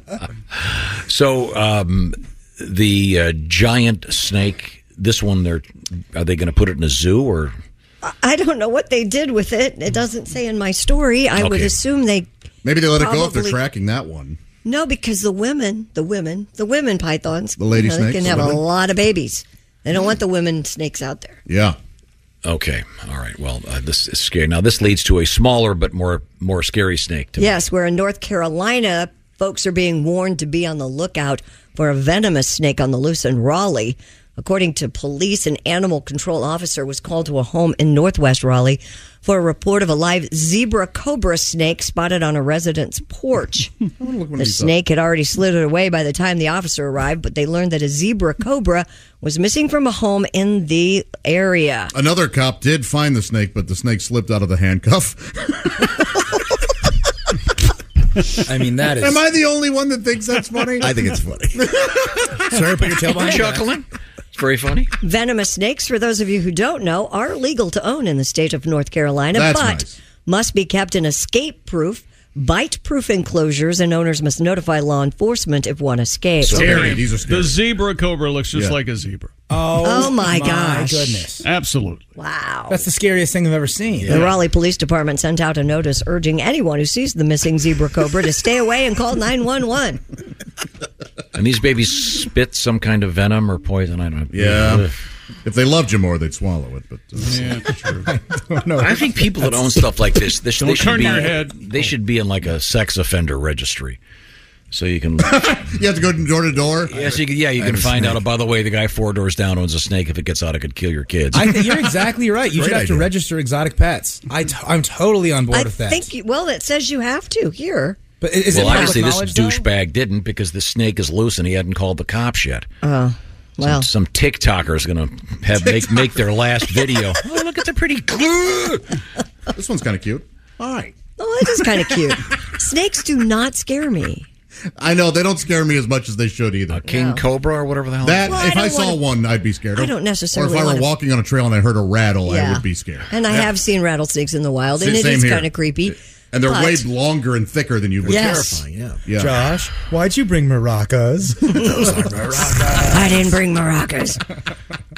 So um, the uh, giant snake. This one, they're are they going to put it in a zoo or?
I don't know what they did with it. It doesn't say in my story. I would
Okay.
assume they.
Maybe they let it go if they're
Probably.
tracking that one.
No, because the women, the women, the women pythons,
The lady
you know, they
snakes,
can
the
have a
women?
lot of babies. They don't want the women snakes out there.
Yeah.
Okay. All right. Well, uh, this is scary. Now this leads to a smaller but more more scary snake. To
Yes, where in North Carolina, folks are being warned to be on the lookout for a venomous snake on the loose in Raleigh. According to police, an animal control officer was called to a home in northwest Raleigh for a report of a live zebra cobra snake spotted on a resident's porch. the
one
uh,
of these up.
snake had already slithered away by the time the officer arrived, but they learned that a zebra cobra was missing from a home in the area.
Another cop did find the snake, but the snake slipped out of the handcuff.
I mean, that is.
Am I the only one that thinks that's funny?
I think it's funny. Sorry, put your tail behind your back.
Chuckling. It's very funny.
Venomous snakes, for those of you who don't know, are legal to own in the state of North Carolina,
That's
but
nice.
must be kept in escape proof, bite proof enclosures, and owners must notify law enforcement if one escapes.
These are
The zebra cobra looks just
Yeah.
like a zebra.
Oh, my, gosh.
goodness.
Absolutely.
Wow.
That's the scariest thing I've ever seen.
The Raleigh Police Department sent out a notice urging anyone who sees the missing zebra cobra to stay away and call 911.
And these babies spit some kind of venom or poison. I don't.
Yeah. if they loved you more, they'd swallow it. But uh,
I think people that own stuff like this, they,
Don't
they should
turn
be
your head.
they should be in like a sex offender registry, so you can.
you have to go door to door.
Yes, you can, yeah, you can
I'm a
find
snake.
out. By the way, the guy four doors down owns a snake. If it gets out, it could kill your kids.
I think you're exactly right. You
Great
should have to
idea.
register exotic pets. I t- I'm totally on board
I
with that.
think, you- well, it says you have to here.
But is
well, obviously this douchebag didn't because the snake is loose and he hadn't called the cops yet.
Oh, well.
Some, some TikToker is going to have make make their last video. oh, look at the pretty.
this one's kind of cute. All right.
Oh, that is kind of cute. Snakes do not scare me.
I know they don't scare me as much as they should either. A
king cobra or whatever the hell.
That
Well, I
if I,
don't
saw
wanna-
one, I'd be scared.
I don't necessarily
Or if I were
wanna-
walking on a trail and I heard a rattle, I
Yeah.
would be scared.
And I
Yeah.
have seen rattlesnakes in the wild, and
Sa-
it
same
is
here. Uh,
kind of creepy.
And they're
but-
way longer and thicker than you would.
Yes.
Terrifying. Yeah.
Josh, why'd you bring maracas? Those are
I didn't bring maracas.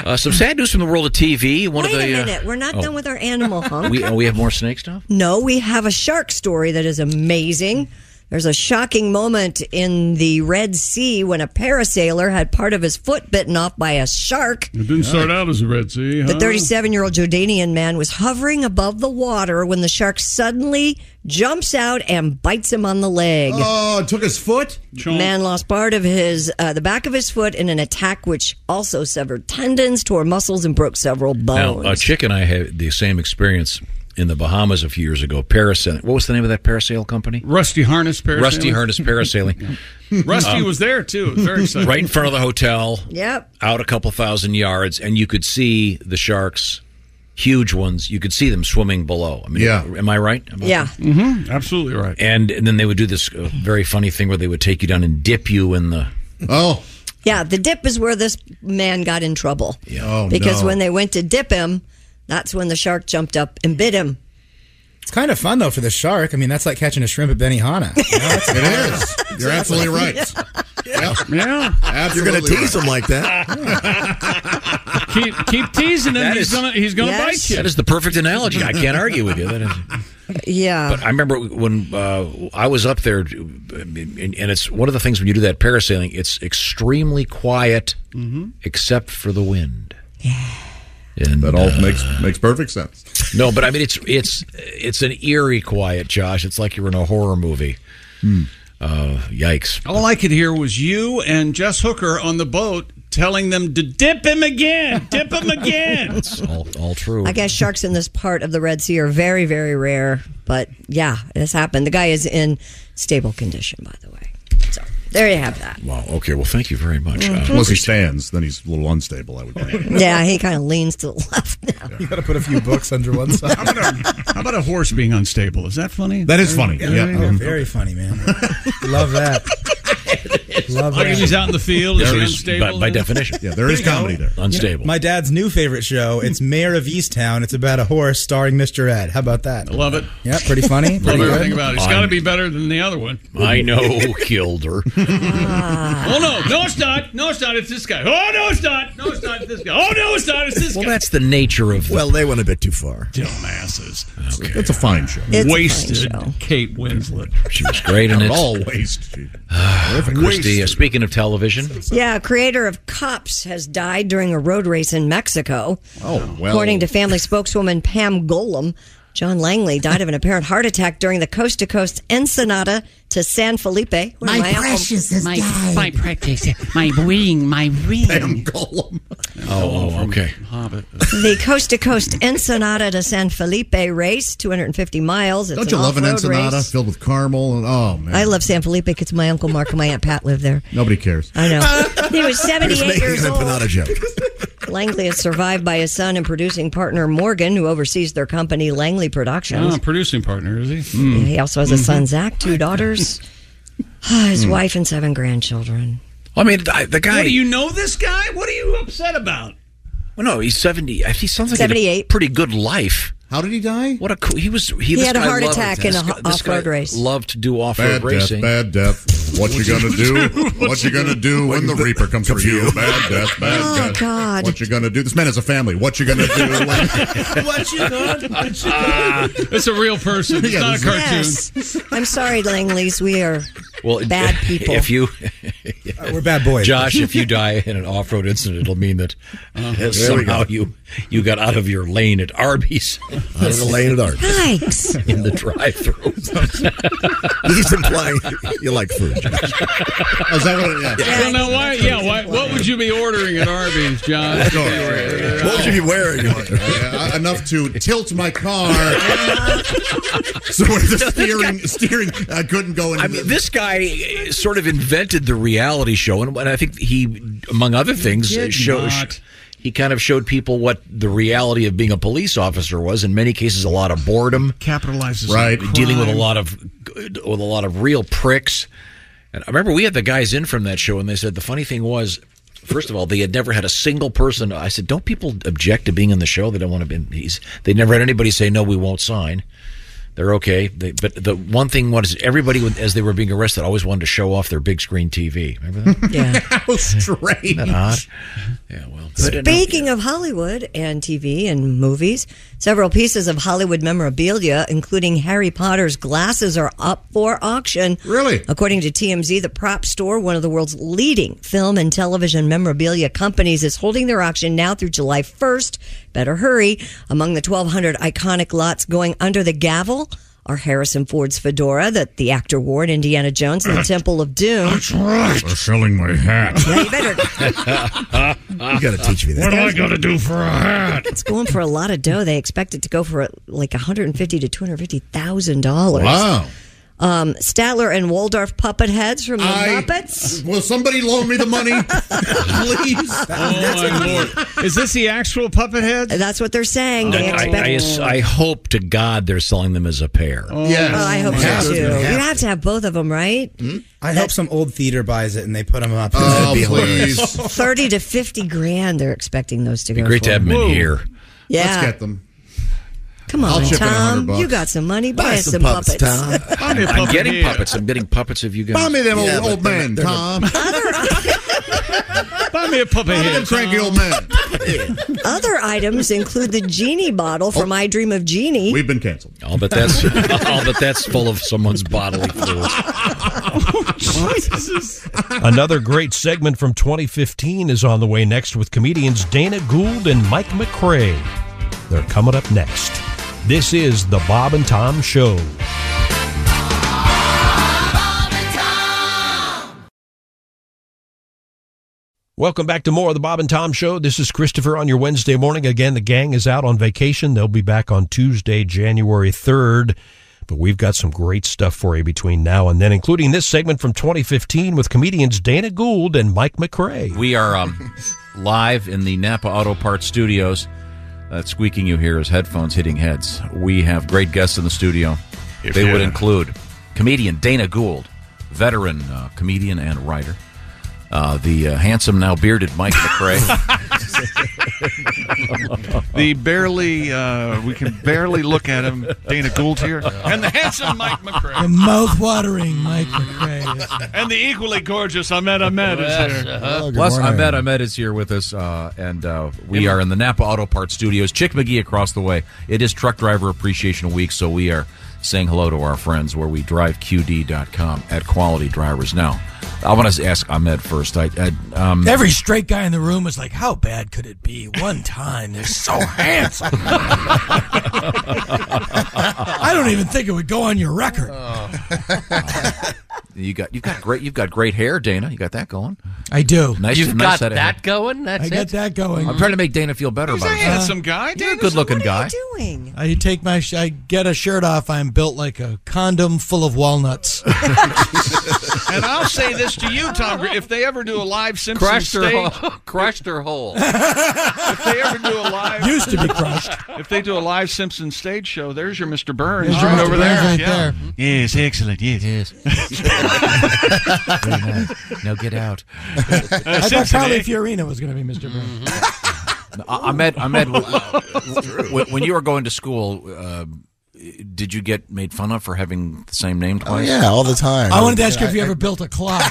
Uh, some sad news from the world of TV. One
Wait
of
a
the uh,
minute, we're not
oh.
done with our animal hunk.
We oh, we have more snake stuff.
no, we have a shark story that is amazing. There's a shocking moment in the Red Sea when a parasailer had part of his foot bitten off by a shark.
It didn't start out as a Red Sea.
The
huh?
37 year old Jordanian man was hovering above the water when the shark suddenly jumps out and bites him on the leg.
Oh, it took his foot.
Man lost part of his uh, the back of his foot in an attack, which also severed tendons, tore muscles, and broke several bones.
Now, a chick and I had the same experience in the Bahamas a few years ago. Parasail. What was the name of that parasail company?
Rusty Harness Parasailing.
Rusty Harness Parasailing.
Rusty
Um,
was there too. It was very exciting.
right in front of the hotel.
Yep.
Out a couple thousand yards, and you could see the sharks, huge ones. You could see them swimming below. I mean,
Yeah.
Am I right? about
yeah.
Mm-hmm. Absolutely right.
and, and then they would do this uh, very funny thing where they would take you down and dip you in the
oh
Yeah, the dip is where this man got in trouble.
Yeah.
Oh,
Oh,
because when they went to dip him, that's when the shark jumped up and bit him.
It's kind of fun though for the shark. I mean, that's like catching a shrimp at Benihana.
it is. You're absolutely right.
Yeah,
yeah.
You're
Absolutely
going to tease
right.
him like that.
keep keep teasing him.
That
he's
is-
gonna he's gonna bite you.
That is the perfect analogy. I can't argue with you. That is.
Yeah.
But I remember when uh, I was up there, and and it's one of the things when you do that parasailing, it's extremely quiet
Mm-hmm.
except for the wind. Yeah. And,
That all
uh,
makes makes perfect sense.
No, but I mean it's it's it's an eerie quiet, Josh. It's like you're in a horror movie.
Hmm.
Uh, yikes!
All I could hear was you and Jess Hooker on the boat telling them to dip him again, dip him again.
all, all true.
I guess sharks in this part of the Red Sea are very, very rare. But yeah, this happened. The guy is in stable condition, by the way. So there you have that.
Wow. Okay. Well, thank you very much. Uh,
Mhm.
Unless he stands, then he's a little unstable. I would think.
Yeah, he kind of leans to the left now.
You got to put a few books under one side.
How about a horse being unstable? Is that funny?
That is funny.
Yeah, very funny, man. Love that. Love
Like
that.
if he's out in the field, is
There
he
is-
unstable?
by- by definition.
Yeah, there is
There you
comedy
go.
there.
Unstable.
My dad's new favorite show. It's
Hmm.
Mayor of Easttown. It's about a horse starring Mr. Ed. How about that?
Love it.
Yeah, pretty funny.
Love
pretty good.
everything about it. It's got to be better than the other one.
I know Kilder.
Ah.
oh no, no, it's not. No, it's not. It's this guy. Oh no, it's not. No, it's not. This guy. Oh no, it's not. It's this
Well, that's the nature of.
Well, they went a bit too far.
Dumbasses.
It's a fine show.
guy. Wasted Kate Winslet.
She was great in
Not
it.
at all
wasted.
Christy, uh, speaking of television,
Yeah, creator of Cops has died during a road race in Mexico.
Oh, well.
According to family spokeswoman Pam Golem, John Langley died of an apparent heart attack during the coast to coast Ensenada to San Felipe. where uncle-
my, my practice, my wing, my wing. Damn
golem.
Oh, oh, okay.
Hobbit.
the coast to coast Ensenada to San Felipe race, 250 miles. It's
Don't you love an
off-road
ensenada
race.
filled with caramel? And oh man,
I love San Felipe because my uncle Mark and my aunt Pat live there.
Nobody cares.
I know. He was
He
78
was making
years
an
old.
empanada joke.
Langley is survived by his son and producing partner Morgan, who oversees their company Langley Productions.
Ah,
Oh.
producing partner, is he?
Hmm.
Mm-hmm.
Yeah, he also
Mm-hmm.
has a son, Zach, two daughters, Ah, his
Hmm.
Mm.
wife, and seven grandchildren.
I mean, I, the guy.
What do you know this guy? What are you upset about?
Well, no, he's seventy. He sounds like he had a
78.
pretty good life.
How did he die?
What a cool. He was. He,
He
this
had a
guy
heart
loved-
attack in
this
a
guy-
ho-
this guy
off-road race.
Loved to do off road
Bad
racing.
death, bad death. What you gonna do? What you gonna do when the reaper comes for you? Bad death, bad
Oh,
death.
God.
What you gonna do? This man is a family. What you gonna do?
What you got? What you
It's Ah, a real person. It's
Yeah,
not a
this is-
cartoon.
Yes. I'm sorry, Langleys. We are
Well,
bad people.
If you,
Uh, we're bad boys.
Josh. If you die in an off-road incident, it'll mean that
there we
somehow
go.
you you got out of your lane at Arby's.
Out of the lane at Arby's.
Yikes.
in the drive-through.
He's implying you like food.
Is that what? Yeah.
I don't know why. Yeah, why, what would you be ordering at Arby's, John?
What would you be wearing? Yeah, enough to tilt my car. so when the steering, steering, I couldn't go in.
I mean, this guy uh, sort of invented the reality show, and, and I think he, among other things,
did
showed.
not.
He kind of showed people what the reality of being a police officer was. In many cases, a lot of boredom,
capitalizes
right,
on
dealing with a
crime.
lot of with a lot of real pricks. And I remember we had the guys in from that show, and they said the funny thing was. First of all, they had never had a single person. I said, "Don't people object to being in the show? They don't want to be." He's, they never had anybody say, "No, we won't sign." They're okay. They, but the one thing was everybody, when- as they were being arrested, always wanted to show off their big screen TV. Remember that?
How strange.
Isn't that odd? Yeah. Well. but enough.
Speaking of Hollywood and TV and movies, several pieces of Hollywood memorabilia, including Harry Potter's glasses, are up for auction.
Really?
According to TMZ, the prop store, one of the world's leading film and television memorabilia companies, is holding their auction now through July 1st. Better hurry. Among the 1,200 iconic lots going under the gavel are Harrison Ford's fedora that the actor wore in Indiana Jones and the Temple of Doom. That's
right. They're Uh, selling my hat.
Yeah, you better
You got to teach me
What
that.
do I gotta
do for a hat?
It's going for a lot of dough. They expect it to go for like 150 to 250 thousand dollars.
Wow.
um, Statler and Waldorf puppet heads from the
I-
Muppets.
Will somebody loan me the money, please?
Oh,
Is this the actual puppet heads?
That's what they're saying. They
I,
expect.
I, ass- I hope to God they're selling them as a pair.
Oh, I hope so too. You have to have both of them, right?
Hmm?
I hope some old theater buys it and they put them up.
Oh,
That'd be
please.
hilarious.
Thirty to fifty grand. They're expecting those to
Be
go.
great
for.
to have them in Whoa. here.
Yeah,
Let's get them.
Come on,
I'll chip in a hundred
Tom.
bucks.
You got some money. Buy,
Buy
us some
some puppets,
puppets.
Tom. Buy me a
I'm,
puppet
getting
here.
puppets. I'm getting puppets of you guys.
Buy me them old, old man, Tom.
Buy me a puppet
Buy me them cranky old man.
Other items include the genie bottle
Oh.
from I Dream of Genie.
We've been canceled.
I'll bet that's I'll bet that's full of someone's bodily fluids.
Another great segment from 2015 is on the way next with comedians Dana Gould and Mike McRae. They're coming up next. This is the Bob and Tom Show. Welcome back to more of the Bob and Tom Show. This is Christopher on your Wednesday morning. Again, the gang is out on vacation. They'll be back on Tuesday, January 3rd. But we've got some great stuff for you between now and then, including this segment from 2015 with comedians Dana Gould and Mike McRae.
We are um, live in the Napa Auto Parts studios. That squeaking you hear is headphones hitting heads. We have great guests in the studio.
If
they would
you-
include comedian Dana Gould, veteran uh, comedian and writer, uh, the uh, handsome now bearded Mike McRae.
the barely uh, we can barely look at him. Dana Gould here, and the handsome Mike McCray,
The mouth-watering Mike McRae.
and the equally gorgeous Ahmed Ahmed is here.
uh-huh.
Oh,
Plus, Ahmed Ahmed is here with us, uh, and uh, we are in the Napa Auto Parts Studios. Chick McGee across the way. It is Truck Driver Appreciation Week, so we are saying hello to our friends where we drive QD.com at Quality Drivers. Now, I want to ask Ahmed first. I, I um,
Every straight guy in the room was like, "How bad could it be? One time, they're so handsome." I don't even think it would go on your record.
Oh. you got you've got great you've got great hair, Dana. You got that going.
I do.
Nice,
You've
nice
got
set of
that
hair.
going? That's I got it? that going.
I'm trying to make Dana feel better
He's
about
a
it.
handsome
guy.
You're a good-looking guy.
doing?
I take my sh- I get a shirt off. I'm built like a condom full of walnuts.
And I'll say this to you, Tom: Gre- if they ever do a live Simpsons
Crushed her
stage,
whole- crushed her whole.
if they ever do a live,
Used to be crushed.
If they do a live Simpsons stage show, there's your Mr. Burns
There's your
right
Mr.
over
Burns
there.
right
yeah.
there.
Yes, excellent. Yes,
yes. now get out.
I thought Carly Fiorina was going to be mister Brown.
I Mm-hmm. Ahmed, Ahmed,
Oh,
when, when you were going to school, uh, did you get made fun of for having the same name twice?
yeah, all
the time.
I wanted to ask you if you ever built a clock.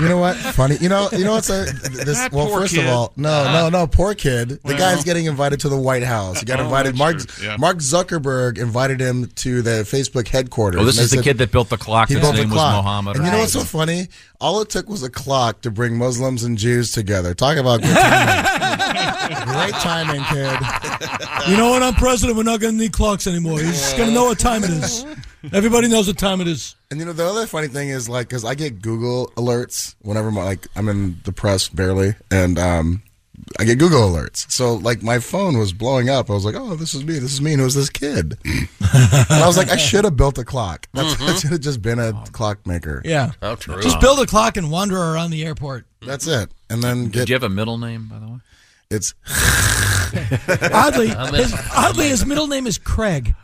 You know what? Funny. You know. You know what's a, this?
That
well,
poor
first
kid.
of all, no, no, no. Poor kid. The
Well.
guy's getting invited to the White House. He got
Oh,
invited.
that's
Mark
true. Yeah.
Mark Zuckerberg invited him to the Facebook headquarters.
Oh, this
And
is
they
the
said-
kid that built the clock.
He
His
built the
name was
clock.
Mohammed.
And you know what's so funny? All it took was a clock to bring Muslims and Jews together. Talk about good timing. Great timing, kid.
You know, when I'm president, we're not going to need clocks anymore. He's just going to know what time it is. Everybody knows what time it is.
And you know the other funny thing is like because I get Google alerts whenever my, like I'm in the press barely, and um, I get Google alerts. So like my phone was blowing up. I was like, oh, this is me. This is me. And it was this kid. and I was like, I should have built a clock. That's,
Mm-hmm.
I should have just been a clockmaker.
Yeah.
Oh, true.
Just build a clock and wander around the airport.
That's it. And then
Did
get
you have a middle name, by the way?
it's
Oddly, his, oddly, his middle name is Craig.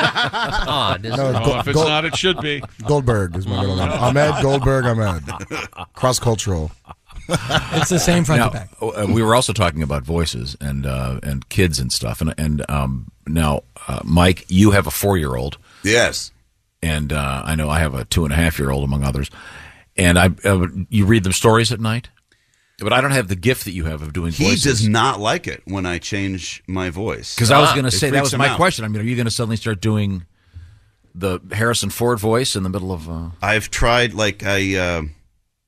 Odd, isn't
No,
it?
Go-
Oh, if it's
Go-
not, it should be.
Goldberg is my middle name. Ahmed Goldberg Ahmed. Cross cultural.
It's the same front
now,
to back.
Oh,
uh, we were also talking about voices and uh, and kids and stuff. And and um, now, uh, Mike, you have a four year old.
Yes.
And uh, I know I have a two and a half year old, among others. And I, uh, you read them stories at night, but I don't have the gift that you have of doing
He
voices.
does not like it when I change my voice. Ah,
Because I was going
Uh-huh.
to
It
say that
freaks
was
him
my
out.
question. I mean, are you going to suddenly start doing the Harrison Ford voice in the middle of? Uh...
I've tried like I uh,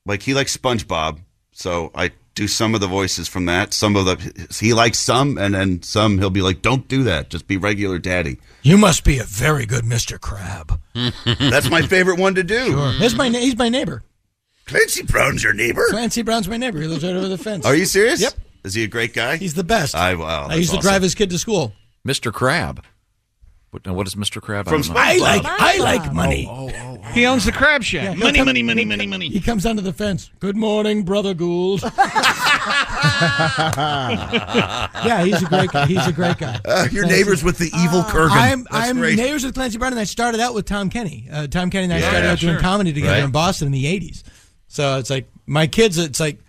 like he likes SpongeBob, so I do some of the voices from that. Some of the he likes some, and then some he'll be like, "Don't do that. Just be regular, Daddy."
You must be a very good Mr. Crab.
That's my favorite one to do. Mm.
He's my, he's my neighbor.
Clancy Brown's your neighbor.
Clancy Brown's my neighbor. He lives right over the fence.
Are you serious?
Yep.
Is he a great guy? He's
the best.
I wow.
I used to drive his kid to school.
Mr. Crab.
What, now what is Mr. Crab?
From
don't know.
SpongeBob. Oh, I like-
I like money.
He owns the crab shack.
Yeah, he'll
money,
come-
money, money,
he'll
money,
come-
money.
He comes under the fence. Good morning, brother Gould. yeah, he's a great. He's a great guy. Uh,
Uh, your neighbors with the evil Kurgan.
I'm
That's
I'm
great.
neighbors with Clancy Brown, and I started out with Tom Kenny. Uh, Tom Kenny and I
Yeah,
started
yeah,
out doing
sure.
comedy together
Right.
in Boston in the '80s. So it's like my kids. It's like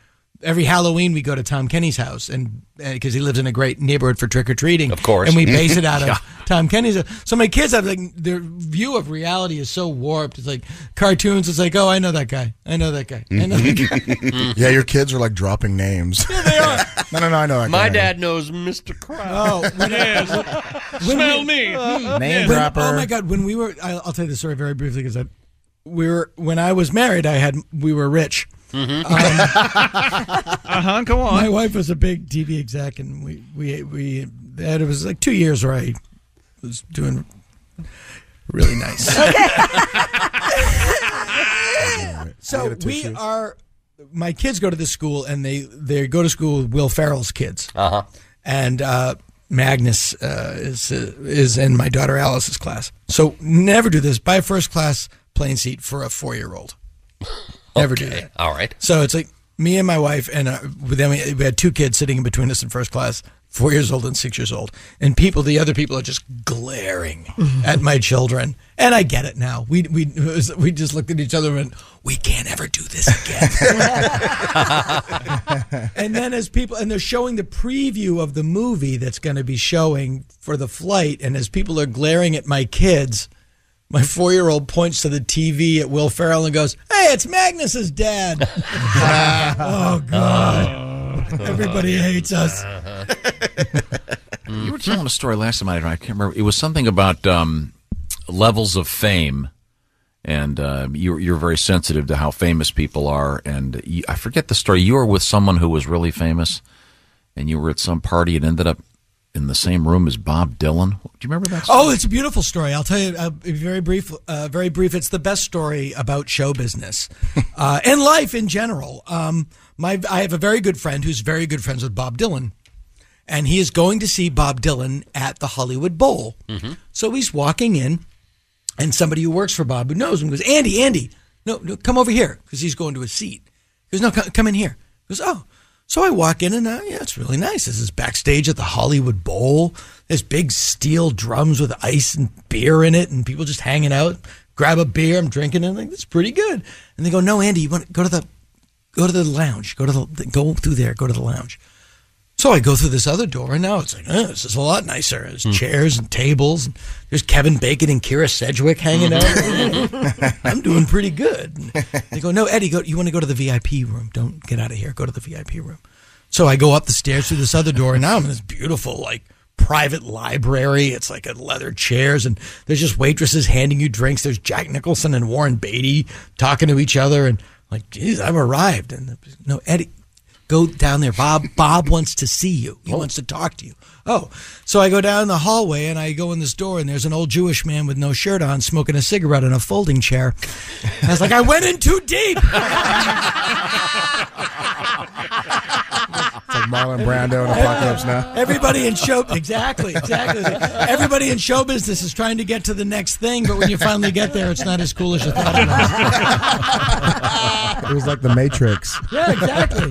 every Halloween we go to Tom Kenny's house, and because he lives in a great neighborhood for trick or treating,
Of course.
and we base it out of
Yeah.
Tom Kenny's. So my kids have like their view of reality is so warped. It's like cartoons. It's like, oh, I know that guy. I know that guy. I know that guy.
yeah, your kids are like dropping names. Yeah, they are. no, no, no, I know that
My
guy.
dad knows Mr. Crab.
Oh,
yes.
Smell
me.
Uh, When- Oh my God! When we were, I- I'll tell you the story very briefly because we were when I was married, I had we were rich. Um,
Uh huh. Go Mm-hmm. on.
My wife was a big TV exec, and we we we had it was like two years where I was doing really nice. so we are. My kids go to this school, and they they go to school with Will Farrell's kids.
Uh-huh.
and uh, Magnus uh, is uh, is in my daughter Alice's class. So never do this. Buy a first class plane seat for a four year old. Never do that.
All right.
So it's like me and my wife, and uh, then we, we had two kids sitting in between us in first class, four years old and six years old, and people, the other people are just glaring at my children, and I get it now. We we it was- we just looked at each other and went, we can't ever do this again. and then as people, and they're showing the preview of the movie that's going to be showing for the flight, and as people are glaring at my kids. My four-year-old points to the TV at Will Ferrell and goes, "Hey, it's Magnus's dad." oh God! Everybody hates us.
you were telling a story last time I I can't remember. It was something about um, levels of fame, and uh, you're you're very sensitive to how famous people are. And you, I forget the story. You were with someone who was really famous, and you were at some party and ended up in the same room as Bob Dylan. Do you remember that?
Oh, it's a beautiful story. I'll tell you uh, very brief. Uh, very brief. It's the best story about show business uh, and life in general. Um, my, I have a very good friend who's very good friends with Bob Dylan, and he is going to see Bob Dylan at the Hollywood Bowl.
Mm-hmm.
Mhm.
So he's walking in, and somebody who works for Bob who knows him goes, "Andy, Andy, no, no come over here," because he's going to his seat. He goes, "No, come, come in here." He goes, "Oh." So I walk in and uh, yeah, it's really nice. This is backstage at the Hollywood Bowl. There's big steel drums with ice and beer in it, and people just hanging out. Grab a beer, I'm drinking, and I'm like, "That's pretty good." And they go, "No, Andy, you want to go to the, go to the lounge. Go to the, go through there. Go to the lounge." So I go through this other door, and now it's like, oh, this is a lot nicer. There's chairs and tables. And there's Kevin Bacon and Kira Sedgwick hanging out. I'm doing pretty good. And they go, no, Eddie, go, you want to go to the VIP room? Don't get out of here. Go to the VIP room. So I go up the stairs through this other door, and now I'm in this beautiful, like, private library. It's like a leather chairs, and there's just waitresses handing you drinks. There's Jack Nicholson and Warren Beatty talking to each other, and I'm like, geez, I've arrived. And no, Eddie, go down there. Bob Bob wants to see you. He wants to talk to you. Oh, so I go down the hallway and I go in this door and there's an old Jewish man with no shirt on smoking a cigarette in a folding chair. And I was like, I went in too deep.
It's like Marlon Brando and Apocalypse Now.
Everybody in show exactly, exactly. Everybody in show business is trying to get to the next thing, but when you finally get there, it's not as cool as you thought. it was.
It was like the Matrix.
Yeah, exactly.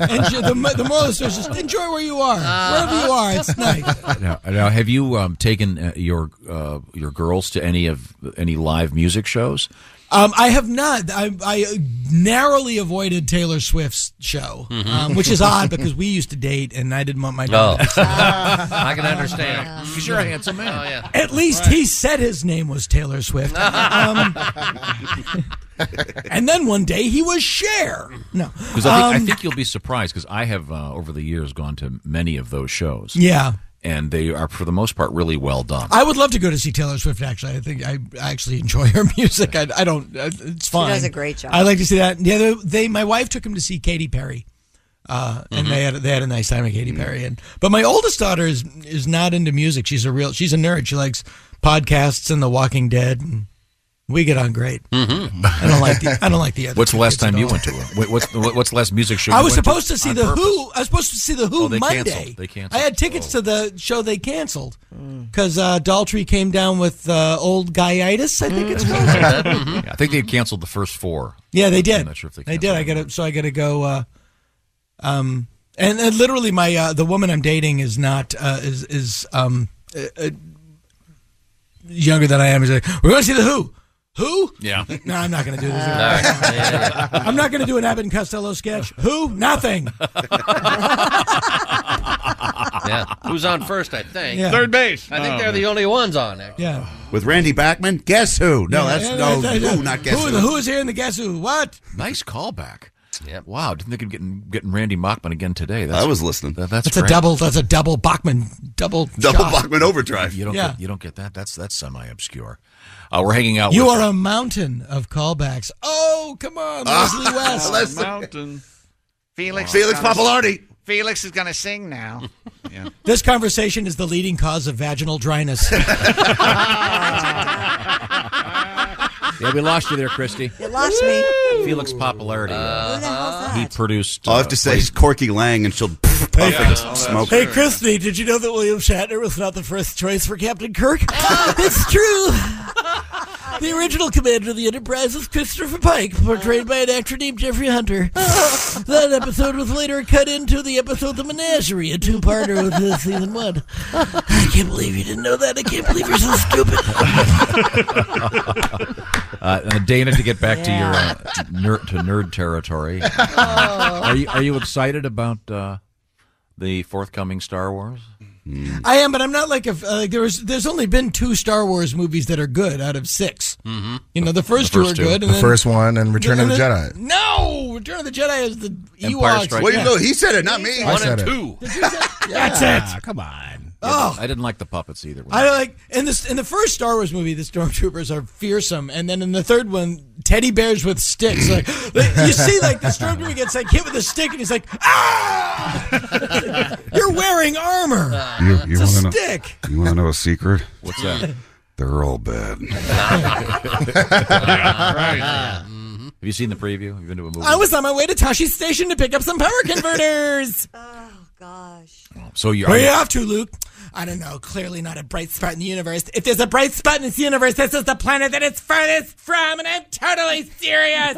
And ju- the, mo- the moral of the story is just enjoy where you are, wherever you are. It's nice.
now, now, have you um, taken uh, your uh, your girls to any of any live music shows?
Um, I have not. I, I narrowly avoided Taylor Swift's show,
Mm-hmm.
Mhm.
um, which is odd because we used to date, and I didn't want my.
Oh.
daughter to see that.
I can understand.
Because you're a handsome man.
Oh, yeah.
At least he said his name was Taylor Swift. Um, and then one day he was Cher. No,
Because I, think I
Um,
think you'll be surprised because I have uh, over the years gone to many of those shows.
Yeah.
and they are for the most part really well done.
I would love to go to see Taylor Swift. Actually, I think I actually enjoy her music. I, I don't. uh, It's fine.
does a great job.
I like to see that. The other, they. My wife took him to see Katy Perry, uh, and
Mhm.
they had they had a nice time at Katy Perry. And but my oldest daughter is is not into music. She's a real. She's a nerd. She likes podcasts and The Walking Dead and We get on great.
Mm-hmm.
Mm-hmm.
I don't like the. I don't like the other.
What's the last
tickets at
time you
all.
went to a what- What's the, what's the last music show?
I
you
was
went
supposed to see
on
the
purpose?
Who. I was supposed to see the Who
Oh, they
Monday.
canceled. They canceled. Oh.
I had tickets to the show they canceled because uh, Daltrey came down with uh, old guyitis. I think it's
Mm-hmm.
called.
Mm. Yeah, Mm-hmm. I think they canceled the first four.
yeah, they did.
I'm not sure if they.
did. I got to. So I got to go. Uh, um, and, and literally, my uh, the woman I'm dating is not uh, is is um uh, uh, younger than I am. Is like, we're going to see the Who. Who?
Yeah.
No, I'm not going to do
Uh,
this.
No.
I'm not going to do an Abbott and Costello sketch. Who? Nothing.
yeah. Who's on first, I think.
Yeah. Third
base.
I think
Oh,
they're the only ones on it.
Yeah.
With Randy Bachman? Guess who? No,
Yeah,
that's
yeah,
no
yeah, yeah.
who, not guess who.
the who is here in the guess who? What?
Nice callback. Yeah. Wow. Didn't think of getting getting Randy Mockman again today. That's,
I was listening.
that- that's
That's a
great.
double. That's a double Bachman. Double.
Double
shot.
Bachman overdrive. You don't
Yeah.
get, you don't get that. That's that's semi obscure. Uh, we're hanging out.
You
with,
are a mountain of callbacks. Oh, come on, Leslie West.
Mountain. Felix.
Felix
is gonna-
Papalardi.
Felix is going to sing now. yeah.
This conversation is the leading cause of vaginal dryness.
Yeah, we lost you there, Christy.
You lost me.
Felix popularity. uh,
He
produced.
All I have
uh,
to say is Corky Lang, and she'll puff
Yeah,
and
oh,
s- smoke.
Hey, Christy, did you know that William Shatner was not the first choice for Captain Kirk? it's true. The original commander of the Enterprise was Christopher Pike, portrayed by an actor named Jeffrey Hunter. that episode was later cut into the episode The Menagerie, a two-parter with uh, season one. I can't believe you didn't know that. I can't believe you're so stupid.
Uh, uh, Dana, to get back
Yeah.
to your uh, to nerd, to nerd territory,
Oh.
are you are you excited about uh, the forthcoming Star Wars?
I am, but I'm not like a like there was. There's only been two Star Wars movies that are good out of 6
Mhm.
You know, the first,
The first
two
two.
are good. And
The
then-
first
one and Return of the
then-
Jedi.
No, Return of the Jedi is the
Empire
Ewoks.
Strikes Well, you Back. know, he said it, not me. I
One
said
and
it.
two.
That's
Yeah,
it. Ah, Come on.
Oh.
I didn't like the puppets either.
I don't like in this in the first Star Wars movie, the stormtroopers are fearsome, and then in the third one, teddy bears with sticks. Like you see, like the stormtrooper gets like hit with a stick, and he's like, "Ah! You're wearing armor.
Uh,
it's
You,
a stick."
You want to know a secret?
What's that?
They're all bad.
Have you seen the preview? Have you been to a movie?
I was on my way to Toshi's station to pick up some power converters.
so you
Where you off to, Luke? I don't know. Clearly not a bright spot in the universe. If there's a bright spot in this universe, this is the planet that it's furthest from, and I'm totally serious.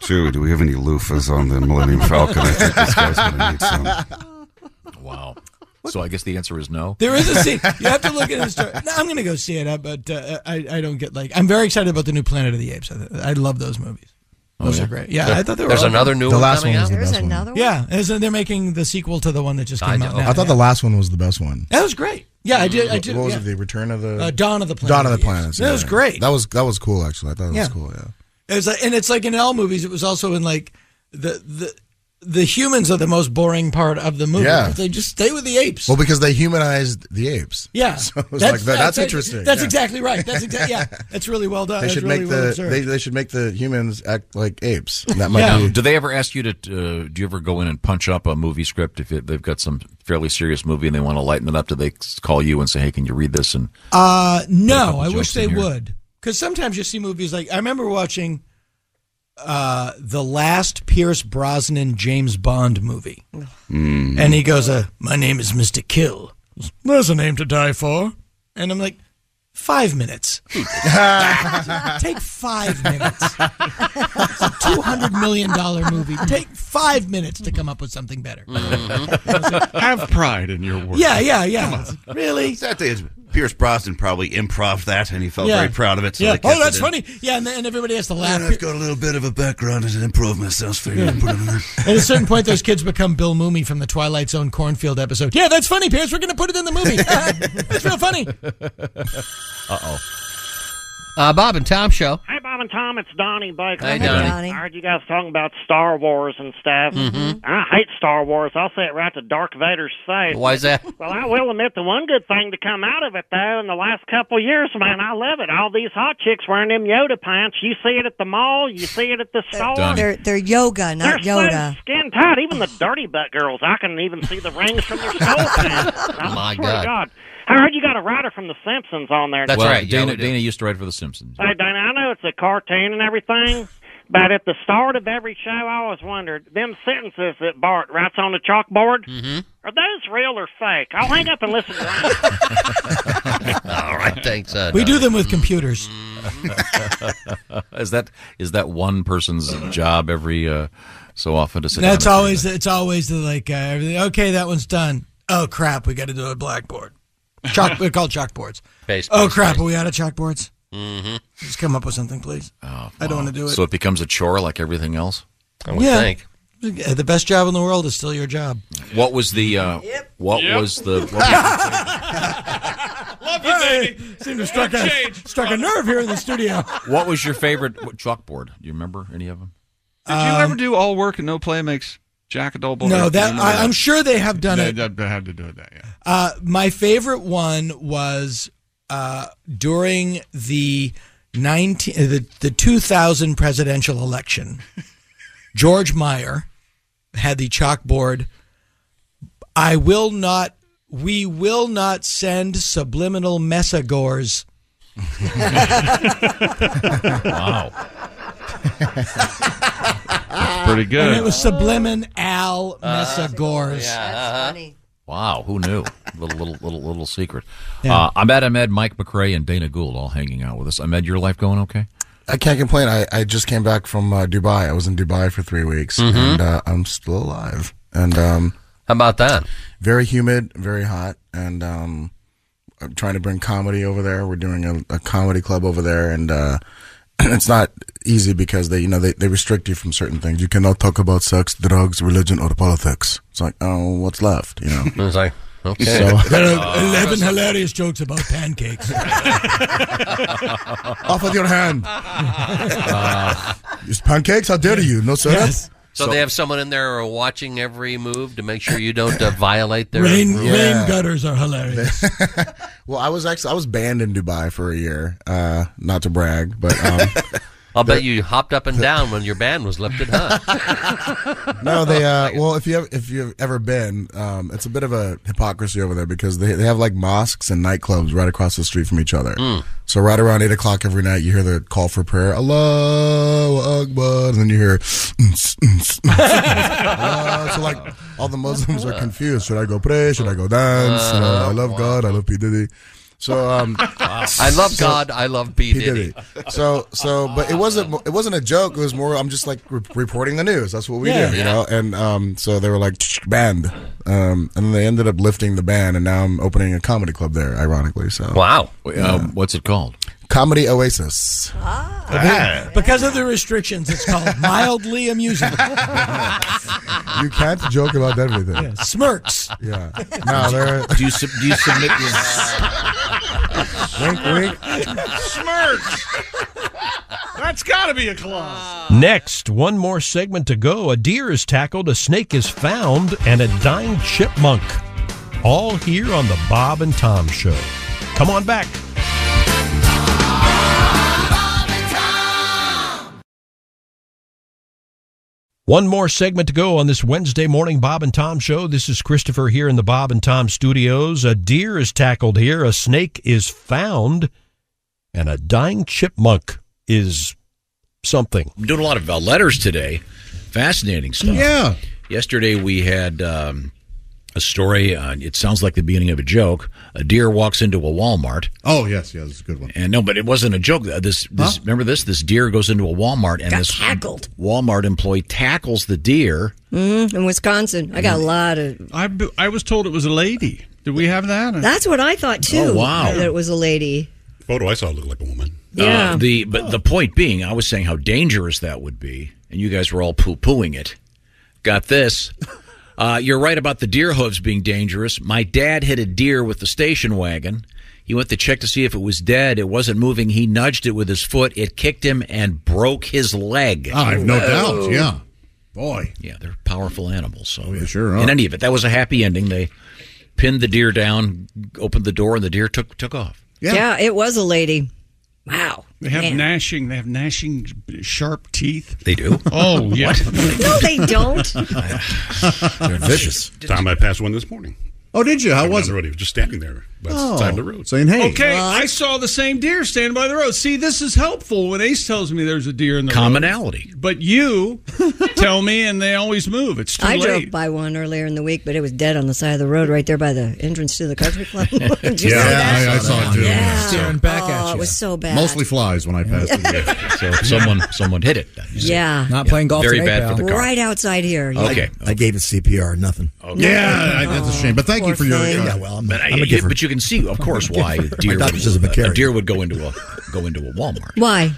Chewie, do we have any loofahs on the Millennium Falcon? I think this guy's going to need some.
Wow. So I guess the answer is no.
there is a scene. You have to look at the story. No, I'm going to go see it, uh, but uh, I, I don't get like. I'm very excited about the new Planet of the Apes. I, th- I love those movies. Those
Oh, yeah?
are great. Yeah,
There-
I thought they were
there's
all
another
good.
new The one last coming one was out? the There's best one. another
one. Yeah, and so they're making the sequel to the one that just came out. Now.
I thought the last one was the best one.
that was great. Yeah, I did. I
What-
did.
What was
yeah.
it? The Return of the
Uh, Dawn of the Planet
Dawn of
of the
the Planet.
Apes. That was great.
That was that was cool. Actually, I thought it
Yeah.
was cool. Yeah.
It was like, and it's like in all movies. It was also in like the the the humans are the most boring part of the movie.
Yeah.
They just stay with the apes.
Well, because they humanized the apes.
yeah,
So it was like that, that's interesting.
That's
Yeah.
exactly right. That's exactly yeah. That's really well done.
They
That's
should
really
make
well
the
observed.
they, they should make the humans act like apes. That might be.
Do they ever ask you to? Uh, do you ever go in and punch up a movie script if it, they've got some fairly serious movie and they want to lighten it up? Do they call you and say, "Hey, can you read this?" And
Uh, no,
couple
I
jokes
wish they
in here.
would. Because sometimes you see movies like I remember watching uh, the last Pierce Brosnan James Bond movie, and he goes, uh, "My name is Mister Kill. There's a name to die for." And I'm like, five minutes. Take five minutes. Two hundred million dollar movie. Take five minutes to come up with something better.
Mm-hmm.
Have pride in your work.
Mm-hmm. Yeah, yeah, yeah. Really?
That is, Pierce Brosnan probably improv that, and he felt
Yeah.
very proud of it. So
yeah.
they
Oh,
kept it
that's
in.
funny. Yeah, and, then- and everybody has to laugh.
I've got a little bit of a background and improve myself. Figured I'd put it in there.
At a certain point, those kids become Bill Mooney from the Twilight Zone cornfield episode. Yeah, that's funny, Pierce. We're going to put it in the movie. it's real funny.
Uh
Uh, Bob and Tom show.
Hey, Bob and Tom, it's Donnie Baker.
Hey, Hey, Donnie. Donnie.
I heard you guys talking about Star Wars and stuff.
Mhm.
I hate Star Wars. I'll say it right to Dark Vader's face.
Why is that?
Well, I will admit the one good thing to come out of it, though, in the last couple of years, man, I love it. All these hot chicks wearing them Yoda pants. You see it at the mall. You see it at the store.
They're they're yoga, not
They're
Yoda.
So skin tight. Even the dirty butt girls, I can even see the rings from their skull. pants. I
My
swear to
God.
God.
I heard you got a writer from The Simpsons on there.
That's
today.
right. Dana, Dana used to write for The Simpsons.
Hey, Dana, I know it's a cartoon and everything, but at the start of every show, I always wondered them sentences that Bart writes on the chalkboard
Mm-hmm.
are those real or fake? I'll hang up and listen. to that.
All right, thanks. Uh,
we
Don.
do them with computers.
is that is that one person's job every uh, so often to sit?
That's
down and-
always it's always the like uh, everything. Okay, that one's done. Oh crap, we got to do a blackboard. Chalk, they're called chalkboards.
Base,
oh
base,
crap,
base.
are we out of chalkboards?
Mhm.
Just come up with something, please. I don't want to do it.
So it becomes a chore like everything else.
yeah, Yeah, the best job in the world is still your job.
What was the uh, what
Yep.
was the what
Love you, baby. Seemed to struck a, struck a nerve here in the studio.
was, what was your favorite chalkboard? Do you remember any of them?
Did you ever do all work and no play makes Jack a dull boy?
Um, No, that I, I'm sure they have done
they,
it.
They, they had to do it that. Yeah.
Uh, my favorite one was uh, during the nineteen uh, the the two thousand presidential election. George Meyer had the chalkboard. I will not. We will not send subliminal messagors.
wow.
That's pretty good.
And it was sublimin al
Uh,
messagors.
yeah,
Uh-huh.
That's
funny.
Wow, who knew? little little little little secret.
Yeah.
Uh, I'm at Ahmed, Mike McRae, and Dana Gould all hanging out with us. Ahmed, your life going okay?
I can't complain. I, I just came back from uh, Dubai. I was in Dubai for three weeks,
Mhm.
and uh, I'm still alive. And um,
how about that?
Very humid, very hot, and um, I'm trying to bring comedy over there. We're doing a, a comedy club over there, and uh, it's not easy because they you know they, they restrict you from certain things. You cannot talk about sex, drugs, religion, or politics. It's like oh, what's left? You know.
It's like okay.
So,
Eleven hilarious jokes about pancakes.
off with your hand. Ah.
Uh,
It's pancakes? How dare you? No sir.
so, they have someone in there watching every move to make sure you don't uh, violate their
rain
rules.
rain gutters are hilarious.
Well, I was actually I was banned in Dubai for a year. Uh, not to brag, but um,
I'll bet you hopped up and down when your band was lifted, huh?
no, they uh, well, if you have, if you've ever been, um, it's a bit of a hypocrisy over there because they they have like mosques and nightclubs right across the street from each other.
Mm.
So right around eight o'clock every night, you hear the call for prayer, Allah Akbar, and then you hear. "Ns, ns, ns."
Oh,
Uh, so like all the Muslims are confused. Should I go pray? Should I go dance? You know, I love God. I love P Diddy. So um,
Uh, I love God. I love P. Diddy.
So so, but it wasn't it wasn't a joke. It was more I'm just like re- reporting the news. That's what we
Yeah.
do, you
Yeah.
know. And um, so they were like "Tsh, banned, um, and then they ended up lifting the ban, and now I'm opening a comedy club there. Ironically, so
wow.
Um, what's it called?
Comedy Oasis.
Because- Because of the restrictions, it's called mildly amusing.
You can't joke about everything.
Smirks.
Yeah. No, they're.
Do you, sub- do you submit your.
wink, wink.
Smirks. That's got to be a clause.
Next, one more segment to go. A deer is tackled, a snake is found, and a dying chipmunk. All here on the Bob and Tom Show. Come on back. One more segment to go on this Wednesday morning Bob and Tom show. This is Christopher here in the Bob and Tom studios. A deer is tackled here, a snake is found, and a dying chipmunk is something.
I'm doing a lot of uh, letters today. Fascinating stuff.
Yeah.
Yesterday we had um, a story. Uh, it sounds like the beginning of a joke. A deer walks into a Walmart.
Oh yes, yes, it's a good one.
And no, but it wasn't a joke. Uh, This, this remember this? This deer goes into a Walmart and
Got
this
tackled.
Walmart employee tackles the deer.
Mm, in Wisconsin, I got
Mm.
a lot of.
I, b- I was told it was a lady. Did we have that?
That's what I thought too.
Oh, wow.
that it was a lady.
Photo I saw looked like a woman.
Uh,
Yeah.
Uh, the but the point being, I was saying how dangerous that would be, and you guys were all poo pooing it. Got this. Uh, you're right about the deer hooves being dangerous. My dad hit a deer with the station wagon. He went to check to see if it was dead. It wasn't moving. He nudged it with his foot. It kicked him and broke his leg.
Ah, I have no doubt. Yeah.
Boy. Yeah, they're powerful animals. So
They sure
in
are.
any of it, that was a happy ending. They pinned the deer down, opened the door, and the deer took took off.
Yeah. it was a lady. Wow.
They have
Man.
gnashing. They have gnashing, sharp teeth.
They do.
Oh yeah.
No, they don't.
They're vicious.
Tom, I passed one this morning.
Oh, did you? How was Oh.
it? Just standing there.
That's the time to root.
Saying, hey. Okay,
uh,
I saw the same deer standing by the road. See, this is helpful when Ace tells me there's a deer in the road.
Commonality.
But you tell me, and they always move. It's too
I
late.
drove by one earlier in the week, but it was dead on the side of the road right there by the entrance to the country club. Did you see
Yeah, I-
that?
I saw it too.
Yeah.
Staring back
oh,
at
It
you.
was so bad.
Mostly flies when I passed it.
So someone someone hit it.
Yeah.
Not playing golf
Very
today,
bad
pal.
for the car.
Right outside here. yeah.
I, I gave it CPR, nothing.
Yeah, I- that's a shame. But thank you for your. uh,
thing. Yeah,
well,
I'm a-
but,
I'm a
you-
giver.
but you can see, of course, why a deer,
My
would,
doctor's a
a
Macari.
deer would go into a go into a Walmart.
Why?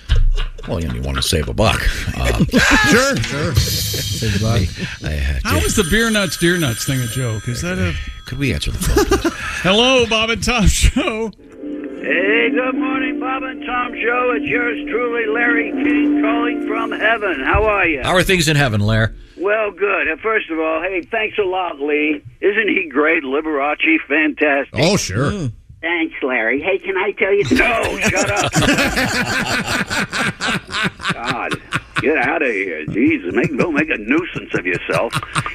Well, you, know, you want to save a buck. Uh,
Sure,
sure.
I-
How is the beer nuts, deer nuts thing a joke? Is that a.
Could we answer the phone?
Hello, Bob and Tom Show.
Hey, good morning, Bob and Tom Show. It's yours truly, Larry King, calling from heaven. How are you?
How are things in heaven, Lair?
Well, good. Uh, First of all, hey, thanks a lot, Lee. Isn't he great? Liberace, fantastic.
Oh, sure.
Hmm.
Thanks, Larry. Hey, can I tell you? No, shut up. God, get out of here, Jesus! Make don't make a nuisance of yourself.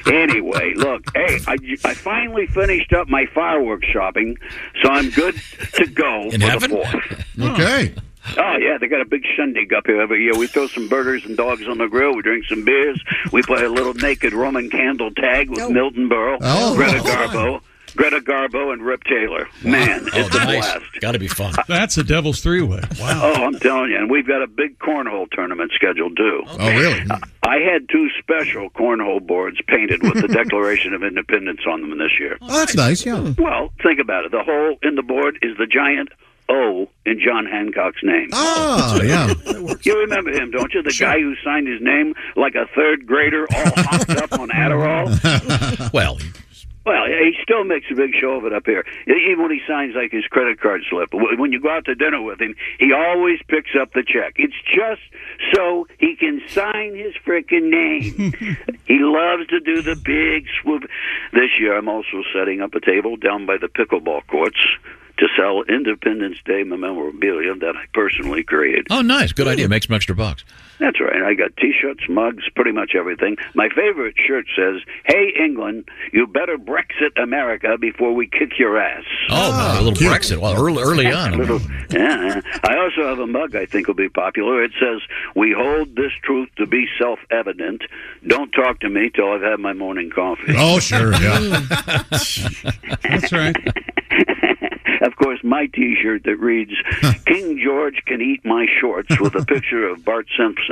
Anyway, look, hey, I, I finally finished up my fireworks shopping, so I'm good to go
In
for
heaven?
the fourth.
Okay.
Oh yeah, they got a big shindig up here every year. We throw some burgers and dogs on the grill. We drink some beers. We play a little naked Roman candle tag with Milton Berle,
Oh.
Greta Garbo, Greta Garbo, and Rip Taylor. Man,
oh,
it's a
nice.
blast.
Got to be fun.
That's a devil's three way.
Oh, I'm telling you, and we've got a big cornhole tournament scheduled too.
Oh, really?
I had two special cornhole boards painted with the Declaration of Independence on them this year.
Oh, that's nice. Yeah.
Well, think about it. The hole in the board is the giant O in John Hancock's name.
Oh, yeah.
You remember him, don't you? The guy who signed his name like a third grader, all hopped up on Adderall.
Well,
Well, yeah, he still makes a big show of it up here. E, Even when he signs like his credit card slip, Wh- when you go out to dinner with him, he always picks up the check. It's just so he can sign his frickin' name. he loves to do the big swoop. This year, I'm also setting up a table down by the pickleball courts to sell Independence Day memorabilia that I personally created.
oh, nice. Good idea. Make some extra bucks.
That's right. I got T-shirts, mugs, pretty much everything. My favorite shirt says, "Hey England, you better Brexit America before we kick your ass."
Oh,
Ah,
a little Brexit. Well, early, early on.
Little- yeah. I also have a mug I think will be popular. It says, "We hold this truth to be self-evident. Don't talk to me till I've had my morning coffee."
Oh, sure. Yeah.
That's right.
of course, my T-shirt that reads "King George can eat my shorts" with a picture of Bart Simpson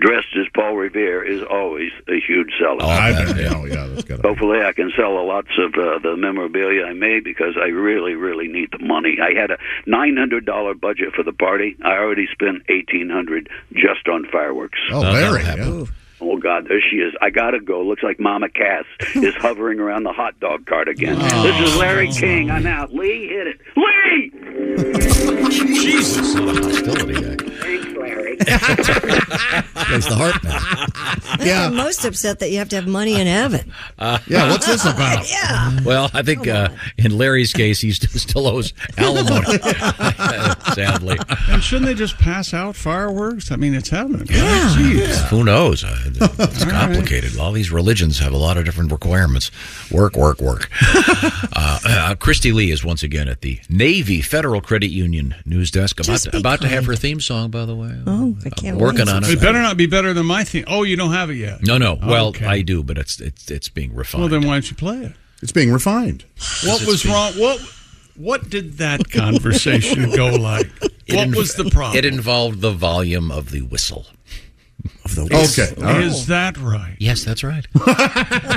dressed as Paul Revere is always a huge seller.
Oh,
Hopefully, I can sell lots of uh, the memorabilia I made because I really, really need the money. I had a nine hundred dollar budget for the party. I already spent eighteen hundred just on fireworks.
Oh, very. yeah.
Oh God, there she is! I gotta go. Looks like Mama Cass is hovering around the hot dog cart again. This is Larry King. I'm out. Lee, hit it. Lee.
Jesus, hostility.
Thanks, Larry.
There's the heart now.
I'm most upset that you have to have money in heaven.
Uh,
Yeah, what's this
about? yeah. Well, I think uh, in Larry's case, he still, still owes alimony, sadly.
And shouldn't they just pass out fireworks? I mean, it's happening. Yeah.
Who knows? Uh, It's complicated. All these religions have a lot of different requirements. Work, work, work. uh, uh, Christy Lee is once again at the Navy Federal Credit Union news desk. About,
Just
to,
be
about to have her theme song, by the way.
Oh, I can't
Working on
It
it.
better not be better than my thing. Oh, you don't have it yet.
No, no. Well,
Okay.
I do, but it's it's it's being refined.
Well, then why don't you play it?
It's being refined.
What
it's
was
been-
wrong? What What did that conversation go like? What
inv-
was the problem?
It involved the volume of the whistle. Of the
Is- Is that right?
Yes, that's right. Oh.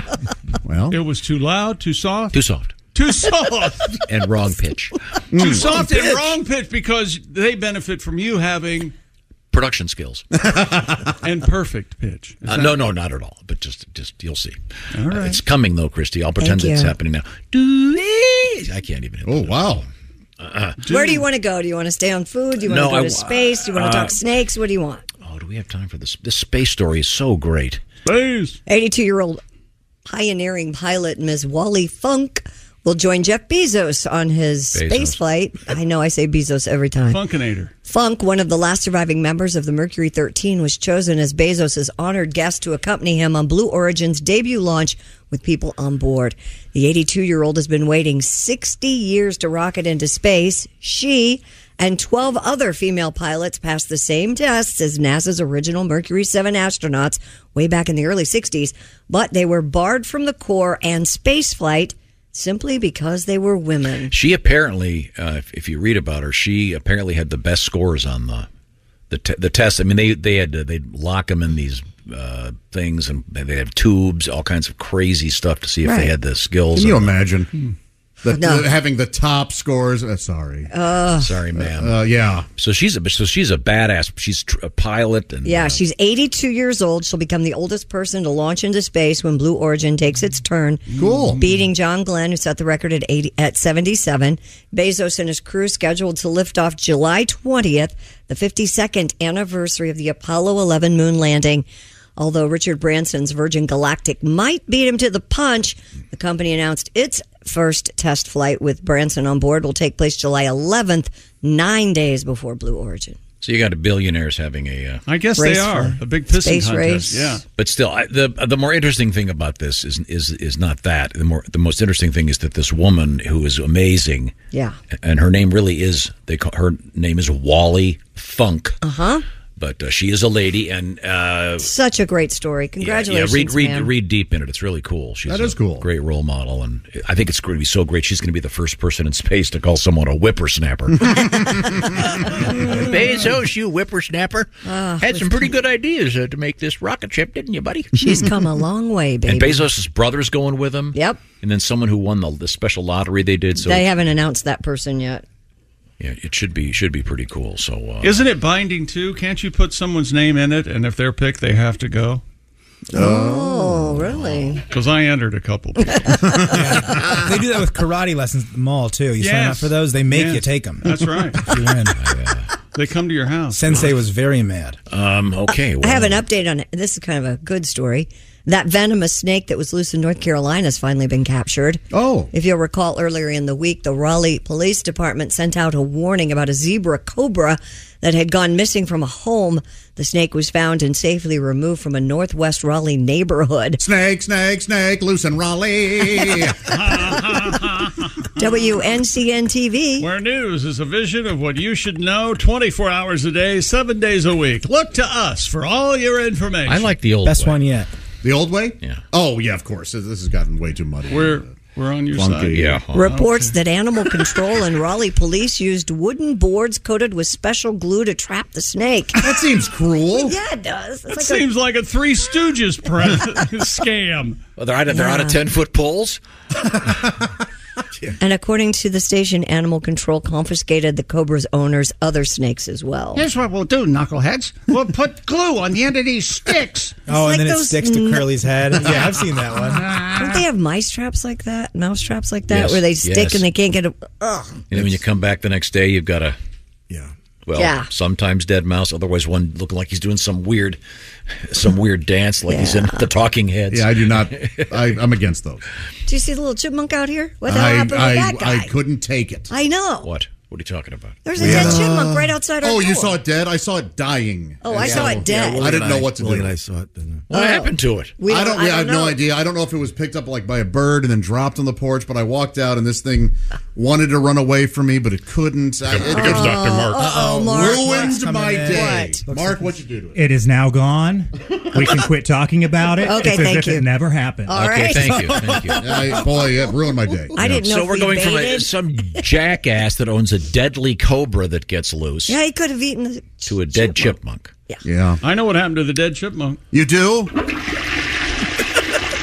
well,
it was too loud, too soft,
too soft,
too soft,
and wrong pitch.
too soft, and wrong pitch because they benefit from you having
Production skills.
and perfect pitch. Is
Uh,
that-
no, no, not at all. But just, just you'll see.
All
Uh,
right.
it's coming though, Christy. I'll pretend
Thank
it's
you.
happening now. Do it. I can't even. Oh
wow.
Uh,
Where do you want to go? Do you want to stay on food? Do you want
No,
to go
I
to
w-
space? Do you want to
uh,
talk snakes? What do you want?
Oh, do we have time for this? This space story is so great.
Space.
82 year old pioneering pilot Ms. Wally Funk We'll join Jeff Bezos on his
Bezos.
space flight. I know I say Bezos every time.
Funkinator.
Funk, one of the last surviving members of the Mercury 13, was chosen as Bezos' honored guest to accompany him on Blue Origin's debut launch with people on board. The 82 year old has been waiting 60 years to rocket into space. She and 12 other female pilots passed the same tests as NASA's original Mercury 7 astronauts way back in the early 60s, but they were barred from the core and spaceflight simply because they were women.
She apparently, uh, if, if you read about her, she apparently had the best scores on the the t- the tests. I mean, they they had to, they'd lock them in these uh, things, and they have tubes, all kinds of crazy stuff to see if they
Right.
had the skills.
Can you
and the-
imagine the,
No.
the- having the top scores? Uh, sorry,
Ugh.
Sorry, ma'am.
Uh, yeah.
So she's a so she's a badass. She's tr- a pilot, and
Yeah, she's 82 years old. She'll become the oldest person to launch into space when Blue Origin takes its turn.
Cool.
Beating John Glenn, who set the record at 80, at 77. Bezos and his crew scheduled to lift off July 20th, the 52nd anniversary of the Apollo 11 moon landing. Although Richard Branson's Virgin Galactic might beat him to the punch, the company announced its first test flight with Branson on board will take place July 11th, nine days before Blue Origin.
so you got billionaires having a. Uh,
I guess
Race
they are.
for-
A big pissing
space
contest.
race.
Yeah.
But still, I, the the more interesting thing about this is is is not that. The more the most interesting thing is that this woman who is amazing,
Yeah.
and her name really is they call her name is Wally Funk,
Uh huh.
but uh, she is a lady and uh,
Such a great story.
yeah,
Congratulations,
yeah, read read
ma'am.
read deep in it. It's really cool. She's
That
a
is cool.
Great role model, and I think it's going to be so great. She's going to be the first person in space to call someone a whippersnapper.
Bezos, you whippersnapper,
Uh,
had some pretty good ideas uh, to make this rocket ship, didn't you, buddy?
She's come a long way, baby.
And Bezos' brother's going with him.
Yep.
And then someone who won the, the special lottery they did. So
they haven't announced that person yet.
yeah, it should be should be pretty cool. So uh,
Isn't it binding too? Can't you put someone's name in it, and if they're picked, they have to go?
Oh, really?
Because I entered a couple. people.
they do that with karate lessons at the mall too. You sign up
Yes.
for those, they make
Yes.
you take them.
That's right.
you win.
They come to your house.
Sensei was very mad.
Um. Okay.
I have an update on it. This is kind of a good story. That venomous snake that was loose in North Carolina has finally been captured.
Oh.
If you'll recall earlier in the week, the Raleigh Police Department sent out a warning about a zebra cobra that had gone missing from a home. The snake was found and safely removed from a northwest Raleigh neighborhood.
Snake, snake, snake, loose and Raleigh.
WNCN TV.
Where news is a vision of what you should know 24 hours a day, seven days a week. Look to us for all your information.
best one yet.
The old way?
Yeah.
Oh yeah, of course. This this has gotten way too muddy.
We're we're on your
Funky.
side.
Yeah.
Reports that animal control and Raleigh police used wooden boards coated with special glue to trap the snake.
That seems cruel.
yeah, it does.
That
It's like a-
seems like a Three Stooges pre- scam.
Well, they're out of, they're out of
Yeah.
ten foot poles.
and according to the station, animal control confiscated the cobra's owner's other snakes as well.
Here's what we'll do, knuckleheads. We'll put glue on the end of these sticks.
Oh, and then it sticks to Curly's head. Yeah, I've seen that one.
Don't they have mice traps like that? Mouse traps like that,
Yes,
where they stick
yes.
and they can't get a. Ugh.
And then when you come back the next day, you've got a yeah. Well,
Yeah.
sometimes dead mouse. Otherwise, one looking like he's doing some weird, some weird dance, like he's in the Talking Heads.
Yeah, I do not. I, I'm against those.
Do you see the little chipmunk out here? What the hell
I,
happened to
I,
that guy?
I couldn't take it.
I know.
What? What are you talking about?
There's a dead chipmunk right outside our
Oh,
door.
you saw it dead? I saw it dying.
Oh, I saw it dead.
I didn't know what to do.
I saw it.
What happened to it?
We
I
don't- I
don't. Yeah, I,
don't
have no
know.
idea. I don't know if it was picked up like by a bird and then dropped on the porch. But I walked out, and this thing wanted to run away from me, but it couldn't. I, it,
comes Dr. Mark.
Uh-oh,
Mark.
Uh, ruined
Mark's coming
my
in.
day.
What?
Mark, what you do to it?
It is now gone. We can quit talking about it.
Okay,
it's as
thank
if
you.
it never happened.
All Okay, right. thank you, thank you. I- boy, it ruined my day.
I didn't know
So
if
we're
we
going
baited.
from a, some jackass that owns a deadly cobra that gets loose
Yeah, he could have eaten the.
to a dead chipmunk.
Yeah.
I know what happened to the dead chipmunk.
You do?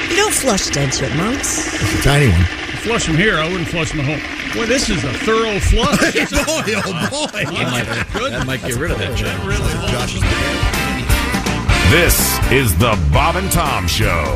You don't flush dead chipmunks.
It's
a tiny one.
Flush them here. I wouldn't flush them at home. Boy, this is a thorough flush.
Boy,
oh boy.
That might get rid of that chipmunk.
This is the Bob and Tom Show.